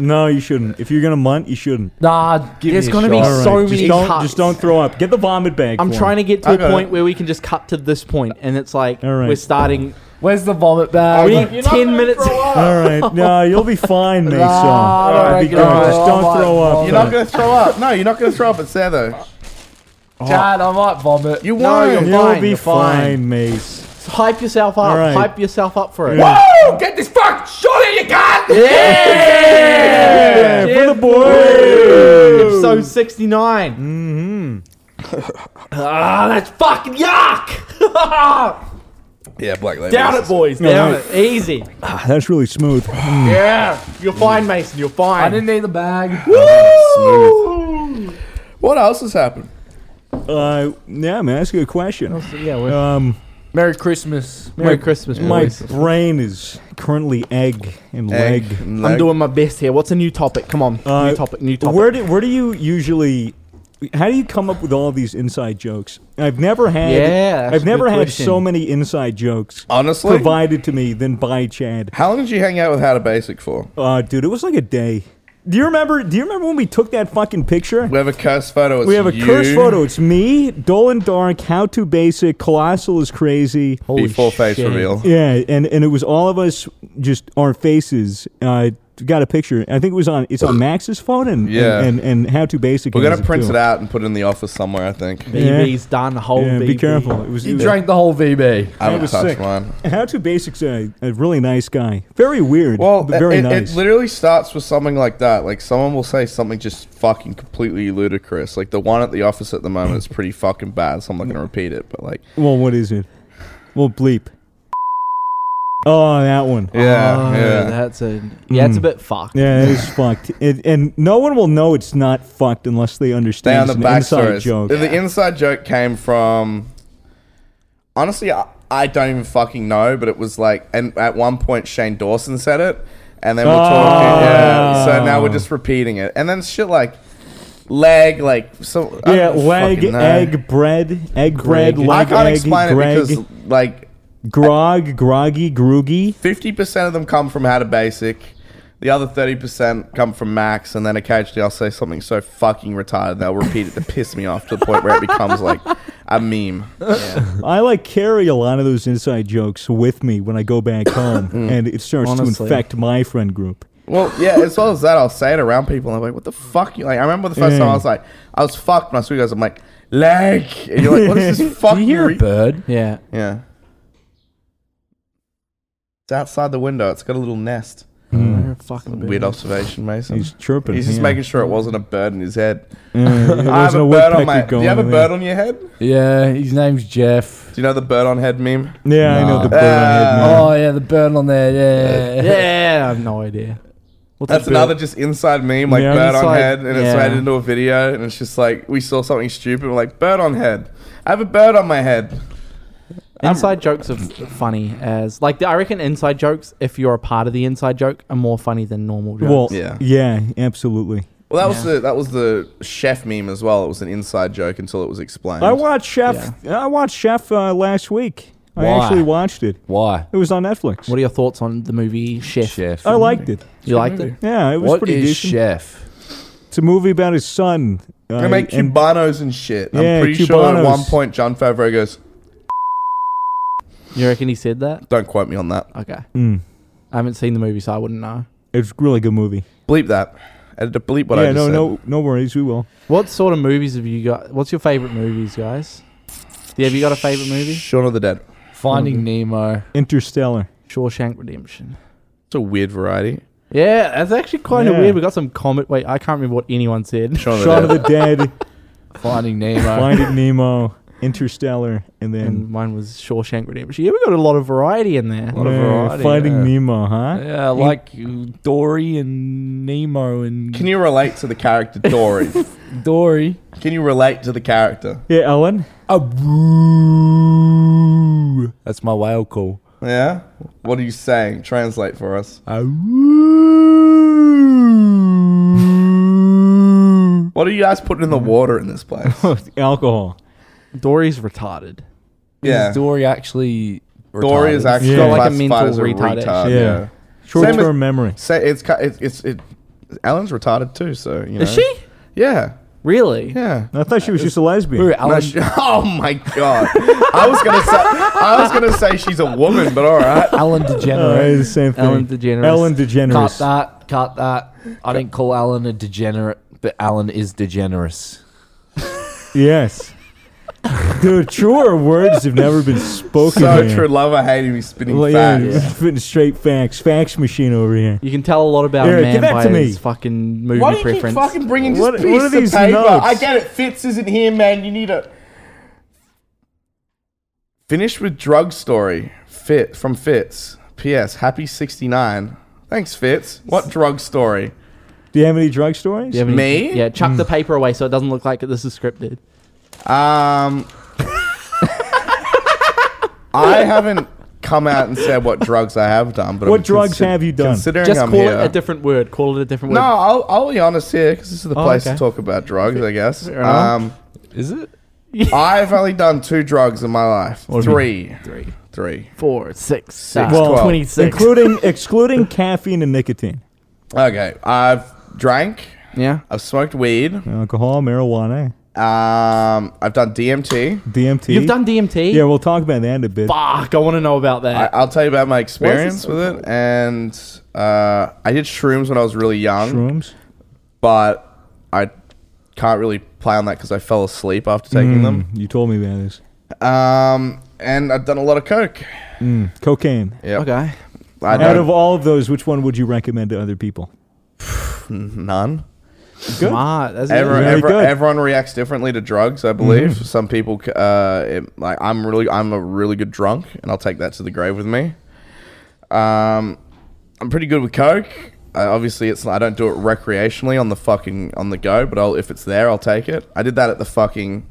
Speaker 3: on.
Speaker 1: No, you shouldn't. If you're gonna munt, you shouldn't.
Speaker 4: Nah, give
Speaker 2: There's
Speaker 4: me
Speaker 2: gonna
Speaker 4: a
Speaker 2: be
Speaker 4: shot.
Speaker 1: All right,
Speaker 2: so
Speaker 1: just
Speaker 2: many
Speaker 1: don't,
Speaker 2: cuts.
Speaker 1: Just don't throw up. Get the vomit bag.
Speaker 2: I'm
Speaker 1: for
Speaker 2: trying
Speaker 1: him.
Speaker 2: to get to
Speaker 3: I
Speaker 2: a
Speaker 3: got
Speaker 2: point
Speaker 3: it.
Speaker 2: where we can just cut to this point, and it's like
Speaker 1: All right.
Speaker 2: we're starting.
Speaker 4: Where's the vomit bag?
Speaker 2: We need ten minutes.
Speaker 1: All right, no, you'll be fine, Mason.
Speaker 4: I don't
Speaker 1: That'd be
Speaker 4: reckon
Speaker 1: good.
Speaker 4: I-
Speaker 1: Just don't
Speaker 4: I
Speaker 1: throw
Speaker 4: might-
Speaker 1: up.
Speaker 3: You're not gonna throw up. No, you're not gonna throw up. It's there though.
Speaker 4: Chad, I might vomit.
Speaker 3: You
Speaker 2: No,
Speaker 3: won.
Speaker 2: you're
Speaker 1: You'll
Speaker 2: fine,
Speaker 1: be
Speaker 2: you're fine.
Speaker 1: fine, Mace.
Speaker 2: Hype yourself up.
Speaker 1: All right.
Speaker 2: Hype yourself up for it.
Speaker 1: Yeah.
Speaker 4: Woo! Get this fuck shot in you gun!
Speaker 1: Yeah, for the boy.
Speaker 2: Episode 69.
Speaker 4: Ah, that's fucking yuck!
Speaker 3: Yeah, black label.
Speaker 2: Down it, boys. Down
Speaker 1: right.
Speaker 2: it. Easy.
Speaker 1: Ah, That's really smooth.
Speaker 2: Yeah. You're fine, Mason. You're
Speaker 4: I
Speaker 2: fine.
Speaker 4: didn't need the bag.
Speaker 3: What else has happened?
Speaker 1: Uh, yeah, man, that's a good question.
Speaker 2: yeah, we're,
Speaker 1: Um,
Speaker 4: Merry Christmas.
Speaker 2: Merry Christmas,
Speaker 1: my
Speaker 2: boys.
Speaker 1: brain is currently egg and leg.
Speaker 2: I'm doing my best here. What's a new topic? Come on.
Speaker 1: Uh,
Speaker 2: new topic. New topic.
Speaker 1: Where do where do you usually? How do you come up with all these inside jokes? I've never had.
Speaker 2: Yeah, that's
Speaker 1: I've
Speaker 2: a
Speaker 1: never
Speaker 2: good
Speaker 1: had
Speaker 2: question.
Speaker 1: so many inside jokes
Speaker 3: Honestly,
Speaker 1: provided to me than by Chad.
Speaker 3: how long did you hang out with How to Basic for?
Speaker 1: Uh, dude, it was like a day. Do you remember? Do you remember when we took that fucking picture?
Speaker 3: We have a cursed photo. It's
Speaker 1: We have a
Speaker 3: you.
Speaker 1: cursed photo. It's me, Dolan Dark, How to Basic, Colossal is Crazy.
Speaker 3: Before face
Speaker 2: shit.
Speaker 3: reveal.
Speaker 1: Yeah, and, and it was all of us, just our faces. Uh, got a picture. I think it was on. It's on Max's phone and
Speaker 3: Yeah.
Speaker 1: and, and, and How to Basic.
Speaker 3: We're
Speaker 1: has
Speaker 3: gonna print
Speaker 1: too.
Speaker 3: it out and put it in the office somewhere. I think.
Speaker 2: BB's done. Whole
Speaker 1: Yeah,
Speaker 2: BB.
Speaker 1: be careful. It was,
Speaker 4: You
Speaker 1: it was-
Speaker 4: drank the whole VB.
Speaker 3: I would
Speaker 1: was
Speaker 3: touch
Speaker 1: sick.
Speaker 3: mine.
Speaker 1: How to Basics a, a really nice guy. Very weird.
Speaker 3: Well,
Speaker 1: but
Speaker 3: it-
Speaker 1: very
Speaker 3: it,
Speaker 1: nice.
Speaker 3: it literally starts with something like that. Like someone will say something just fucking completely ludicrous. Like the one at the office at the moment is pretty fucking bad, so I'm not gonna repeat it. But like,
Speaker 1: well, what is it? Well, bleep. Oh, that one.
Speaker 3: yeah,
Speaker 1: Ah,
Speaker 2: Oh,
Speaker 3: yeah.
Speaker 2: That's a yeah. It's a bit fucked.
Speaker 1: Yeah, it is fucked. It, and no one will know it's not fucked unless they
Speaker 3: Stay
Speaker 1: understand
Speaker 3: on
Speaker 1: it's
Speaker 3: the
Speaker 1: an
Speaker 3: back
Speaker 1: inside
Speaker 3: stories.
Speaker 1: joke.
Speaker 3: The inside joke came from. Honestly, I, I don't even fucking know, but it was like, and at one point Shane Dawson said it, and then we're
Speaker 1: Ah.
Speaker 3: talking. Yeah. So now we're just repeating it, and then shit like. Leg, like so. I
Speaker 1: Yeah,
Speaker 3: don't
Speaker 1: leg,
Speaker 3: fucking know.
Speaker 1: egg, bread, egg, bread, leg,
Speaker 3: I can't
Speaker 1: egg,
Speaker 3: explain
Speaker 1: Greg,
Speaker 3: it because like
Speaker 1: grog, groggy, groogy.
Speaker 3: fifty percent of them come from how to basic. The other thirty percent come from Max, and then occasionally I'll say something so fucking retarded they'll repeat it to piss me off to the point where it becomes like a meme.
Speaker 1: I like carry a lot of those inside jokes with me when I go back home, and it starts to
Speaker 2: Honestly.
Speaker 1: infect my friend group.
Speaker 3: Well, yeah, as well as that, I'll say it around people. And I'm like, what the fuck? You like? I remember the first time I was like, I was fucked. And I saw you guys. I'm like, leg. And you're like, what is this
Speaker 4: Do
Speaker 3: fucking?
Speaker 4: you hear a
Speaker 3: re-
Speaker 4: bird? Yeah.
Speaker 3: yeah. It's outside the window. It's got a little nest.
Speaker 2: Fucking
Speaker 3: Weird observation, Mason.
Speaker 1: He's
Speaker 3: He's,
Speaker 1: chirping.
Speaker 3: just
Speaker 1: yeah.
Speaker 3: making sure it wasn't a bird in his head.
Speaker 1: Yeah, there
Speaker 3: I have
Speaker 1: wasn't
Speaker 3: a
Speaker 1: woodpecker
Speaker 3: bird on my. Do you
Speaker 1: going
Speaker 3: have a
Speaker 1: in
Speaker 3: bird on your head? Do
Speaker 4: Yeah, his name's Jeff.
Speaker 3: you know the bird on head meme?
Speaker 1: there. Yeah, I know the bird on head.
Speaker 4: Oh, yeah, the bird on there. Yeah.
Speaker 2: Yeah, I have no idea. What's
Speaker 3: That's
Speaker 2: a bird?
Speaker 3: another just inside meme, like
Speaker 1: Yeah.
Speaker 3: bird on
Speaker 2: Inside-
Speaker 3: head, and it's
Speaker 2: yeah.
Speaker 3: made into a video, and it's just like we saw something stupid, we're like bird on head. I have a bird on my head.
Speaker 2: Inside jokes are f- funny as like I reckon inside jokes. If you're a part of the inside joke, are more funny than normal jokes.
Speaker 1: Well,
Speaker 3: Yeah.
Speaker 1: yeah, yeah, absolutely.
Speaker 3: Well, that was the that was the chef meme as well. It was an inside joke until it was explained.
Speaker 1: I watched Chef. I watched Chef uh, last week. I
Speaker 4: Why?
Speaker 1: actually watched it.
Speaker 4: Why?
Speaker 1: It was on Netflix.
Speaker 2: what are your thoughts on the movie Chef?
Speaker 4: Chef.
Speaker 1: I liked it.
Speaker 2: You liked it?
Speaker 1: Yeah, it was
Speaker 4: What
Speaker 1: pretty
Speaker 4: is
Speaker 1: decent.
Speaker 4: Chef?
Speaker 1: It's a movie about his son. Uh,
Speaker 3: they make
Speaker 1: and-
Speaker 3: cubanos and shit.
Speaker 1: Yeah,
Speaker 3: I'm pretty sure at
Speaker 1: cubanos.
Speaker 3: one point John Favreau goes,
Speaker 2: You reckon he said that?
Speaker 3: "Don't quote me on that.
Speaker 2: Okay,
Speaker 1: Mm.
Speaker 2: I haven't seen the movie, so I wouldn't know.
Speaker 1: It's a really good movie.
Speaker 3: Bleep that. Editor, bleep what
Speaker 1: yeah,
Speaker 3: I just
Speaker 1: no, no,
Speaker 3: said."
Speaker 1: no worries. We will.
Speaker 2: What sort of movies have you got? What's your favorite movies, guys? Have you got a favorite movie?
Speaker 3: Shaun of the Dead.
Speaker 4: Finding Nemo.
Speaker 1: Interstellar.
Speaker 2: Shawshank Redemption.
Speaker 3: It's a weird variety.
Speaker 2: Yeah, that's actually kind of
Speaker 1: Yeah.
Speaker 2: weird. We got some comment. Wait, I can't remember what anyone said.
Speaker 3: Shaun of the
Speaker 1: Shaun of
Speaker 3: Dead.
Speaker 1: the Dead.
Speaker 4: Finding Nemo.
Speaker 1: Finding Nemo. Interstellar. And
Speaker 2: And
Speaker 1: then
Speaker 2: mine was Shawshank Redemption. Yeah, we got a lot of variety in there.
Speaker 4: lot of
Speaker 1: Yeah,
Speaker 4: variety,
Speaker 1: Finding
Speaker 4: yeah.
Speaker 1: Nemo, huh?
Speaker 4: yeah, like uh, Dory and Nemo and
Speaker 3: Can you relate to the character Dory?
Speaker 4: Dory.
Speaker 3: Can you relate to the character?
Speaker 1: Yeah, Ellen.
Speaker 4: A woo. That's my whale call.
Speaker 3: Yeah. What are you saying? Translate for us.
Speaker 4: A woo.
Speaker 3: What are you guys putting in the water in this place?
Speaker 1: Alcohol.
Speaker 2: Dory's retarded.
Speaker 3: yeah.
Speaker 4: Is Dory actually.
Speaker 3: Dory is
Speaker 4: retarded?
Speaker 3: actually
Speaker 1: Yeah. Got like
Speaker 2: a
Speaker 3: classified
Speaker 2: mental
Speaker 3: as a
Speaker 2: retard,
Speaker 3: retard.
Speaker 1: actually.
Speaker 3: Yeah.
Speaker 1: Yeah. Short
Speaker 3: Same as-
Speaker 1: term memory.
Speaker 3: Say it's ki- it's it's it. Ellen's retarded too, so you know.
Speaker 2: Is she?
Speaker 3: Yeah.
Speaker 2: Really?
Speaker 3: Yeah.
Speaker 1: I thought she was just a
Speaker 4: Who,
Speaker 1: lesbian.
Speaker 4: Alan,
Speaker 3: No, she- oh my god! I was gonna say I was gonna say she's a woman, but all right.
Speaker 4: Alan
Speaker 1: Uh,
Speaker 4: DeGeneres.
Speaker 1: it's the same thing.
Speaker 2: Ellen DeGeneres.
Speaker 1: Ellen
Speaker 4: Cut
Speaker 1: DeGeneres.
Speaker 4: that. Cut that. I didn't call Alan a degenerate, but Alan is degenerous.
Speaker 1: Yes. Dude, truer words have never been spoken.
Speaker 3: So
Speaker 1: here.
Speaker 3: true. Love or hate him, he's spitting
Speaker 1: Well, yeah,
Speaker 3: facts.
Speaker 1: spitting straight facts. Fax machine over here.
Speaker 2: You can tell a lot about
Speaker 1: Eric,
Speaker 2: a
Speaker 1: give
Speaker 2: man
Speaker 1: that
Speaker 2: by
Speaker 1: to me.
Speaker 2: his fucking movie
Speaker 3: Why do you keep
Speaker 2: preference.
Speaker 3: fucking bringing this
Speaker 1: What-
Speaker 3: piece
Speaker 1: what are
Speaker 3: of
Speaker 1: these
Speaker 3: paper?
Speaker 1: notes?
Speaker 3: I get it. Fitz isn't here, man. You need a finish with drug story. Fit from Fitz. P.S. Happy sixty nine. Thanks, Fitz. What drug story?
Speaker 1: Do you have any drug stories?
Speaker 2: Do you have any-
Speaker 3: Me?
Speaker 2: Yeah, chuck
Speaker 1: Hmm.
Speaker 2: the paper away so it doesn't look like this is scripted.
Speaker 3: Um, I haven't come out and said what drugs I have done, but
Speaker 1: What
Speaker 3: I'm
Speaker 1: drugs have you done?
Speaker 3: Considering
Speaker 2: Just
Speaker 3: I'm
Speaker 2: call
Speaker 3: here,
Speaker 2: it a different word. Call it a different
Speaker 3: no,
Speaker 2: word.
Speaker 3: I'll, I'll be honest here because this is the
Speaker 2: Oh,
Speaker 3: place
Speaker 2: okay.
Speaker 3: to talk about drugs, I guess.
Speaker 2: enough.
Speaker 3: Um,
Speaker 4: Is it?
Speaker 3: I've only done two drugs in my life. Three.
Speaker 2: Three,
Speaker 3: Three.
Speaker 2: four, six,
Speaker 3: Six,
Speaker 2: six,
Speaker 3: Well, twelve.
Speaker 2: twenty-six.
Speaker 1: Including excluding caffeine and nicotine.
Speaker 3: Okay. I've drank.
Speaker 2: yeah.
Speaker 3: I've smoked weed. Um,
Speaker 1: Alcohol, marijuana,
Speaker 3: I've done DMT.
Speaker 1: DMT.
Speaker 2: You've done DMT?
Speaker 1: Yeah, we'll talk about that in a bit.
Speaker 2: Fuck, I want to know about
Speaker 3: I,
Speaker 2: that.
Speaker 3: I'll tell you about my experience
Speaker 2: so
Speaker 3: with it. And uh, I did shrooms when I was really young.
Speaker 1: Shrooms.
Speaker 3: but I can't really play on that because I fell asleep after taking
Speaker 1: Mm, you told me about this.
Speaker 3: them. Um, and I've done a lot of coke.
Speaker 1: Mm, cocaine.
Speaker 3: Yeah,
Speaker 2: okay.
Speaker 3: I
Speaker 1: Out
Speaker 3: don't-
Speaker 1: of all of those, which one would you recommend to other people?
Speaker 3: none.
Speaker 1: Good.
Speaker 2: Smart. That's
Speaker 3: Everyone,
Speaker 1: Very
Speaker 3: everyone,
Speaker 1: good. Mm-hmm.
Speaker 3: everyone reacts differently to drugs. I believe some people, c- uh, it, like I'm really, I'm a really good drunk, and I'll take that to the grave with me. Um, I'm pretty good with coke. I, obviously, it's I don't do it recreationally on the fucking on the go, but I'll, if it's there, I'll take it. I did that at the fucking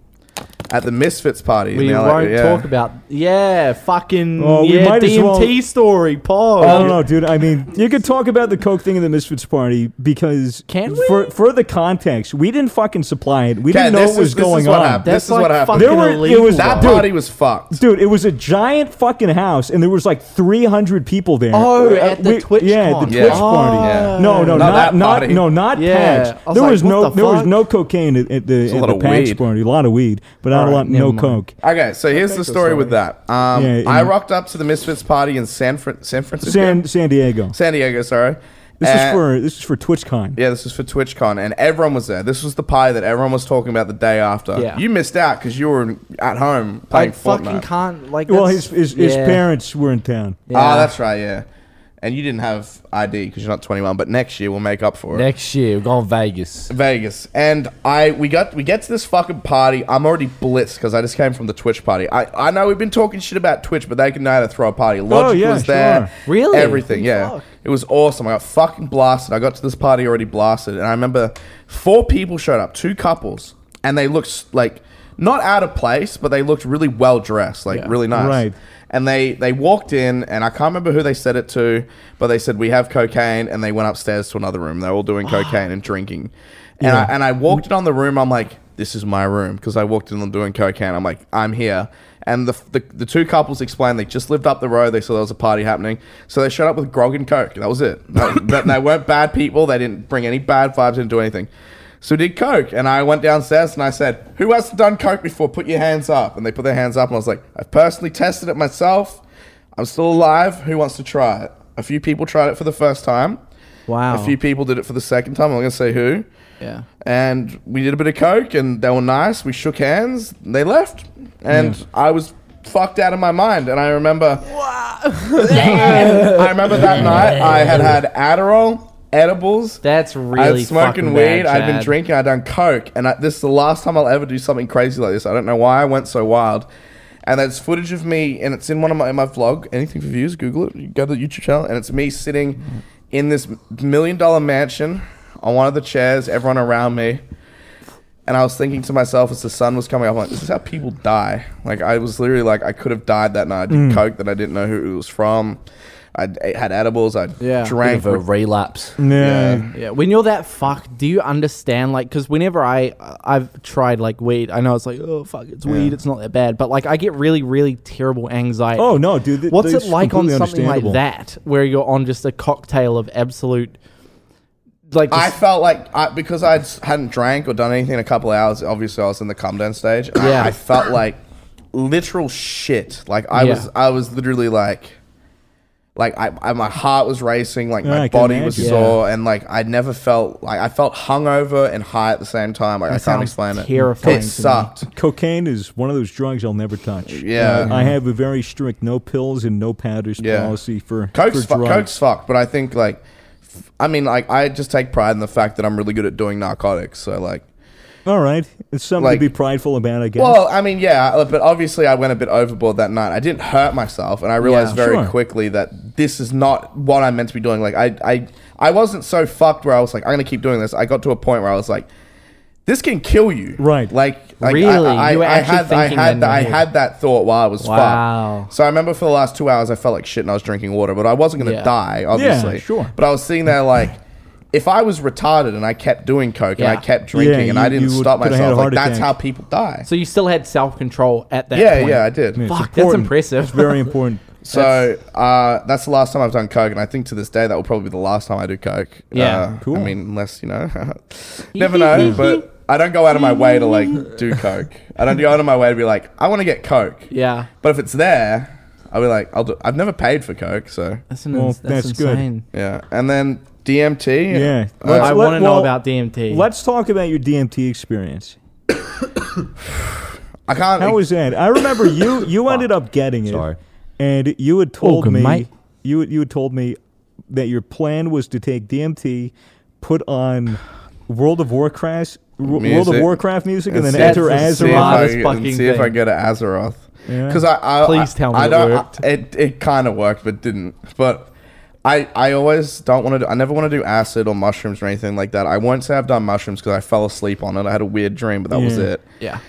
Speaker 3: at the Misfits party. in
Speaker 2: We
Speaker 3: LA,
Speaker 2: won't
Speaker 3: yeah.
Speaker 2: talk about. Yeah, fucking.
Speaker 1: Oh, we
Speaker 2: yeah,
Speaker 1: might as
Speaker 2: DMT
Speaker 1: well- Oh,
Speaker 2: story. Pause.
Speaker 1: I don't know, dude. I mean, you could talk about the coke thing in the Misfits party because
Speaker 2: Can we?
Speaker 1: for for the context, we didn't fucking supply it. We
Speaker 3: Okay,
Speaker 1: didn't know
Speaker 3: this
Speaker 1: it was
Speaker 3: is- this
Speaker 1: going
Speaker 3: is what
Speaker 1: on.
Speaker 3: happened.
Speaker 2: That's
Speaker 3: This is what
Speaker 2: like
Speaker 3: happened.
Speaker 2: fucking
Speaker 1: There were- it
Speaker 2: illegal.
Speaker 1: was-
Speaker 3: That
Speaker 1: Dude.
Speaker 3: party was fucked.
Speaker 1: Dude, it was a giant fucking house, and there was like 300 people there.
Speaker 2: Oh,
Speaker 1: Uh,
Speaker 2: at the Twitch
Speaker 1: yeah,
Speaker 2: con. Oh.
Speaker 1: the
Speaker 3: Yeah.
Speaker 1: Twitch party.
Speaker 3: Yeah.
Speaker 1: No, no,
Speaker 3: Not
Speaker 1: not
Speaker 3: that
Speaker 1: not,
Speaker 3: party.
Speaker 1: no, not
Speaker 2: Yeah.
Speaker 1: PAX.
Speaker 2: I was
Speaker 1: There
Speaker 2: like,
Speaker 1: was
Speaker 2: what
Speaker 1: no
Speaker 2: the
Speaker 1: there was
Speaker 2: fuck?
Speaker 1: no cocaine at, at the,
Speaker 3: a
Speaker 1: at
Speaker 3: lot
Speaker 1: the
Speaker 3: of
Speaker 1: PAX
Speaker 3: weed.
Speaker 1: party. A lot of weed, but I bottle up, no
Speaker 2: never mind.
Speaker 1: coke.
Speaker 3: Okay, so here's the story with that. Um,
Speaker 1: Yeah,
Speaker 3: I
Speaker 1: in-
Speaker 3: rocked up to the Misfits party in San Fran- San Francisco,
Speaker 1: San San Diego.
Speaker 3: San Diego. Sorry.
Speaker 1: This is
Speaker 2: Uh,
Speaker 3: And-
Speaker 1: for this is for TwitchCon.
Speaker 3: Yeah, this was for TwitchCon, and everyone was there. This was the pie that everyone was talking about the day after.
Speaker 2: Yeah.
Speaker 3: You missed out because you were at home
Speaker 2: I
Speaker 3: playing
Speaker 2: fucking
Speaker 3: Fortnite.
Speaker 2: can't. Like,
Speaker 1: Well,
Speaker 2: that's-
Speaker 1: his his, his
Speaker 2: yeah.
Speaker 1: parents were in town.
Speaker 3: Ah,
Speaker 2: Yeah.
Speaker 3: that's right, yeah. And you didn't have ID because you're not 21, but next year we'll make up for it.
Speaker 4: Next year, we're going Vegas.
Speaker 3: Vegas, and I we got we get to this fucking party. I'm already blitzed because I just came from the Twitch party. I, I know we've been talking shit about Twitch, but they can know how to throw a party. Logic
Speaker 1: yeah,
Speaker 3: was there,
Speaker 2: sure. Really?
Speaker 3: everything. Yeah,
Speaker 2: Fuck.
Speaker 3: it was awesome. I got fucking blasted. I got to this party already blasted, and I remember four people showed up, two couples, and they looked s- like not out of place, but they looked really well dressed, like really nice.
Speaker 1: Right.
Speaker 3: And they, they walked in, and I can't remember who they said it to, but they said, We have cocaine. And they went upstairs to another room. They were all doing cocaine and drinking. And, I, and I walked in on the room. I'm like, This is my room. Because I walked in on doing cocaine. I'm like, I'm here. And the, the, the two couples explained they just lived up the road. They saw there was a party happening. So they showed up with grog and coke. That was it. That- that- they weren't bad people. They didn't bring any bad vibes, didn't do anything. So we did coke, and I went downstairs and I said, "Who hasn't done coke before? Put your hands up." And they put their hands up, and I was like, "I've personally tested it myself. I'm still alive. Who wants to try it?" A few people tried it for the first time.
Speaker 2: Wow.
Speaker 3: A few people did it for the second time. I'm not gonna say who.
Speaker 2: yeah.
Speaker 3: And we did a bit of coke, and they were nice. We shook hands. and They left, and I was fucked out of my mind. And I remember, I remember that night I had had Adderall, edibles,
Speaker 2: That's
Speaker 3: I've
Speaker 2: really.
Speaker 3: been smoking
Speaker 2: fucking
Speaker 3: weed.
Speaker 2: Bad,
Speaker 3: I've been
Speaker 2: Chad.
Speaker 3: drinking. I've done coke, and I, this is the last time I'll ever do something crazy like this. I don't know why I went so wild. And there's footage of me, and it's in one of my in my vlog. Anything for views? Google it. You go to the YouTube channel, and it's me sitting in this million dollar mansion on one of the chairs. Everyone around me. And I was thinking to myself as the sun was coming up, I'm like, this is how people die. Like, I was literally like, I could have died that night. I did
Speaker 2: Hmm.
Speaker 3: coke that I didn't know who it was from. I I had edibles. I
Speaker 2: Yeah.
Speaker 3: drank.
Speaker 4: For a relapse.
Speaker 1: Yeah.
Speaker 2: Yeah, when you're that fucked, do you understand? Like, because whenever I uh, I've tried like weed, I know it's like oh fuck, it's weed, it's not that bad, but like I get really really terrible anxiety.
Speaker 1: Oh no, dude. th-
Speaker 2: what's
Speaker 1: that's
Speaker 2: it like on
Speaker 1: completely
Speaker 2: something like
Speaker 1: understandable.
Speaker 2: that where you're on just a cocktail of absolute like
Speaker 3: I
Speaker 2: just-
Speaker 3: felt like I, because I hadn't drank or done anything in a couple hours. Obviously, I was in the come down stage. and I-
Speaker 2: Yeah.
Speaker 3: I, felt like literal shit. Like I
Speaker 2: Yeah.
Speaker 3: was, I was literally like, like I, I my heart was racing. Like
Speaker 1: Yeah,
Speaker 3: my
Speaker 1: I can
Speaker 3: body was
Speaker 1: imagine.
Speaker 3: sore, and like I never felt like I felt hungover and high at the same time. Like I can't
Speaker 2: sounds
Speaker 3: explain it.
Speaker 2: terrifying
Speaker 3: It
Speaker 2: to me.
Speaker 3: sucked.
Speaker 1: Cocaine is one of those drugs I'll never touch.
Speaker 3: Yeah.
Speaker 2: Mm-hmm.
Speaker 1: Uh, I have a very strict no pills and no powders
Speaker 3: Yeah.
Speaker 1: policy for
Speaker 3: Coke's,
Speaker 1: for
Speaker 3: fu-
Speaker 1: drugs.
Speaker 3: Coke's fucked, but I think like, f- I mean, like I just take pride in the fact that I'm really good at doing narcotics. So like.
Speaker 1: All right, it's something
Speaker 3: Like-
Speaker 1: to be prideful about, I guess.
Speaker 3: Well, I mean, yeah, I- but obviously I went a bit overboard that night. I didn't hurt myself, and I realized
Speaker 2: Yeah,
Speaker 3: very
Speaker 1: sure.
Speaker 3: quickly that this is not what I'm meant to be doing. Like, I, I, I wasn't so fucked where I was like, I'm gonna keep doing this. I got to a point where I was like, this can kill you,
Speaker 1: Right.
Speaker 3: Like, like
Speaker 2: Really?
Speaker 3: I, I,
Speaker 2: You were
Speaker 3: I
Speaker 2: actually
Speaker 3: had, I
Speaker 2: thinking
Speaker 3: had,
Speaker 2: that
Speaker 3: that, I
Speaker 2: now.
Speaker 3: had that thought while I was
Speaker 2: Wow.
Speaker 3: fucked. So I remember for the last two hours, I felt like shit, and I was drinking water, but I wasn't gonna
Speaker 2: Yeah.
Speaker 3: die, obviously.
Speaker 1: sure.
Speaker 3: But I was sitting there like. If I was retarded and I kept doing coke
Speaker 2: Yeah.
Speaker 3: and I kept drinking
Speaker 1: Yeah,
Speaker 3: and
Speaker 1: you-
Speaker 3: I didn't
Speaker 1: you would-
Speaker 3: stop
Speaker 1: could've had a
Speaker 3: myself, like
Speaker 1: heart
Speaker 3: that's
Speaker 1: attack.
Speaker 3: how people die.
Speaker 2: so you still had self control at that.
Speaker 3: Yeah,
Speaker 2: point.
Speaker 3: yeah, I did.
Speaker 1: Yeah, it's
Speaker 2: Fuck, that's
Speaker 1: important.
Speaker 2: impressive.
Speaker 1: It's very important.
Speaker 3: So uh, that's the last time I've done coke, and I think to this day that will probably be the last time I do coke.
Speaker 2: Yeah.
Speaker 3: Uh,
Speaker 1: Cool.
Speaker 3: I mean, unless you know, never know. But I don't go out of my way to like do coke. I don't go out of my way to be like, I want to get coke.
Speaker 2: Yeah,
Speaker 3: But if it's there, I'll be like, I'll do. I've never paid for coke, so
Speaker 2: that's an,
Speaker 1: Well,
Speaker 2: ins- that's,
Speaker 1: that's good.
Speaker 2: insane.
Speaker 3: yeah. And then DMT.
Speaker 1: Yeah.
Speaker 3: Uh,
Speaker 1: Let's
Speaker 2: I
Speaker 1: let-
Speaker 2: want to know
Speaker 1: well,
Speaker 2: about DMT.
Speaker 1: Let's talk about your DMT experience.
Speaker 3: I can't.
Speaker 1: How was that? I remember you you ended up getting it,
Speaker 4: Sorry.
Speaker 1: and you had told
Speaker 2: good
Speaker 1: me
Speaker 2: mate.
Speaker 1: you had- you had told me that your plan was to take DMT, put on World of Warcraft World of
Speaker 3: Music.
Speaker 1: Warcraft music, and then
Speaker 3: That's
Speaker 1: enter
Speaker 2: the
Speaker 3: see
Speaker 1: Azeroth.
Speaker 3: if
Speaker 2: same-
Speaker 3: I,
Speaker 2: Azeroth
Speaker 3: and
Speaker 2: fucking
Speaker 3: see if I
Speaker 2: thing.
Speaker 3: get an Azeroth.
Speaker 1: Yeah.
Speaker 3: Because I, I
Speaker 2: Please tell me
Speaker 3: I
Speaker 2: it
Speaker 3: don't,
Speaker 2: worked.
Speaker 3: I- it it kind of worked, but didn't. But I I always don't want to. do I never want to do acid or mushrooms or anything like that. I won't say I've done mushrooms because I fell asleep on it. I had a weird dream, but that was
Speaker 1: Yeah.
Speaker 3: it.
Speaker 2: yeah,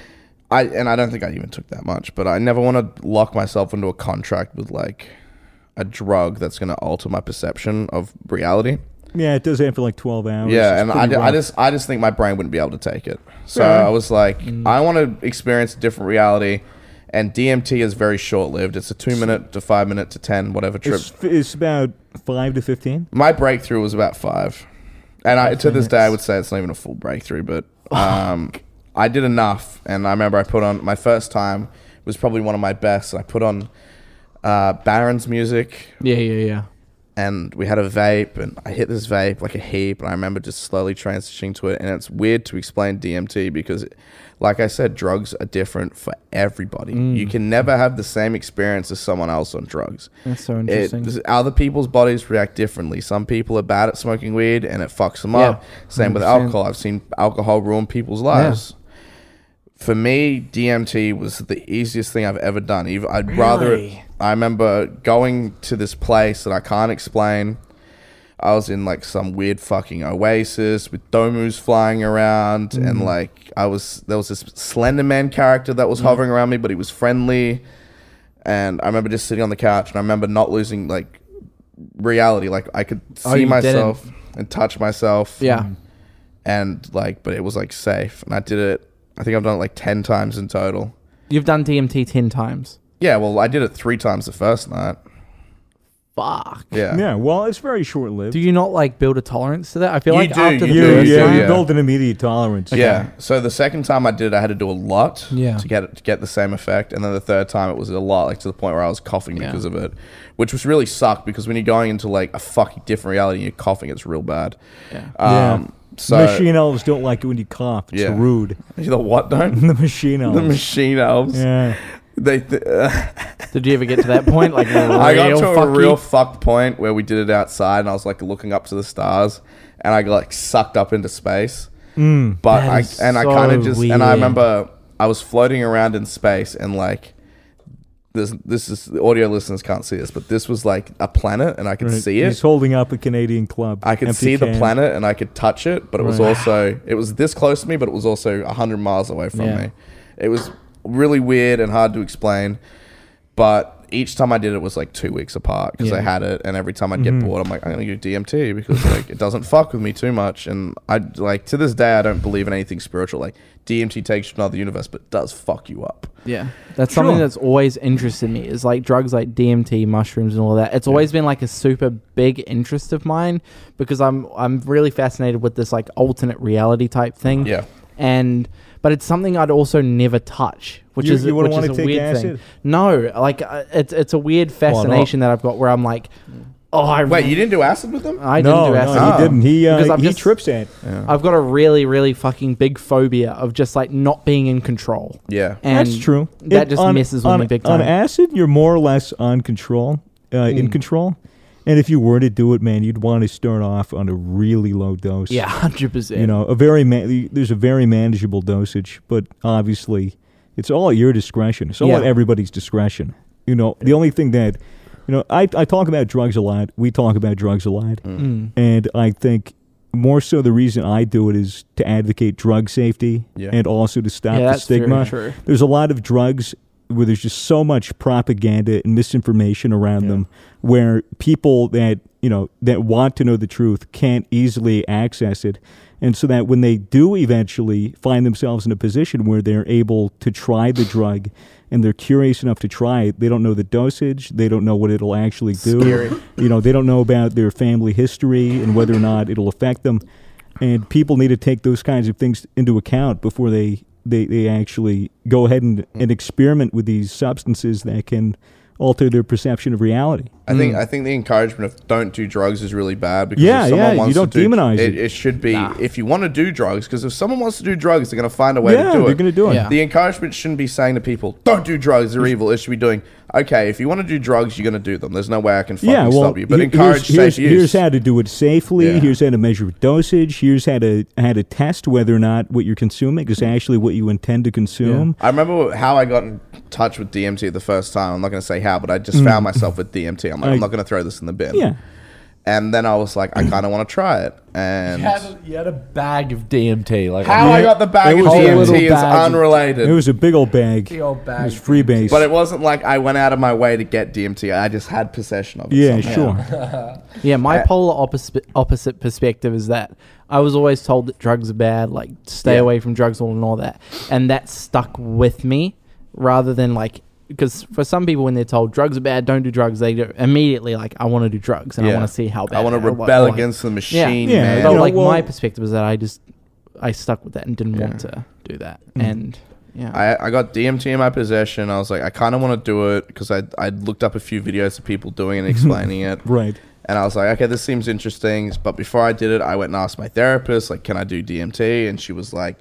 Speaker 3: I and I don't think I even took that much. But I never want to lock myself into a contract with like a drug that's going to alter my perception of reality.
Speaker 1: Yeah, it does that for like twelve hours. It's
Speaker 3: Yeah, and I,
Speaker 1: pretty
Speaker 3: ju- I
Speaker 1: rough.
Speaker 3: just I just think my brain wouldn't be able to take it. So
Speaker 1: Yeah.
Speaker 3: I was like,
Speaker 1: Mm.
Speaker 3: I want to experience a different reality, and DMT is very short lived. It's a two minute to five minute to ten whatever trip.
Speaker 1: it's, it's about five to fifteen.
Speaker 3: my breakthrough
Speaker 1: Oh
Speaker 3: was about five, and I, to this day I would say it's not even a full breakthrough, but um, I did enough, and I remember I put on my first time was probably one of my best. and I put on uh, Baron's music,
Speaker 2: Yeah, yeah, yeah.
Speaker 3: and we had a vape, and I hit this vape like a heap, and I remember just slowly transitioning to it. And it's weird to explain DMT because, like I said, drugs are different for everybody.
Speaker 2: Mm.
Speaker 3: You can never have the same experience as someone else on drugs.
Speaker 2: That's so
Speaker 3: It-
Speaker 2: interesting.
Speaker 3: this- other people's bodies react differently. Some people are bad at smoking weed, and it fucks them
Speaker 2: Yeah,
Speaker 3: up. Same with
Speaker 2: 100%.
Speaker 3: alcohol. I've seen alcohol ruin people's lives. For me, DMT was the easiest thing I've ever done. Even I'd rather.
Speaker 2: Really?
Speaker 3: I remember going to this place that I can't explain. I was in like some weird fucking oasis with domus flying around,
Speaker 2: Mm.
Speaker 3: and like I was there was this Slender Man character that was
Speaker 2: Mm.
Speaker 3: hovering around me, but he was friendly. And I remember just sitting on the couch, and I remember not losing like reality. Like I could see
Speaker 2: Oh, you
Speaker 3: myself and touch myself.
Speaker 2: yeah.
Speaker 1: Hmm.
Speaker 3: And like, but it was like safe, and I did it. I think I've done it like ten times in total.
Speaker 2: You've done DMT 10 times.
Speaker 3: Yeah, well, I did it three times the first night.
Speaker 2: Fuck.
Speaker 3: Yeah.
Speaker 1: Yeah, well, it's very short lived.
Speaker 2: Do you not like build a tolerance to that? I feel
Speaker 3: You
Speaker 2: like
Speaker 3: do,
Speaker 2: after the
Speaker 3: you
Speaker 1: yeah,
Speaker 3: do,
Speaker 2: first
Speaker 1: yeah,
Speaker 2: time,
Speaker 1: you
Speaker 3: yeah.
Speaker 1: build an immediate tolerance.
Speaker 3: Yeah. So the second time I did it, I had to do a lot
Speaker 2: Yeah.
Speaker 3: to get it, to get the same effect, and then the third time it was a lot, like to the point where I was coughing
Speaker 2: Yeah.
Speaker 3: because of it, which was really sucked because when you're going into like a fucking different reality and you're coughing, it's real bad.
Speaker 2: Yeah.
Speaker 3: Um, So
Speaker 1: machine elves don't like it when you cough. It's
Speaker 3: Yeah.
Speaker 1: rude.
Speaker 3: You know what? Don't
Speaker 1: The machine
Speaker 3: the
Speaker 1: elves.
Speaker 3: machine elves?
Speaker 1: yeah.
Speaker 3: They. Th- uh,
Speaker 2: did you ever get to that point? Like,
Speaker 3: I got
Speaker 2: real
Speaker 3: to a
Speaker 2: fucky?
Speaker 3: real fucked point where we did it outside, and I was like looking up to the stars, and I got like sucked up into space. but
Speaker 2: Mm. that
Speaker 3: I
Speaker 2: is
Speaker 3: and I
Speaker 2: so
Speaker 3: kind of just and I
Speaker 2: weird.
Speaker 3: remember I was floating around in space, and like this this is the audio listeners can't see this, but this was like a planet, and I could
Speaker 1: Right.
Speaker 3: see it.
Speaker 1: He's holding up a Canadian club.
Speaker 3: I could
Speaker 1: Empty
Speaker 3: see the
Speaker 1: can.
Speaker 3: planet and I could touch it, but it was
Speaker 1: Right.
Speaker 3: also it was this close to me, but it was also hundred miles away from
Speaker 2: Yeah.
Speaker 3: me. It was really weird and hard to explain. But each time I did it was like two weeks apart because I
Speaker 2: Yeah.
Speaker 3: had it, and every time I'd get bored, I'm like, I'm gonna do DMT because like it doesn't fuck with me too much, and I like to this day I don't believe in anything spiritual. Like DMT takes you to another universe, but it does fuck you up.
Speaker 2: Yeah. That's something that's always interested me is like drugs like DMT, mushrooms and all that. It's always been like a super big interest of mine because I'm I'm really fascinated with this like alternate reality type thing.
Speaker 3: Yeah.
Speaker 2: And but it's something I'd also never touch, which
Speaker 1: You-
Speaker 2: is
Speaker 1: you wouldn't
Speaker 2: which
Speaker 1: wanna
Speaker 2: is a
Speaker 1: take
Speaker 2: weird
Speaker 1: acid?
Speaker 2: thing. No, like uh, it's it's a weird fascination that I've got where I'm like, oh, I
Speaker 3: Wait, you didn't do acid with them?
Speaker 2: I didn't
Speaker 1: No,
Speaker 2: do
Speaker 1: no,
Speaker 2: acid. Oh.
Speaker 3: Ah.
Speaker 1: he didn't. He
Speaker 2: Because
Speaker 1: uh,
Speaker 2: I'm
Speaker 1: he
Speaker 2: just-
Speaker 1: trips at.
Speaker 2: I've got a really really fucking big phobia of just like not being in control.
Speaker 3: yeah.
Speaker 2: And
Speaker 1: That's true.
Speaker 2: That
Speaker 1: It-
Speaker 2: just
Speaker 1: on-
Speaker 2: misses with
Speaker 1: on,
Speaker 2: me big
Speaker 1: On
Speaker 2: time. Mm.
Speaker 1: acid, you're more or less on control, uh, in control. And if you were to do it, man, you'd want to start off on a really low dose.
Speaker 2: yeah, hundred percent.
Speaker 1: you know, a very man- there's a very manageable dosage, but obviously, it's all at your discretion. It's all at
Speaker 2: Yeah.
Speaker 1: everybody's discretion. You know, the only thing that, you know, I I talk about drugs a lot. We talk about drugs a lot, and I think. More so, the reason I do it is to advocate drug safety
Speaker 3: Yeah.
Speaker 1: and also to stop
Speaker 2: Yeah,
Speaker 1: the
Speaker 2: that's very
Speaker 1: stigma.
Speaker 2: true.
Speaker 1: There's a lot of drugs where there's just so much propaganda and misinformation around them, where people that you know that want to know the truth can't easily access it, and so that when they do eventually find themselves in a position where they're able to try the drug and they're curious enough to try it, they don't know the dosage, they don't know what it'll actually do,
Speaker 3: Scary.
Speaker 1: you know, they don't know about their family history and whether or not it'll affect them and people need to take those kinds of things into account before they they, they actually go ahead and,
Speaker 3: Hmm.
Speaker 1: and experiment with these substances that can alter their perception of reality.
Speaker 3: I think I think the encouragement of don't do drugs is really bad because
Speaker 1: Mm. Yeah,
Speaker 3: if someone
Speaker 1: yeah, you
Speaker 3: wants
Speaker 1: don't
Speaker 3: to do,
Speaker 1: demonize
Speaker 3: it.
Speaker 1: it.
Speaker 3: It should be if you want to do drugs because if someone wants to do drugs, they're going to find a way
Speaker 1: yeah,
Speaker 3: to do
Speaker 1: they're
Speaker 3: it.
Speaker 1: going to do it.
Speaker 2: Yeah.
Speaker 3: The encouragement shouldn't be saying to people, "Don't do drugs; they're evil." It should be doing, "Okay, if you want to do drugs, you're going to do them. There's no way I can fucking
Speaker 1: Yeah, well,
Speaker 3: stop you." But
Speaker 1: he-
Speaker 3: encourage
Speaker 1: here's, here's,
Speaker 3: safe use.
Speaker 1: here's how to do it safely.
Speaker 3: Yeah.
Speaker 1: Here's how to measure dosage. Here's how to how to test whether or not what you're consuming
Speaker 3: Hmm.
Speaker 1: is actually what you intend to consume.
Speaker 3: I remember how I got in touch with DMT the first time. I'm not going to say how, but I just found myself with DMT. I'm like,
Speaker 1: Mm. I-
Speaker 3: I'm not going to throw this in the bin.
Speaker 1: Yeah,
Speaker 3: And then I was like, I kind of want to try it. And
Speaker 4: You had, a, you had a bag of DMT. Like
Speaker 3: how I
Speaker 1: Yeah.
Speaker 3: got the bag
Speaker 1: It
Speaker 3: of
Speaker 1: was a
Speaker 3: DMT
Speaker 4: little
Speaker 3: is
Speaker 4: bag of-
Speaker 3: unrelated.
Speaker 1: it was a big old bag. Big
Speaker 4: old bag.
Speaker 1: It was freebase.
Speaker 3: But it wasn't like I went out of my way to get DMT. I just had possession of it.
Speaker 1: yeah,
Speaker 3: somehow.
Speaker 1: sure.
Speaker 2: Yeah, my polar opposite opposite perspective is that I was always told that drugs are bad, like stay
Speaker 3: Yeah.
Speaker 2: away from drugs all and all that, and that stuck with me rather than like because for some people when they're told drugs are bad, don't do drugs, they do immediately like I want to do drugs and I
Speaker 3: Yeah.
Speaker 2: want to see how bad.
Speaker 3: I want to
Speaker 2: they are, what-
Speaker 3: rebel
Speaker 2: what-
Speaker 3: against the
Speaker 2: Yeah,
Speaker 3: machine,
Speaker 1: Yeah,
Speaker 3: man.
Speaker 2: But
Speaker 1: you know,
Speaker 2: like
Speaker 1: well-
Speaker 2: my perspective is that I just I stuck with that and didn't want
Speaker 3: Yeah.
Speaker 2: to do that.
Speaker 1: Mm.
Speaker 2: And yeah,
Speaker 3: I, I got DMT in my possession. I was like, I kind of want to do it because I I looked up a few videos of people doing it and explaining it,
Speaker 1: Right.
Speaker 3: and I was like, okay, this seems interesting. But before I did it, I went and asked my therapist, like, can I do DMT? And she was like,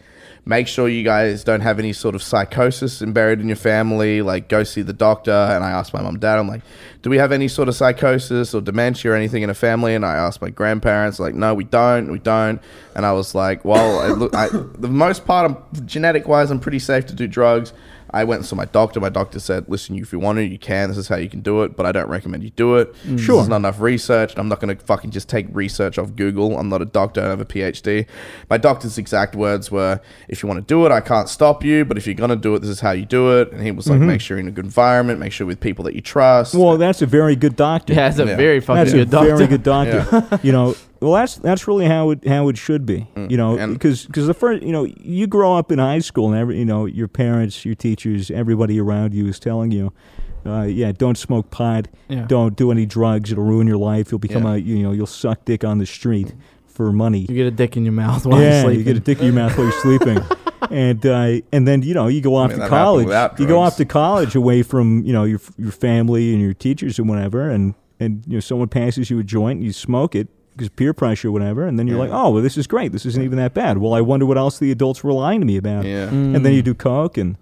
Speaker 3: make sure you guys don't have any sort of psychosis buried in your family. Like, go see the doctor. And I asked my mom, dad, I'm like, do we have any sort of psychosis or dementia or anything in a family? And I asked my grandparents, like, no, we don't, we don't. And I was like, well, I look, I, the most part, I'm, genetic wise, I'm pretty safe to do drugs. I went and saw my doctor. My doctor said, "Listen, if you want to, you can. This is how you can do it, but I don't recommend you do it.
Speaker 1: Mm.
Speaker 3: Sure, there's not enough research. I'm not going to fucking just take research off Google. I'm not a doctor. I don't have a PhD." My doctor's exact words were, "If you want to do it, I can't stop you, but if you're going to do it, this is how you do it." And he was like, "Make sure you're in a good environment. Make sure with people that you trust."
Speaker 1: Mm-hmm. Well, that's a very good doctor.
Speaker 2: yeah, it's a
Speaker 3: Yeah.
Speaker 2: very fucking
Speaker 1: that's
Speaker 2: good
Speaker 1: a
Speaker 2: doctor.
Speaker 1: very good doctor. you know, well, that's that's really how it how it should be. You know,
Speaker 3: Mm. and-
Speaker 1: because the first, you know, you grow up in high school, and every, you know, your parents, your teachers, everybody around you is telling you, uh, yeah, don't smoke pot,
Speaker 2: Yeah.
Speaker 1: don't do any drugs, it'll ruin your life. You'll become
Speaker 3: Yeah.
Speaker 1: a, you know, you'll suck dick on the street for money.
Speaker 2: You get a dick in your mouth while
Speaker 1: yeah,
Speaker 2: you're
Speaker 1: you get a
Speaker 2: sleeping.
Speaker 1: dick in your mouth while you're sleeping. And uh, and then you know you go off
Speaker 3: mean,
Speaker 1: to
Speaker 3: that happened
Speaker 1: college.
Speaker 3: without
Speaker 1: You go
Speaker 3: drugs.
Speaker 1: off to college away from you know your your family and your teachers and whatever. And and you know someone passes you a joint, you smoke it because peer pressure or whatever. And then you're like, oh well, this is great. This isn't even that bad. Well, I wonder what else the adults were lying to me about.
Speaker 3: Yeah.
Speaker 1: And
Speaker 2: Mm.
Speaker 1: then you do coke, and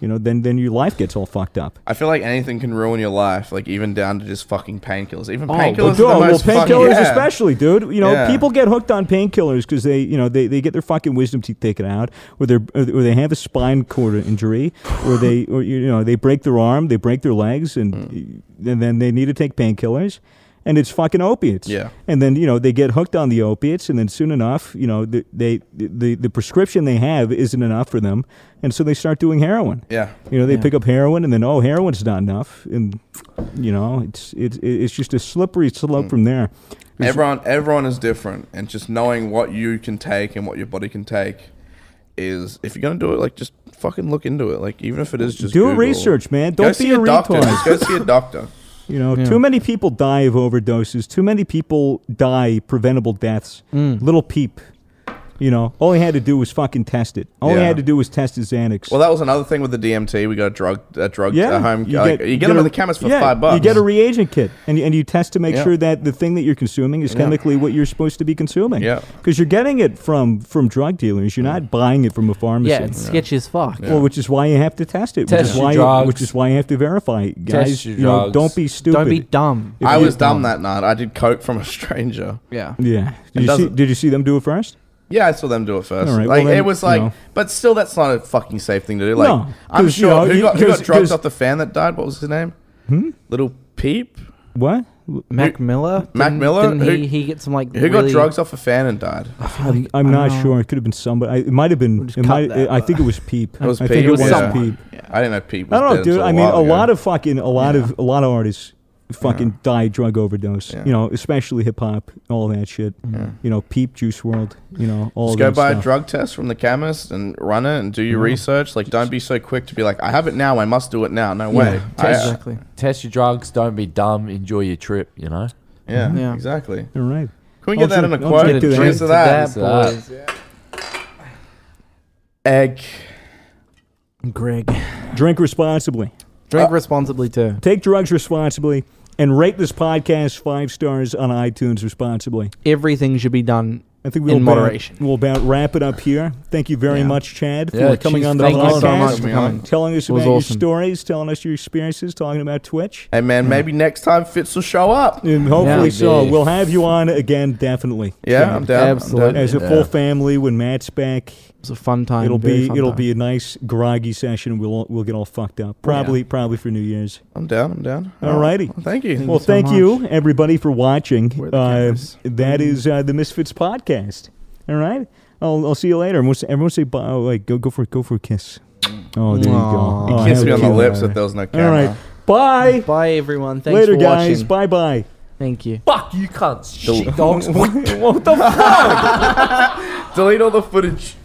Speaker 1: you know then then your life gets all fucked up.
Speaker 3: I feel like anything can ruin your life, like even down to just fucking painkillers. Even
Speaker 2: well,
Speaker 3: painkillers,
Speaker 1: Dude,
Speaker 3: are the
Speaker 1: Oh, well,
Speaker 3: most fucking-
Speaker 1: painkillers
Speaker 3: Yeah.
Speaker 1: especially, dude. You know,
Speaker 3: Yeah.
Speaker 1: people get hooked on painkillers because they, you know, they, they get their fucking wisdom teeth taken out, or they or they have a spine cord injury, or they, or you know, they break their arm, they break their legs, and
Speaker 3: Mm.
Speaker 1: and then they need to take painkillers. And it's fucking opiates.
Speaker 3: Yeah.
Speaker 1: And then you know they get hooked on the opiates, and then soon enough, you know, the, they the the prescription they have isn't enough for them, and so they start doing heroin.
Speaker 3: Yeah.
Speaker 1: You know, they
Speaker 2: Yeah.
Speaker 1: pick up heroin and then oh, heroin's not enough, and you know, it's it's it's just a slippery slope
Speaker 3: Mm.
Speaker 1: from there. It's-
Speaker 3: Everyone, everyone is different, and just knowing what you can take and what your body can take is, if you're gonna do it, like just fucking look into it. Like even if it is just
Speaker 1: Do
Speaker 3: Google.
Speaker 1: research, man.
Speaker 3: Go
Speaker 1: Don't
Speaker 3: see
Speaker 1: be a
Speaker 3: doctor.
Speaker 1: retard.
Speaker 3: Just go see a doctor.
Speaker 1: You know,
Speaker 2: Yeah.
Speaker 1: too many people die of overdoses. Too many people die preventable deaths.
Speaker 2: Mm.
Speaker 1: Little peep. You know, all he had to do was fucking test it. All he
Speaker 3: Yeah.
Speaker 1: had to do was test his Xanax.
Speaker 3: Well, that was another thing with the DMT. We got a drug, a drug
Speaker 1: yeah,
Speaker 3: at home. uh, You like, get, you get, them
Speaker 1: a-
Speaker 3: in the chemist for
Speaker 1: yeah,
Speaker 3: five bucks.
Speaker 1: You get a reagent kit, and you, and you test to make
Speaker 3: Yeah.
Speaker 1: sure that the thing that you're consuming is chemically what you're supposed to be consuming.
Speaker 3: Yeah. Mm.
Speaker 1: because you're getting it from from drug dealers. You're not buying it from a pharmacy.
Speaker 2: Yeah, it's sketchy as fuck.
Speaker 1: Well, which is why you have to test it.
Speaker 4: Test
Speaker 1: which is
Speaker 4: your
Speaker 1: why
Speaker 4: drugs.
Speaker 1: which is why you have to verify. it, Guys,
Speaker 4: Test your
Speaker 1: you know,
Speaker 4: drugs.
Speaker 1: don't be stupid.
Speaker 2: Don't be dumb.
Speaker 1: If
Speaker 3: I
Speaker 1: you-
Speaker 3: was dumb that night. I did coke from a stranger.
Speaker 2: Yeah.
Speaker 1: Yeah.
Speaker 3: It
Speaker 1: Did you, see,
Speaker 3: doesn't-
Speaker 1: did you see them do it first?
Speaker 3: Yeah, I saw them do it first.
Speaker 1: All right,
Speaker 3: like
Speaker 1: well then,
Speaker 3: it was
Speaker 1: you
Speaker 3: like,
Speaker 1: know.
Speaker 3: but still, that's not a fucking safe thing to do. Like
Speaker 1: No,
Speaker 3: I'm
Speaker 1: 'cause, you
Speaker 3: sure
Speaker 1: know,
Speaker 3: who
Speaker 1: you-
Speaker 3: got, who
Speaker 1: 'cause-
Speaker 3: got
Speaker 1: 'cause-
Speaker 3: drugs off the fan that died. What was his name? Hmm? Little Peep.
Speaker 1: What?
Speaker 2: Mac Miller.
Speaker 3: Mac
Speaker 2: Didn't-
Speaker 3: Miller?
Speaker 2: Didn't
Speaker 3: Who-
Speaker 2: he, he get some like
Speaker 3: Who
Speaker 2: really,
Speaker 3: got drugs off a fan and died?
Speaker 1: I'm, I'm not
Speaker 2: know.
Speaker 1: sure. It could have been somebody. I, it might have been.
Speaker 2: just
Speaker 1: It
Speaker 2: cut
Speaker 1: might,
Speaker 2: that,
Speaker 1: I
Speaker 2: but-
Speaker 1: think it was Peep.
Speaker 3: It was
Speaker 1: I
Speaker 3: Peep.
Speaker 1: think
Speaker 2: It
Speaker 1: it
Speaker 2: was
Speaker 1: was
Speaker 2: someone.
Speaker 1: Peep.
Speaker 3: I didn't know Pete. Was
Speaker 1: I don't know,
Speaker 3: dead
Speaker 1: dude.
Speaker 3: until
Speaker 1: I mean,
Speaker 3: while
Speaker 1: a
Speaker 3: ago.
Speaker 1: lot of fucking, a lot of, a lot of artists fucking die drug overdose. You know, especially hip hop, all that shit. You know, Peep, Juice World. You know, all.
Speaker 3: Just go
Speaker 1: that
Speaker 3: buy
Speaker 1: stuff.
Speaker 3: a drug test from the chemist and run it and do your research. Like, don't be so quick to be like, I have it now. I must do it now. No way. I- uh,
Speaker 2: Exactly.
Speaker 4: Test your drugs. Don't be dumb. Enjoy your trip. You know.
Speaker 3: yeah,
Speaker 2: Yeah.
Speaker 3: exactly.
Speaker 1: All right.
Speaker 3: Can we
Speaker 1: I'll
Speaker 3: get that
Speaker 1: drink-
Speaker 3: in a
Speaker 1: I'll
Speaker 3: quote?
Speaker 1: drink to that.
Speaker 3: Cheers to that.
Speaker 4: to that.
Speaker 2: boys.
Speaker 3: Egg.
Speaker 2: Greg.
Speaker 1: Drink responsibly.
Speaker 3: Uh,
Speaker 2: Drink responsibly too.
Speaker 1: Take drugs responsibly. And rate this podcast five stars on iTunes responsibly.
Speaker 2: Everything should be done.
Speaker 1: I think
Speaker 2: In
Speaker 1: we'll about-
Speaker 2: moderation.
Speaker 1: we'll about wrap it up here. Thank you very
Speaker 2: Yeah.
Speaker 1: much, Chad, for
Speaker 4: Yeah,
Speaker 1: coming
Speaker 4: cheers.
Speaker 1: on the
Speaker 2: Thank
Speaker 1: podcast.
Speaker 2: you so much for
Speaker 3: Coming
Speaker 2: coming.
Speaker 3: on.
Speaker 1: Telling us
Speaker 2: It was
Speaker 1: about
Speaker 2: awesome.
Speaker 1: your stories, telling us your experiences, talking about Twitch.
Speaker 3: Hey, man, maybe next time Fitz will show up. Yeah,
Speaker 1: And hopefully
Speaker 4: Yeah.
Speaker 1: so.
Speaker 4: Yeah.
Speaker 1: We'll have you on again, definitely.
Speaker 3: I'm down. I'm
Speaker 2: Absolutely.
Speaker 3: down.
Speaker 1: As a full family, when Matt's back,
Speaker 2: It was a fun time.
Speaker 1: it'll
Speaker 2: very
Speaker 1: be
Speaker 2: fun
Speaker 1: it'll
Speaker 2: time.
Speaker 1: be a nice groggy session. We'll all- we'll get all fucked up. Probably probably for New Year's.
Speaker 3: I'm down. I'm down.
Speaker 1: All righty.
Speaker 3: Well, thank you.
Speaker 1: Well,
Speaker 2: so
Speaker 1: thank
Speaker 2: much.
Speaker 1: you everybody for watching.
Speaker 2: Where are the
Speaker 1: uh,
Speaker 2: cameras?
Speaker 1: that is uh, the Misfits podcast. All right, I'll, I'll see you later. Everyone say, everyone say bye. Oh, wait, go go for go for a kiss.
Speaker 2: Mm.
Speaker 1: Oh, there
Speaker 2: Aw.
Speaker 1: you go.
Speaker 2: He
Speaker 1: Oh,
Speaker 3: Kiss
Speaker 1: how
Speaker 3: me on the
Speaker 1: cute.
Speaker 3: lips if there was no camera.
Speaker 1: All right, bye.
Speaker 2: Bye everyone. Thanks
Speaker 1: later,
Speaker 2: for
Speaker 1: guys.
Speaker 2: watching.
Speaker 1: Bye bye.
Speaker 2: Thank you.
Speaker 4: Fuck you, cunts. Shit, dogs.
Speaker 1: what the
Speaker 3: Delete all the footage.